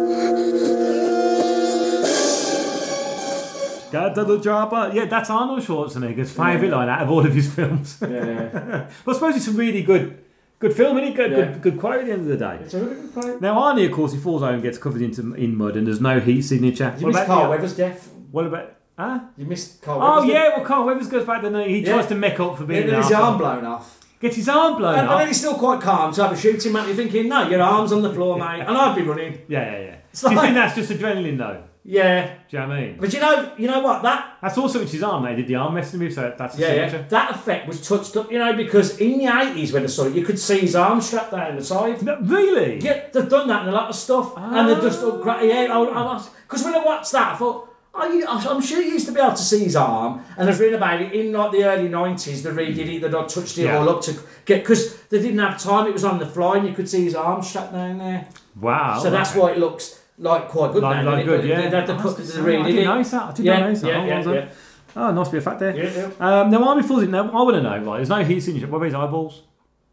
[SPEAKER 6] Get to the chopper. Yeah, that's Arnold Schwarzenegger's favourite line out of all of his films.
[SPEAKER 7] Yeah.
[SPEAKER 6] but I suppose it's a really good good film, isn't it? Good,
[SPEAKER 7] Yeah.
[SPEAKER 6] good, good quote at the end of the day.
[SPEAKER 7] It's a really good point.
[SPEAKER 6] Now Arnie, of course, he falls over and gets covered into in mud, and there's no heat signature.
[SPEAKER 7] You missed Carl
[SPEAKER 6] the-
[SPEAKER 7] Weathers' death.
[SPEAKER 6] What about? Huh?
[SPEAKER 7] You missed Carl
[SPEAKER 6] Oh
[SPEAKER 7] Weathers'
[SPEAKER 6] yeah,
[SPEAKER 7] death.
[SPEAKER 6] well Carl Weathers goes back to he
[SPEAKER 7] Yeah.
[SPEAKER 6] tries to make up for being
[SPEAKER 7] And then
[SPEAKER 6] an
[SPEAKER 7] his arm
[SPEAKER 6] arsehole.
[SPEAKER 7] blown off.
[SPEAKER 6] Gets his arm blown
[SPEAKER 7] And, and then
[SPEAKER 6] off.
[SPEAKER 7] he's still quite calm, so I have a shooting match. You're thinking, no, your arm's on the floor, mate. And I'd be running.
[SPEAKER 6] Yeah, yeah, yeah.
[SPEAKER 7] It's
[SPEAKER 6] Do you
[SPEAKER 7] like-
[SPEAKER 6] think that's just adrenaline though?
[SPEAKER 7] Yeah.
[SPEAKER 6] Do you know what I mean?
[SPEAKER 7] But you know, you know what? That
[SPEAKER 6] That's also it's his arm. They did the arm wrestling move, so that's the
[SPEAKER 7] Yeah,
[SPEAKER 6] signature.
[SPEAKER 7] yeah, that effect was touched up, you know, because in the eighties when I saw it, you could see his arm strapped down the side.
[SPEAKER 6] really?
[SPEAKER 7] Yeah, they've done that in a lot of stuff, and they're
[SPEAKER 6] Ah.
[SPEAKER 7] just upgraded. Yeah, I, I, because when I watched that, I thought. "Oh, you- I'm I'm sure you used to be able to see his arm, and I've read about it in like the early '90s. They redid it, they done touched it
[SPEAKER 6] Yeah.
[SPEAKER 7] all up to get because they didn't have time. It was on the fly, and you could see his arm strapped down there.
[SPEAKER 6] Wow.
[SPEAKER 7] so that's why it looks like quite good.
[SPEAKER 6] Oh, Like,
[SPEAKER 7] now,
[SPEAKER 6] like
[SPEAKER 7] doesn't it?
[SPEAKER 6] good,
[SPEAKER 7] But
[SPEAKER 6] yeah.
[SPEAKER 7] They, they, they,
[SPEAKER 6] Oh,
[SPEAKER 7] cut-
[SPEAKER 6] that's
[SPEAKER 7] they
[SPEAKER 6] good.
[SPEAKER 7] redid
[SPEAKER 6] I didn't
[SPEAKER 7] it.
[SPEAKER 6] notice that. I did
[SPEAKER 7] yeah,
[SPEAKER 6] not notice that.
[SPEAKER 7] Yeah,
[SPEAKER 6] oh,
[SPEAKER 7] yeah,
[SPEAKER 6] well done.
[SPEAKER 7] yeah.
[SPEAKER 6] Oh, nice bit of fat there.
[SPEAKER 7] Yeah,
[SPEAKER 6] Um, now, Army falls in. Now, I want to know, right? There's no heat signature. What about his eyeballs?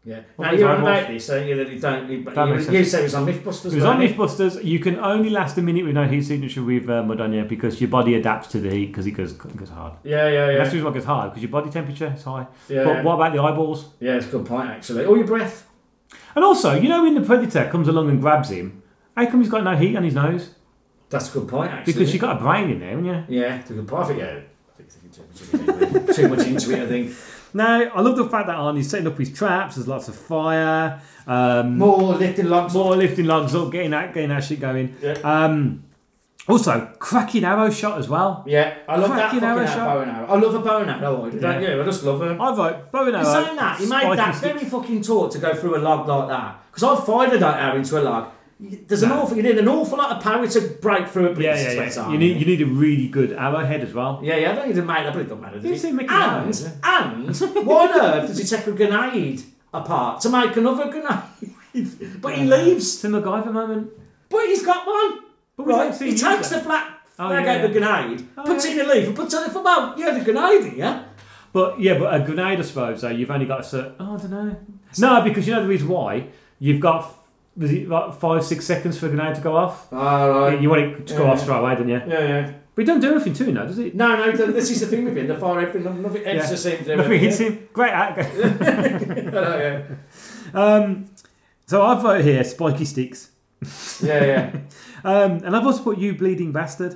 [SPEAKER 7] Yeah.
[SPEAKER 6] What
[SPEAKER 7] now
[SPEAKER 6] was
[SPEAKER 7] you're
[SPEAKER 6] I
[SPEAKER 7] on
[SPEAKER 6] watching?
[SPEAKER 7] about this, so you really don't. You, but
[SPEAKER 6] That
[SPEAKER 7] you,
[SPEAKER 6] makes
[SPEAKER 7] you
[SPEAKER 6] sense.
[SPEAKER 7] said it was on MythBusters.
[SPEAKER 6] It was on
[SPEAKER 7] wasn't it?
[SPEAKER 6] MythBusters. You can only last a minute with no heat signature with uh, Madonna because your body adapts to the heat because it goes, it goes hard.
[SPEAKER 7] Yeah, yeah, yeah.
[SPEAKER 6] That's the reason why it goes hard because your body temperature is high.
[SPEAKER 7] Yeah,
[SPEAKER 6] but
[SPEAKER 7] yeah.
[SPEAKER 6] what about the eyeballs?
[SPEAKER 7] Yeah, it's a good point actually. Or your breath.
[SPEAKER 6] And also, you know, when the predator comes along and grabs him, how come he's got no heat on his nose?
[SPEAKER 7] That's a good point actually.
[SPEAKER 6] Because you got a brain in there, haven't you?
[SPEAKER 7] Yeah, it's a good point. I think, yeah. Too much into it, I think.
[SPEAKER 6] Now, I love the fact that Arnie's setting up his traps. There's lots of fire. Um,
[SPEAKER 7] More lifting logs.
[SPEAKER 6] More lifting logs up. Getting that, getting that shit going. Um, also, cracking arrow shot as well.
[SPEAKER 7] Yeah, I love that
[SPEAKER 6] Cracking
[SPEAKER 7] fucking
[SPEAKER 6] arrow
[SPEAKER 7] arrow
[SPEAKER 6] shot.
[SPEAKER 7] bow and arrow. I love a bow and arrow. Oh, I do, don't
[SPEAKER 6] Yeah.
[SPEAKER 7] you? I just love it.
[SPEAKER 6] I vote bow and
[SPEAKER 7] He's
[SPEAKER 6] arrow,
[SPEAKER 7] saying that he
[SPEAKER 6] spiky
[SPEAKER 7] made that
[SPEAKER 6] stick.
[SPEAKER 7] very fucking taut to go through a log like that because I fired that arrow into a log. There's an awful you need an awful lot of power to break through a
[SPEAKER 6] Yeah,
[SPEAKER 7] piece
[SPEAKER 6] yeah,
[SPEAKER 7] of
[SPEAKER 6] yeah.
[SPEAKER 7] sweat
[SPEAKER 6] You
[SPEAKER 7] armor.
[SPEAKER 6] need you need a really good arrowhead as well.
[SPEAKER 7] Yeah, yeah, I don't need to make that, but it doesn't matter.
[SPEAKER 6] You
[SPEAKER 7] Does
[SPEAKER 6] see
[SPEAKER 7] it?
[SPEAKER 6] Mickey Mouse,
[SPEAKER 7] And, and why on earth does he take a grenade apart to make another grenade? but he leaves.
[SPEAKER 6] It's a MacGyver moment.
[SPEAKER 7] But he's got one.
[SPEAKER 6] But we
[SPEAKER 7] right?
[SPEAKER 6] don't see
[SPEAKER 7] He
[SPEAKER 6] him use
[SPEAKER 7] takes
[SPEAKER 6] it.
[SPEAKER 7] the black
[SPEAKER 6] Oh,
[SPEAKER 7] flag
[SPEAKER 6] yeah,
[SPEAKER 7] out of the
[SPEAKER 6] yeah.
[SPEAKER 7] grenade,
[SPEAKER 6] Oh,
[SPEAKER 7] puts
[SPEAKER 6] yeah.
[SPEAKER 7] it in the leaf, and puts it in the football. Yeah, the grenade, yeah.
[SPEAKER 6] But yeah, but a grenade, I suppose. So you've only got a certain. Oh, I don't know. No, because you know the reason why. You've got f- was it like five, six seconds for a grenade to go off.
[SPEAKER 7] right.
[SPEAKER 6] You- You want it to go
[SPEAKER 7] Yeah,
[SPEAKER 6] off
[SPEAKER 7] yeah.
[SPEAKER 6] straight away, don't you?
[SPEAKER 7] Yeah, yeah.
[SPEAKER 6] But it don't do anything to him, though, does it?
[SPEAKER 7] No, no, th- this is the thing with him. The fire everything, nothing, nothing
[SPEAKER 6] Yeah.
[SPEAKER 7] else seems to
[SPEAKER 6] Nothing hits
[SPEAKER 7] yeah.
[SPEAKER 6] him. Great act.
[SPEAKER 7] Oh, yeah.
[SPEAKER 6] Um, so I vote here, spiky sticks.
[SPEAKER 7] Yeah, yeah.
[SPEAKER 6] um, and I've also put you bleeding bastard,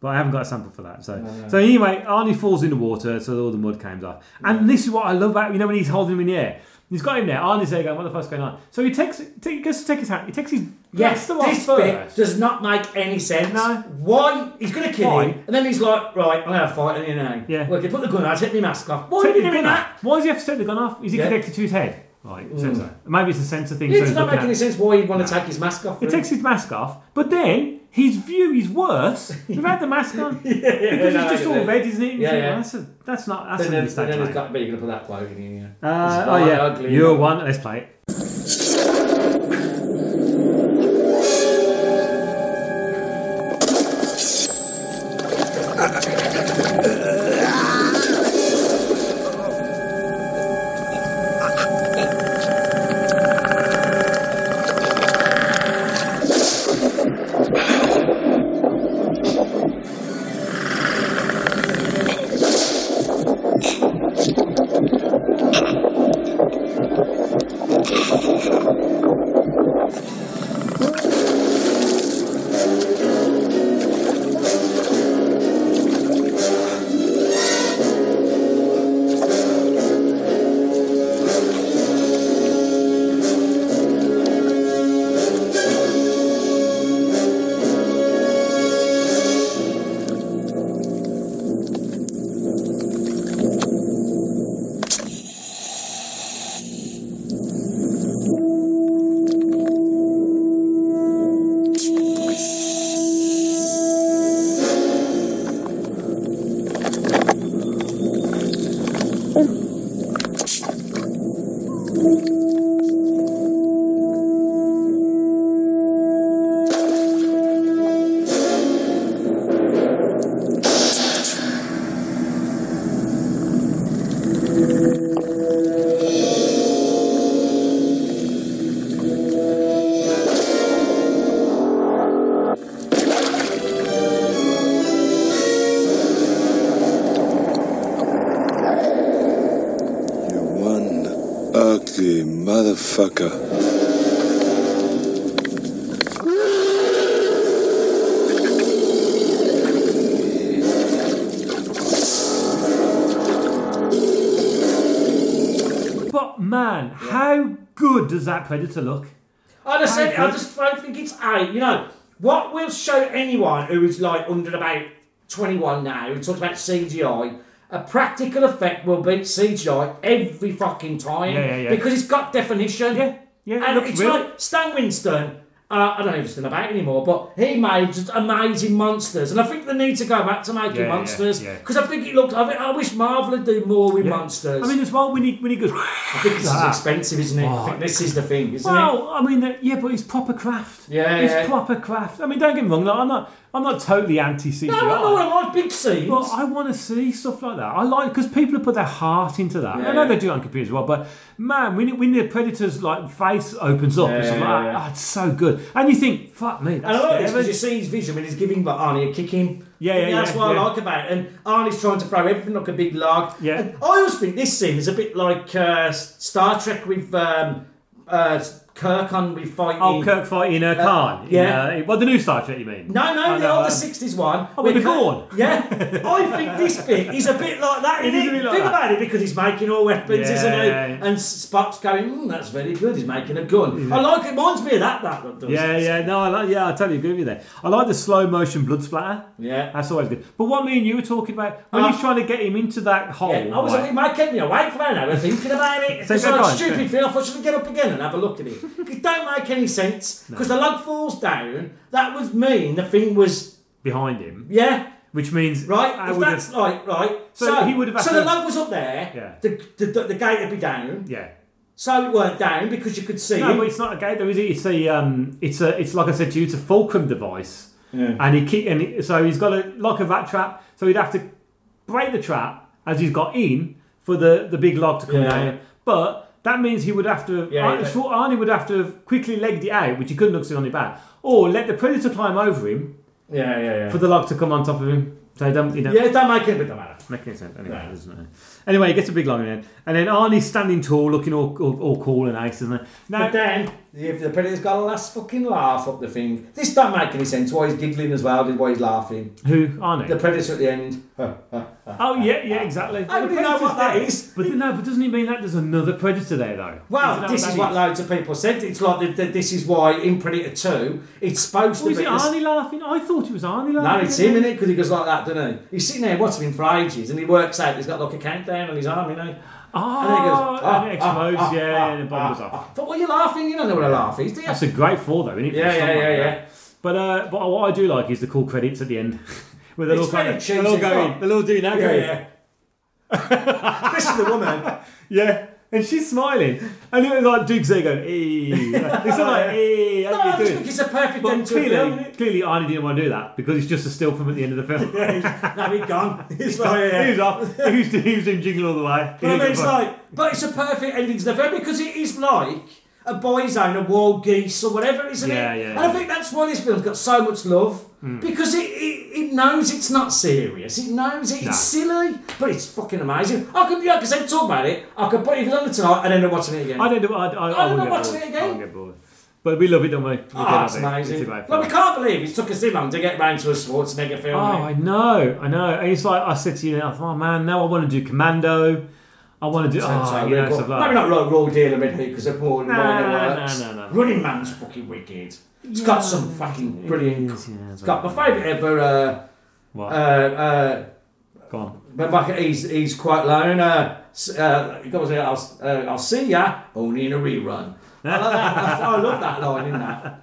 [SPEAKER 6] but I haven't got a sample for that. So,
[SPEAKER 7] no.
[SPEAKER 6] so anyway, Arnie falls in the water, so all the mud comes off. And this is what I love about you know when he's holding him in the air. He's got him there. Arnie's there going, "What the fuck's going on?" So he takes, he goes to take his hand. He takes his
[SPEAKER 7] Yes,
[SPEAKER 6] blaster off
[SPEAKER 7] this bit
[SPEAKER 6] first.
[SPEAKER 7] does not make any sense. No. Why? He's going to kill
[SPEAKER 6] Why?
[SPEAKER 7] him, and then he's like, right, I'm going to fight him, you know. Yeah. Well, he put the gun out, take my mask off. Why
[SPEAKER 6] Take
[SPEAKER 7] are you
[SPEAKER 6] the
[SPEAKER 7] doing
[SPEAKER 6] gun off.
[SPEAKER 7] that?
[SPEAKER 6] Why does he have to take the gun off? Is he
[SPEAKER 7] Yeah.
[SPEAKER 6] connected to his head? Right,
[SPEAKER 7] Mm.
[SPEAKER 6] sensor. Maybe it's a sensor thing.
[SPEAKER 7] It
[SPEAKER 6] so he's
[SPEAKER 7] does not
[SPEAKER 6] looking
[SPEAKER 7] make
[SPEAKER 6] at-
[SPEAKER 7] any sense why he'd want to take his mask off.
[SPEAKER 6] He takes his mask off, but then his view is worse without the mask on. because
[SPEAKER 7] no,
[SPEAKER 6] it's
[SPEAKER 7] I
[SPEAKER 6] just
[SPEAKER 7] get
[SPEAKER 6] all
[SPEAKER 7] it.
[SPEAKER 6] red, isn't it? And you
[SPEAKER 7] Yeah,
[SPEAKER 6] think,
[SPEAKER 7] yeah.
[SPEAKER 6] "Well, That's, a, that's not that's
[SPEAKER 7] Then,
[SPEAKER 6] a
[SPEAKER 7] then,
[SPEAKER 6] mistake.
[SPEAKER 7] then
[SPEAKER 6] mate."
[SPEAKER 7] he's got to be going to put that bloke in here.
[SPEAKER 6] Uh,
[SPEAKER 7] It's
[SPEAKER 6] oh
[SPEAKER 7] like
[SPEAKER 6] yeah,
[SPEAKER 7] ugly.
[SPEAKER 6] you're one. Let's play it.
[SPEAKER 4] Ugly motherfucker.
[SPEAKER 6] But man, how good does that predator look?
[SPEAKER 7] I just said, I
[SPEAKER 6] agree.
[SPEAKER 7] just I think it's eight. You know, what will show anyone who is like under about 21 now, who talks about CGI, a practical effect will beat CGI every fucking time.
[SPEAKER 6] Yeah, yeah, yeah.
[SPEAKER 7] Because it's got definition. Yeah,
[SPEAKER 6] yeah. it
[SPEAKER 7] And
[SPEAKER 6] looks
[SPEAKER 7] it's
[SPEAKER 6] real.
[SPEAKER 7] like Stan Winston. Uh, I don't know if it's still about anymore, but he made just amazing monsters, and I think they need to go back to making
[SPEAKER 6] Yeah, yeah,
[SPEAKER 7] monsters
[SPEAKER 6] yeah.
[SPEAKER 7] because I think it looked. I, think- I wish Marvel would do more with monsters.
[SPEAKER 6] I mean, as well when he when he goes.
[SPEAKER 7] I think this is
[SPEAKER 6] Ah.
[SPEAKER 7] expensive, isn't it? I think this is the thing, isn't it?
[SPEAKER 6] Well, I mean, uh, yeah, but it's proper craft.
[SPEAKER 7] Yeah,
[SPEAKER 6] it's
[SPEAKER 7] yeah.
[SPEAKER 6] proper craft. I mean, don't get me wrong. Like, I'm not. I'm not totally anti CGI.
[SPEAKER 7] No, I know what I want big scenes.
[SPEAKER 6] But I want to see stuff like that. I like because people have put their heart into that. I
[SPEAKER 7] Yeah,
[SPEAKER 6] know
[SPEAKER 7] yeah.
[SPEAKER 6] they do it on computers as well, but man, when when the predator's like face opens up, and
[SPEAKER 7] Yeah,
[SPEAKER 6] stuff
[SPEAKER 7] yeah,
[SPEAKER 6] like that,
[SPEAKER 7] yeah.
[SPEAKER 6] oh, it's so good. And you think, fuck me,
[SPEAKER 7] And I
[SPEAKER 6] that's
[SPEAKER 7] like this
[SPEAKER 6] scary.
[SPEAKER 7] because you see his vision when he's giving like, Arnie a kicking.
[SPEAKER 6] Yeah, yeah,
[SPEAKER 7] That's
[SPEAKER 6] yeah,
[SPEAKER 7] what
[SPEAKER 6] yeah.
[SPEAKER 7] I like about it. And Arnie's trying to throw everything like a big log.
[SPEAKER 6] Yeah.
[SPEAKER 7] And I always think this scene is a bit like uh, S- Star Trek with um, uh, Kirk on with fighting.
[SPEAKER 6] Oh, Kirk fighting uh,
[SPEAKER 7] Uh,
[SPEAKER 6] Khan.
[SPEAKER 7] yeah.
[SPEAKER 6] In, uh, well, the new Star Trek, you mean?
[SPEAKER 7] No, no,
[SPEAKER 6] Oh,
[SPEAKER 7] the older
[SPEAKER 6] uh,
[SPEAKER 7] sixties one.
[SPEAKER 6] Oh, with
[SPEAKER 7] Where
[SPEAKER 6] the
[SPEAKER 7] Kirk-
[SPEAKER 6] Gorn.
[SPEAKER 7] Yeah, I think this bit is a bit like that.
[SPEAKER 6] It
[SPEAKER 7] isn't
[SPEAKER 6] is a bit like
[SPEAKER 7] Think
[SPEAKER 6] that.
[SPEAKER 7] about it because he's making all weapons,
[SPEAKER 6] Yeah.
[SPEAKER 7] isn't he? And Spock's going, mm, "That's very good. He's making a gun." I like it. Reminds me of that. That that does.
[SPEAKER 6] Yeah, yeah, no, I like, yeah, I totally agree with you there. I like the slow motion blood splatter.
[SPEAKER 7] Yeah.
[SPEAKER 6] that's always good. But what me and you were talking about when
[SPEAKER 7] Uh,
[SPEAKER 6] he's trying to get him into that hole,
[SPEAKER 7] I was
[SPEAKER 6] Oh, right?
[SPEAKER 7] like, it might keep me awake for an hour thinking about it.
[SPEAKER 6] So
[SPEAKER 7] It's
[SPEAKER 6] go
[SPEAKER 7] like
[SPEAKER 6] on.
[SPEAKER 7] stupid thing. I thought, should we get up again and have a look at it? It don't make any sense because the lug falls down. That was mean. The thing was
[SPEAKER 6] behind him,
[SPEAKER 7] yeah.
[SPEAKER 6] which means
[SPEAKER 7] Right,
[SPEAKER 6] I
[SPEAKER 7] if
[SPEAKER 6] would've-
[SPEAKER 7] that's like right,
[SPEAKER 6] So
[SPEAKER 7] so,
[SPEAKER 6] he would've had
[SPEAKER 7] So
[SPEAKER 6] to-
[SPEAKER 7] the lug was up there.
[SPEAKER 6] Yeah.
[SPEAKER 7] The, the, the, the gate would be down.
[SPEAKER 6] yeah.
[SPEAKER 7] So it weren't down because you could see.
[SPEAKER 6] No,
[SPEAKER 7] him.
[SPEAKER 6] but it's not a gate though, is it? It's a, um, it's a, it's like I said to you, it's a fulcrum device, and he keep, and he, so he's got a lock of that trap, so he'd have to break the trap as he's got in for the the big log to come
[SPEAKER 7] Yeah.
[SPEAKER 6] down, but. That means he would have to. have
[SPEAKER 7] Yeah,
[SPEAKER 6] Arnie,
[SPEAKER 7] yeah.
[SPEAKER 6] Schwar- Arnie would have to have quickly legged it out, which he couldn't have seen on his back, or let the predator climb over him
[SPEAKER 7] yeah, yeah, yeah.
[SPEAKER 6] for the log to come on top of him. So he don't, he don't
[SPEAKER 7] yeah, it don't make it, but don't matter.
[SPEAKER 6] make any sense. Anyway, doesn't it? Anyway, he gets a big log in it, and then Arnie's standing tall, looking all all, all cool and nice, isn't it? Now,
[SPEAKER 7] But then, if the predator's got a last fucking laugh up the thing, this don't make any sense. Why he's giggling as well? Why he's laughing?
[SPEAKER 6] who Arnie?
[SPEAKER 7] The predator at the end. Huh, huh, huh.
[SPEAKER 6] Oh yeah, yeah, exactly.
[SPEAKER 7] I
[SPEAKER 6] The
[SPEAKER 7] already know what
[SPEAKER 6] predator's
[SPEAKER 7] that
[SPEAKER 6] there.
[SPEAKER 7] is.
[SPEAKER 6] But no, but doesn't he mean that there's another predator there though? Isn't
[SPEAKER 7] Well,
[SPEAKER 6] that
[SPEAKER 7] this is
[SPEAKER 6] that
[SPEAKER 7] what loads of people said. It's like the, the, this is why in Predator Two, it's supposed
[SPEAKER 6] Oh,
[SPEAKER 7] to
[SPEAKER 6] is
[SPEAKER 7] be.
[SPEAKER 6] it Arnie laughing? I thought it was Arnie
[SPEAKER 7] No,
[SPEAKER 6] laughing.
[SPEAKER 7] it's him in it because he goes like that, doesn't he? He's sitting there watching him for ages, and he works out. He's got like a countdown on his arm, you know.
[SPEAKER 6] Ah,
[SPEAKER 7] and then he goes, ah,
[SPEAKER 6] and it explodes,
[SPEAKER 7] ah, ah,
[SPEAKER 6] yeah,
[SPEAKER 7] ah,
[SPEAKER 6] and the bomb
[SPEAKER 7] ah,
[SPEAKER 6] goes off.
[SPEAKER 7] ah. But what are you laughing? You don't know what a laugh is, do you?
[SPEAKER 6] That's a great four though, isn't it? for
[SPEAKER 7] Yeah,
[SPEAKER 6] something
[SPEAKER 7] yeah,
[SPEAKER 6] like
[SPEAKER 7] yeah,
[SPEAKER 6] that? But uh, but what I do like is the cool credits at the end. Where they're
[SPEAKER 7] It's
[SPEAKER 6] all kind
[SPEAKER 7] very
[SPEAKER 6] of, they'll all
[SPEAKER 7] cheesy,
[SPEAKER 6] go
[SPEAKER 7] but-
[SPEAKER 6] in. They'll all do that.
[SPEAKER 7] Yeah,
[SPEAKER 6] go in.
[SPEAKER 7] yeah. Especially the woman.
[SPEAKER 6] Yeah. And she's smiling. And it was like Duke's there going, "Hey." It's not like, "Hey, how
[SPEAKER 7] No,
[SPEAKER 6] you
[SPEAKER 7] I just
[SPEAKER 6] doing?"
[SPEAKER 7] think it's a perfect
[SPEAKER 6] But
[SPEAKER 7] end to a film,
[SPEAKER 6] clearly,
[SPEAKER 7] isn't
[SPEAKER 6] clearly Arnie didn't want to do that because it's just a still from at the end of the film.
[SPEAKER 7] No, he's gone. He's
[SPEAKER 6] Oh,
[SPEAKER 7] like, yeah.
[SPEAKER 6] He was off. He was, he was doing jingle all the way.
[SPEAKER 7] But I mean, it's like, but it's a perfect ending to the film because it is like a boy's own, a wild geese or whatever, isn't
[SPEAKER 6] Yeah,
[SPEAKER 7] it?
[SPEAKER 6] yeah,
[SPEAKER 7] and
[SPEAKER 6] yeah. Hmm.
[SPEAKER 7] I think that's why this film's got so much love because it, it, it knows it's not serious. It knows it,
[SPEAKER 6] No.
[SPEAKER 7] it's silly, but it's fucking amazing. I could, like I said, talk about it. I could put it on tonight and end up watching it again.
[SPEAKER 6] I don't know. I, I,
[SPEAKER 7] I
[SPEAKER 6] wouldn't
[SPEAKER 7] don't know
[SPEAKER 6] get
[SPEAKER 7] what's
[SPEAKER 6] bored.
[SPEAKER 7] it again.
[SPEAKER 6] I wouldn't get bored. But we love it, don't we? we do
[SPEAKER 7] Oh,
[SPEAKER 6] love
[SPEAKER 7] that's
[SPEAKER 6] it.
[SPEAKER 7] amazing.
[SPEAKER 6] It's a great
[SPEAKER 7] Like,
[SPEAKER 6] film.
[SPEAKER 7] we can't believe it took us this long to get round to a Schwarzenegger film.
[SPEAKER 6] Oh, I know, I know. And it's like I said to you, I thought, oh man, now I want to do Commando. I want to do.
[SPEAKER 7] So-
[SPEAKER 6] Oh,
[SPEAKER 7] so
[SPEAKER 6] you know,
[SPEAKER 7] really cool.
[SPEAKER 6] stuff like
[SPEAKER 7] Maybe
[SPEAKER 6] that.
[SPEAKER 7] not like Raw Deal and Midheat because they're more
[SPEAKER 6] Nah,
[SPEAKER 7] more in the
[SPEAKER 6] nah,
[SPEAKER 7] works.
[SPEAKER 6] nah, nah, nah.
[SPEAKER 7] Running Man's fucking wicked. It's got some fucking brilliant. it's got my favourite ever. Uh,
[SPEAKER 6] What?
[SPEAKER 7] Uh, uh,
[SPEAKER 6] Go on.
[SPEAKER 7] But like he's he's quite lone. Uh, s- uh, he goes, I'll s- uh, I'll see ya only in a rerun. I, like that. I love that line in that.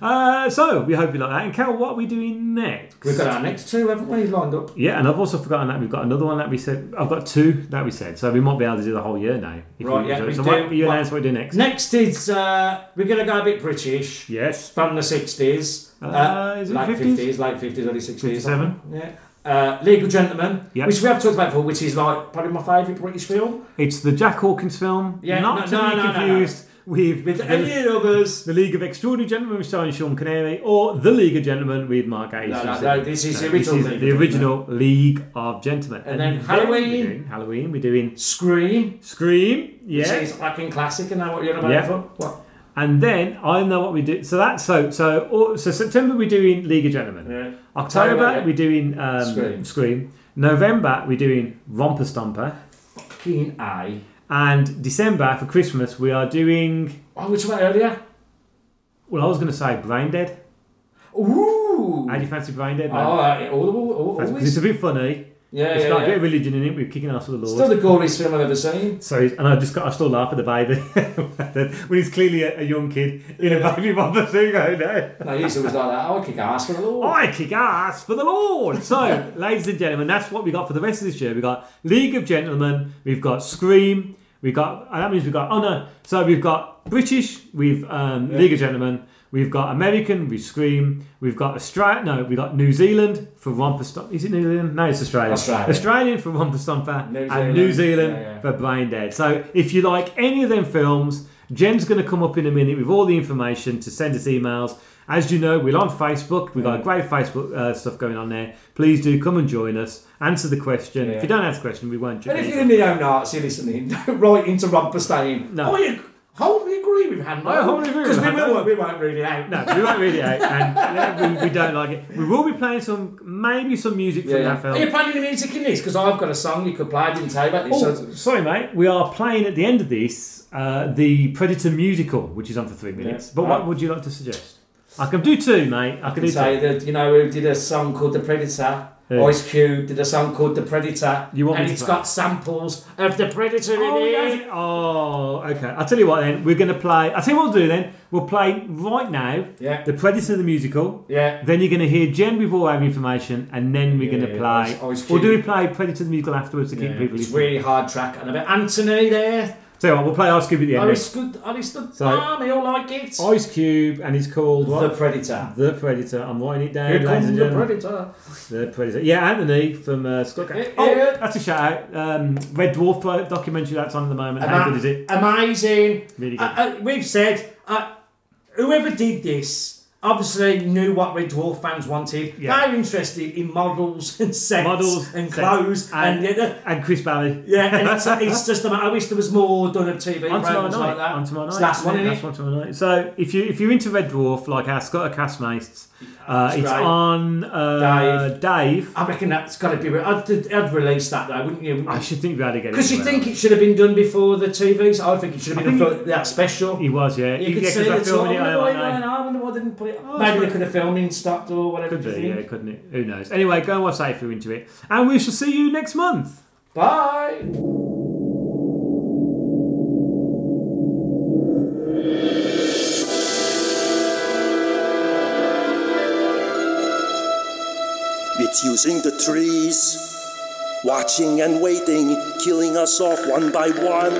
[SPEAKER 6] Uh, so we hope you like that. And Cal, what are we doing next?
[SPEAKER 7] We've got our next two, haven't we? Lined up.
[SPEAKER 6] Yeah, and I've also forgotten that we've got another one that we said. I've got two that we said, so we might be able to do the whole year now. if
[SPEAKER 7] Right,
[SPEAKER 6] we-
[SPEAKER 7] yeah,
[SPEAKER 6] So,
[SPEAKER 7] we
[SPEAKER 6] so
[SPEAKER 7] do-
[SPEAKER 6] what, you
[SPEAKER 7] what-
[SPEAKER 6] announce what we do next.
[SPEAKER 7] Next is uh, we're gonna go a bit British.
[SPEAKER 6] Yes.
[SPEAKER 7] From the sixties.
[SPEAKER 6] Uh, is it
[SPEAKER 7] late
[SPEAKER 6] 50s?
[SPEAKER 7] fifties, late fifties, early sixties.
[SPEAKER 6] 57?
[SPEAKER 7] Yeah. Uh, Legal Gentleman,
[SPEAKER 6] Yep.
[SPEAKER 7] which we have talked about before, which is like probably my favourite British film.
[SPEAKER 6] It's the Jack Hawkins film,
[SPEAKER 7] Yeah,
[SPEAKER 6] not
[SPEAKER 7] no,
[SPEAKER 6] to
[SPEAKER 7] no,
[SPEAKER 6] be
[SPEAKER 7] no, no, no.
[SPEAKER 6] confused with, the,
[SPEAKER 7] any others.
[SPEAKER 6] The League of Extraordinary Gentlemen with starring Sean Connery, or The League of Gentlemen with Mark Gatiss.
[SPEAKER 7] No, no,
[SPEAKER 6] Who's
[SPEAKER 7] no,
[SPEAKER 6] in-
[SPEAKER 7] this is the original League of
[SPEAKER 6] the original League of Gentlemen.
[SPEAKER 7] And then Halloween.
[SPEAKER 6] we're doing Halloween, we're doing
[SPEAKER 7] Scream.
[SPEAKER 6] Scream, yeah.
[SPEAKER 7] Which is fucking classic, and know what you're on about
[SPEAKER 6] Yeah.
[SPEAKER 7] for? What?
[SPEAKER 6] And then I know what we do. So that's so so or, so September we're doing League of Gentlemen. October
[SPEAKER 7] October, yeah.
[SPEAKER 6] we're doing um, Scream.
[SPEAKER 7] Scream.
[SPEAKER 6] November we're doing Romper Stomper.
[SPEAKER 7] Fucking eye.
[SPEAKER 6] And December for Christmas we are doing.
[SPEAKER 7] Oh, which one earlier?
[SPEAKER 6] Well, I was going to say Brain Dead.
[SPEAKER 7] Ooh.
[SPEAKER 6] How do you fancy Brain Dead?
[SPEAKER 7] Oh, uh, all, all, all,
[SPEAKER 6] That's- 'cause
[SPEAKER 7] always.
[SPEAKER 6] it's a bit funny.
[SPEAKER 7] Yeah,
[SPEAKER 6] It's
[SPEAKER 7] yeah,
[SPEAKER 6] got a
[SPEAKER 7] yeah.
[SPEAKER 6] bit of religion in it. We're kicking ass with the Lord.
[SPEAKER 7] Still the goriest film I've ever seen.
[SPEAKER 6] Sorry, and I just got I still laugh at the baby when he's clearly a, a young kid in a baby bumper suit. Going, no,
[SPEAKER 7] No, he's always like that. Oh, I kick ass for the Lord.
[SPEAKER 6] I kick ass for the Lord. So, ladies and gentlemen, that's what we got for the rest of this year. We got League of Gentlemen. We've got Scream. We got and that means we have got oh no. So we've got British. We've um, League of Gentlemen. We've got American with Scream. We've got Australia. No, we've got New Zealand for Romper Stomp. Is it New Zealand? No, it's Australia.
[SPEAKER 7] Australia.
[SPEAKER 6] Australian for Romper Stomper
[SPEAKER 7] New
[SPEAKER 6] and New
[SPEAKER 7] Zealand.
[SPEAKER 6] Zealand
[SPEAKER 7] Yeah, yeah.
[SPEAKER 6] for Brain Dead. So if you like any of them films, Jen's going to come up in a minute with all the information to send us emails. As you know, we're on Facebook. We've got great Facebook uh, stuff going on there. Please do come and join us. Answer the question. If you don't answer the question, we won't.
[SPEAKER 7] And if you're a neo-Nazi listening, don't write into Rumpelstiltskin. No. Oh, you wholly agree with Handel.
[SPEAKER 6] I wholly agree with
[SPEAKER 7] Because we,
[SPEAKER 6] Handel.
[SPEAKER 7] won't- we won't read it out.
[SPEAKER 6] No, we won't read it out, and uh, we, we don't like it. We will be playing some, maybe some music from that film.
[SPEAKER 7] Are you playing any music in this? Because I've got a song you could play. I didn't tell you about this.
[SPEAKER 6] Oh,
[SPEAKER 7] so-
[SPEAKER 6] sorry, mate. We are playing at the end of this uh, the Predator musical, which is on for three minutes.
[SPEAKER 7] Yeah.
[SPEAKER 6] But what
[SPEAKER 7] Right.
[SPEAKER 6] would you like to suggest? I can do two, mate. I
[SPEAKER 7] I
[SPEAKER 6] can
[SPEAKER 7] can
[SPEAKER 6] do
[SPEAKER 7] say
[SPEAKER 6] two.
[SPEAKER 7] that you know who did a song called The Predator.
[SPEAKER 6] Who?
[SPEAKER 7] Ice Cube did a song called The Predator.
[SPEAKER 6] You want me
[SPEAKER 7] and
[SPEAKER 6] to
[SPEAKER 7] it's
[SPEAKER 6] play?
[SPEAKER 7] got samples of The Predator in
[SPEAKER 6] Oh,
[SPEAKER 7] it.
[SPEAKER 6] yes. Oh, okay. I'll tell you what then. We're going to play. I'll tell you what we'll do then. We'll play right now
[SPEAKER 7] Yeah.
[SPEAKER 6] the Predator the musical.
[SPEAKER 7] Yeah.
[SPEAKER 6] Then you're going to hear Jen with all our information, and then we're going to
[SPEAKER 7] yeah,
[SPEAKER 6] play.
[SPEAKER 7] Ice- Ice
[SPEAKER 6] or do
[SPEAKER 7] Cube.
[SPEAKER 6] we play Predator the musical afterwards to keep
[SPEAKER 7] Yeah,
[SPEAKER 6] people
[SPEAKER 7] it's
[SPEAKER 6] listening?
[SPEAKER 7] really hard track and a bit Anthony there.
[SPEAKER 6] So what, we'll play Ice Cube at the end.
[SPEAKER 7] Ice
[SPEAKER 6] then.
[SPEAKER 7] good Ice the
[SPEAKER 6] So-
[SPEAKER 7] Army all like it.
[SPEAKER 6] Ice Cube, and it's called what?
[SPEAKER 7] The Predator.
[SPEAKER 6] The Predator. I'm writing it down.
[SPEAKER 7] Here
[SPEAKER 6] ladies
[SPEAKER 7] comes
[SPEAKER 6] and
[SPEAKER 7] the
[SPEAKER 6] gentlemen.
[SPEAKER 7] Predator.
[SPEAKER 6] The Predator. Yeah, Anthony from uh, Scott.
[SPEAKER 7] Yeah,
[SPEAKER 6] Oh,
[SPEAKER 7] yeah.
[SPEAKER 6] that's a shout out. Um, Red Dwarf pro- documentary that's on at the moment.
[SPEAKER 7] Ama-
[SPEAKER 6] How good is it?
[SPEAKER 7] Amazing.
[SPEAKER 6] Really good.
[SPEAKER 7] Uh, uh, we've said uh, whoever did this obviously knew what Red Dwarf fans wanted.
[SPEAKER 6] Yeah.
[SPEAKER 7] They're interested in models and sets
[SPEAKER 6] Models
[SPEAKER 7] and
[SPEAKER 6] sets,
[SPEAKER 7] clothes
[SPEAKER 6] and-
[SPEAKER 7] and, yeah,
[SPEAKER 6] And Chris Barry.
[SPEAKER 7] yeah, and it's, it's just a matter. I wish there was more done of TV
[SPEAKER 6] On tomorrow
[SPEAKER 7] programs
[SPEAKER 6] night.
[SPEAKER 7] like that.
[SPEAKER 6] On tomorrow night.
[SPEAKER 7] It's last one,
[SPEAKER 6] Yeah,
[SPEAKER 7] isn't
[SPEAKER 6] last one tomorrow night. So if you if you're into Red Dwarf, like our Scott castmates, uh,
[SPEAKER 7] That's
[SPEAKER 6] it's
[SPEAKER 7] great.
[SPEAKER 6] on uh, Dave.
[SPEAKER 7] I reckon that's got to be. re- I'd, I'd release that though, wouldn't you?
[SPEAKER 6] I should think we had to get it.
[SPEAKER 7] Because you
[SPEAKER 6] somewhere
[SPEAKER 7] think it should have been done before the TV. So I think it should
[SPEAKER 6] I
[SPEAKER 7] have been
[SPEAKER 6] think
[SPEAKER 7] done for that special.
[SPEAKER 6] else. he was, yeah.
[SPEAKER 7] You
[SPEAKER 6] He-
[SPEAKER 7] could
[SPEAKER 6] yeah, 'cause
[SPEAKER 7] see
[SPEAKER 6] I
[SPEAKER 7] the
[SPEAKER 6] filmed
[SPEAKER 7] film.
[SPEAKER 6] it, I
[SPEAKER 7] I wonder why-
[SPEAKER 6] don't know.
[SPEAKER 7] "Oh, I wonder why they didn't put it.
[SPEAKER 6] Oh,
[SPEAKER 7] Maybe
[SPEAKER 6] that's
[SPEAKER 7] they could have filming stopped or whatever.
[SPEAKER 6] Could
[SPEAKER 7] do you
[SPEAKER 6] be,
[SPEAKER 7] think?
[SPEAKER 6] yeah, couldn't it? Who knows? Anyway, go and watch that if you're into it. And we shall see you next month.
[SPEAKER 7] Bye.
[SPEAKER 13] It's using the trees, watching and waiting, killing us off one by one.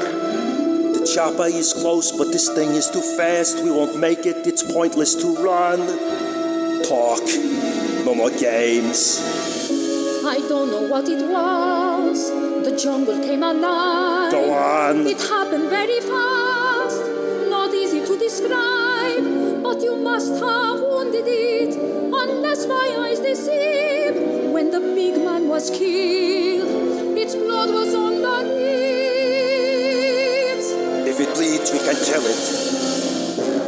[SPEAKER 13] The chopper is close, but this thing is too fast. We won't make it, it's pointless to run. Talk, no more games.
[SPEAKER 15] I don't know what it was. The jungle came alive.
[SPEAKER 13] Go on.
[SPEAKER 15] It happened very fast. Not easy to describe. But you must have wounded it. Unless my eyes deceive. When the big man was killed, its blood was on the leaves.
[SPEAKER 13] If it bleeds, we can kill it.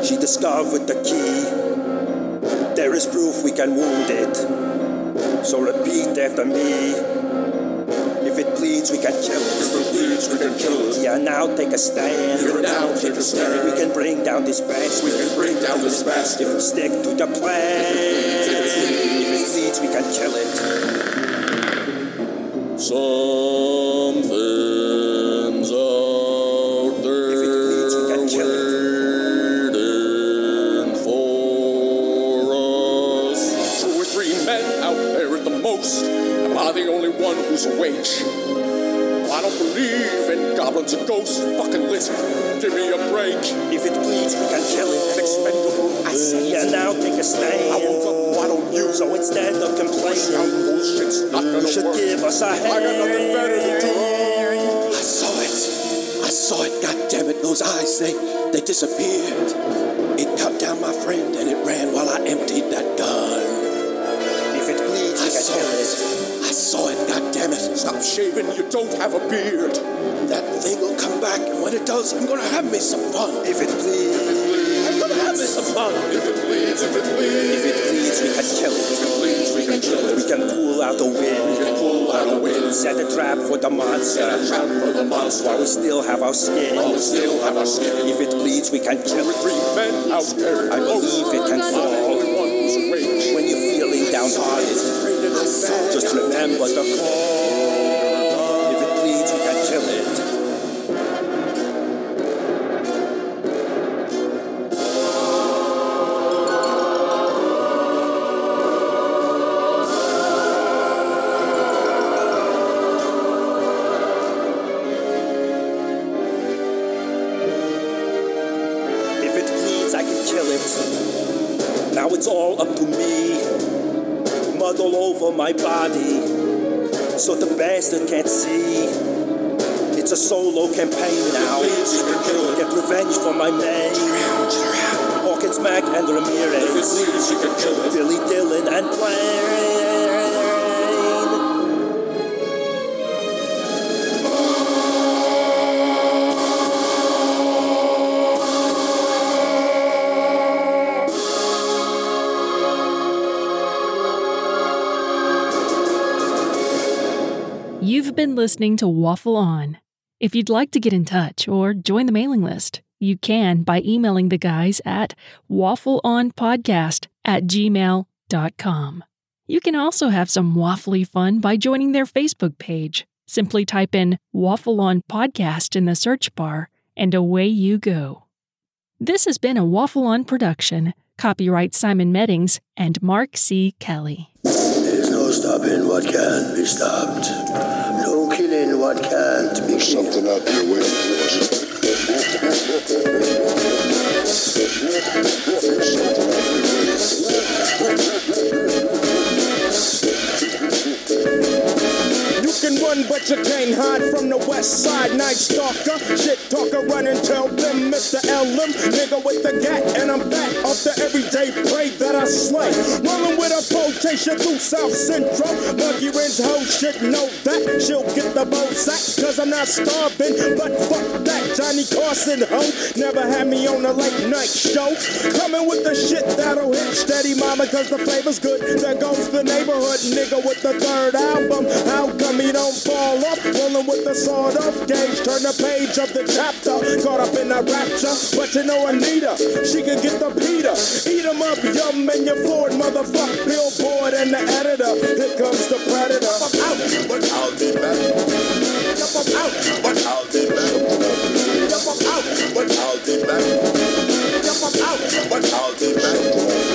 [SPEAKER 13] She discovered the key. There is proof we can wound it. So repeat after me. If it bleeds, we can kill it. If it bleeds, we can kill it. Here now, take a stand. Here now, take a stand. We can bring down this basket. We can bring down this basket. Stick to the plan. If it bleeds, we can kill it.
[SPEAKER 2] Something's out there waiting for us. Two or three men out there at the most. Am I the only one who's awake? I don't believe in goblins and ghosts. Fucking listen, give me a break.
[SPEAKER 13] If it bleeds, we can kill it. An expendable. I say here now, take a stand. I woke up, why don't you? So instead of complaining, you should give us a hand. I got nothing better to do.
[SPEAKER 2] I saw it. I saw it. God damn it. Those eyes, they, they disappeared. It cut down my friend and it ran while I emptied that gun.
[SPEAKER 13] If it bleeds,
[SPEAKER 2] I saw it. I saw it. God damn it. Stop shaving. You don't have a beard. That thing will come back, and when it does, I'm gonna have me some fun.
[SPEAKER 13] If it bleeds,
[SPEAKER 2] I'm gonna have me some fun. If it bleeds, if it bleeds,
[SPEAKER 13] if it bleeds, we can kill it. If it bleeds, we can kill it. We can pull out the wind. We can pull out the wind. Set a trap for the monster. Set a trap for the monster. While we still have our skin. While we still have our skin. If it bleeds, we can kill it. Three men out there. I believe it can fall. When you're feeling downhearted, just remember the call. If it bleeds, we can kill it. If it bleeds, I can kill it.
[SPEAKER 16] over my body so the bastard can't see. It's a solo campaign now. Get revenge for my men. Hawkins, Mac, and Ramirez. Billy Dillon and Blaine.
[SPEAKER 15] You've been listening to Waffle On. If you'd like to get in touch or join the mailing list, you can by emailing the guys at waffleonpodcast at gmail.com. You can also have some waffly fun by joining their Facebook page. Simply type in Waffle On Podcast in the search bar, and away you go. This has been a Waffle On production, copyright Simon Meddings and Mark C. Kelly.
[SPEAKER 17] There's no stopping what can't be stopped. No killing what can't be There's something out there waiting for
[SPEAKER 13] You can run, but you can't hide from the west side. Night stalker, shit talker, run and tell them, Mr. LM, nigga with the gat, and I'm back off the everyday prey that I slay. Rolling with a potation through South Central. Monkey Range hoe shit, know that. She'll get the bow sack, cause I'm not starving, but fuck that. Johnny Carson, ho, never had me on a late night show. Coming with the shit that'll hit steady, mama, cause the flavor's good. There goes the neighborhood, nigga with the third album. How come he don't fall off? Rolling with the sword of gauge, turn the page of the chapter. Caught up in a rapture, but you know Anita, she can get the Peter. Eat 'em up, yum, and your floored motherfuck. Billboard and the editor, here comes the predator. I'm out, but I'll be back. Yup, I'm out, but I'll be back. Yup, I'm out, but I'll be back. Yup, I'm out, but I'll be back.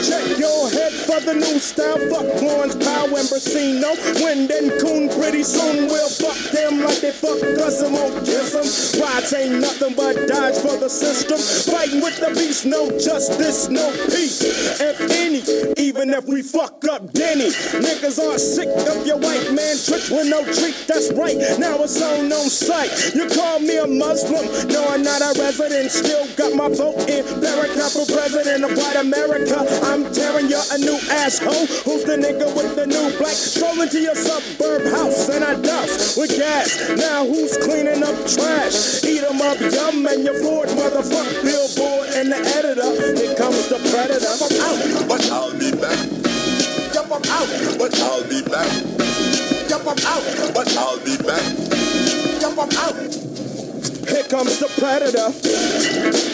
[SPEAKER 13] Check your head for the new style. Fuck Lawrence Powell and Bracino. Wind and Coon pretty soon will fuck them like they fuck us and won't kiss 'em. Rides ain't nothing but dodge for the system. Fighting with the beast, no justice, no peace. If any, even if we fuck up Denny. Niggas are sick of your white man tricks with no treat. That's right, now it's on on sight. You call me a Muslim, no, I'm not a resident. Still got my vote in America for president of white America. I'm tearing you a new asshole. Who's the nigga with the new black? Strolling to your suburb house and I douse with gas. Now who's cleaning up trash? Eat 'em up, yum, and your floored motherfuck. Billboard and the editor. Here comes the predator. I'm out, but I'll be back. Yup, I'm out, but I'll be back. Yup, I'm out, but I'll be back. Yup, I'm out. Here comes the predator.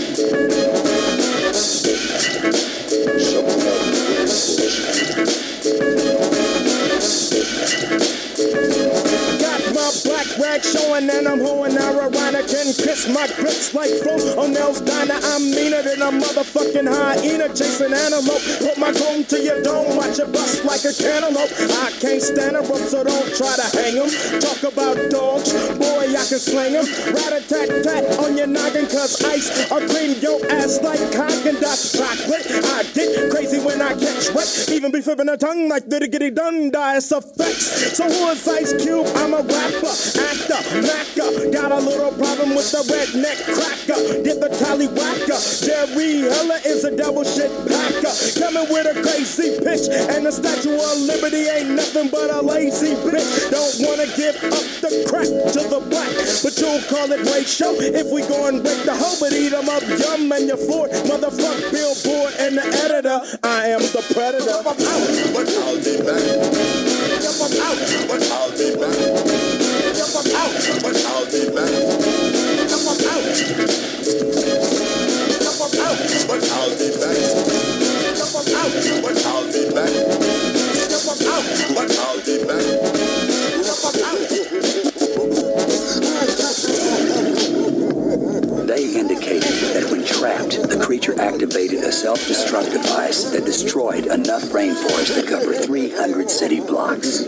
[SPEAKER 13] Got my black rag showing and I'm hoeing ironic and kiss my grips like flow on Nell's diner. I'm meaner than a motherfucking hyena chasing antelope. Put my comb to your dome, watch it bust like a cantaloupe. I can't stand a rope, so don't try to hang 'em. Talk about dogs, boy, I can sling 'em. Rat a tat tat on your noggin, cause ice. I'll clean your ass like cock and dot chocolate. I get crazy when I catch wet, even be flipping a tongue like diggity dun It's a fact. So who is Ice Cube? I'm a rapper, actor, macker. Got a little problem with the redneck cracker. Get the tally whacker. Jerry Heller is a devil shit packer. Coming with a crazy pitch. And the Statue of Liberty ain't nothing but a lazy bitch. Don't wanna give up the crack to the black. But you'll call it ratio if we go and break the hoe. But eat 'em up, yum, and your fort. Motherfuck Billboard and the editor. I am the predator. I'm out, but I'll be back. Yup, I'm out, but I'll be back. Yup, I'm out, but I'll be back. Yup, I'm out. Yup, I'm out, but I'll be back. Yup, I'm out, but I'll be back. Yup, I'm out, but I'll be back. Yup, I'm
[SPEAKER 18] They indicate that when trapped, the creature activated a self-destruct device that destroyed enough rainforest to cover 300 city blocks.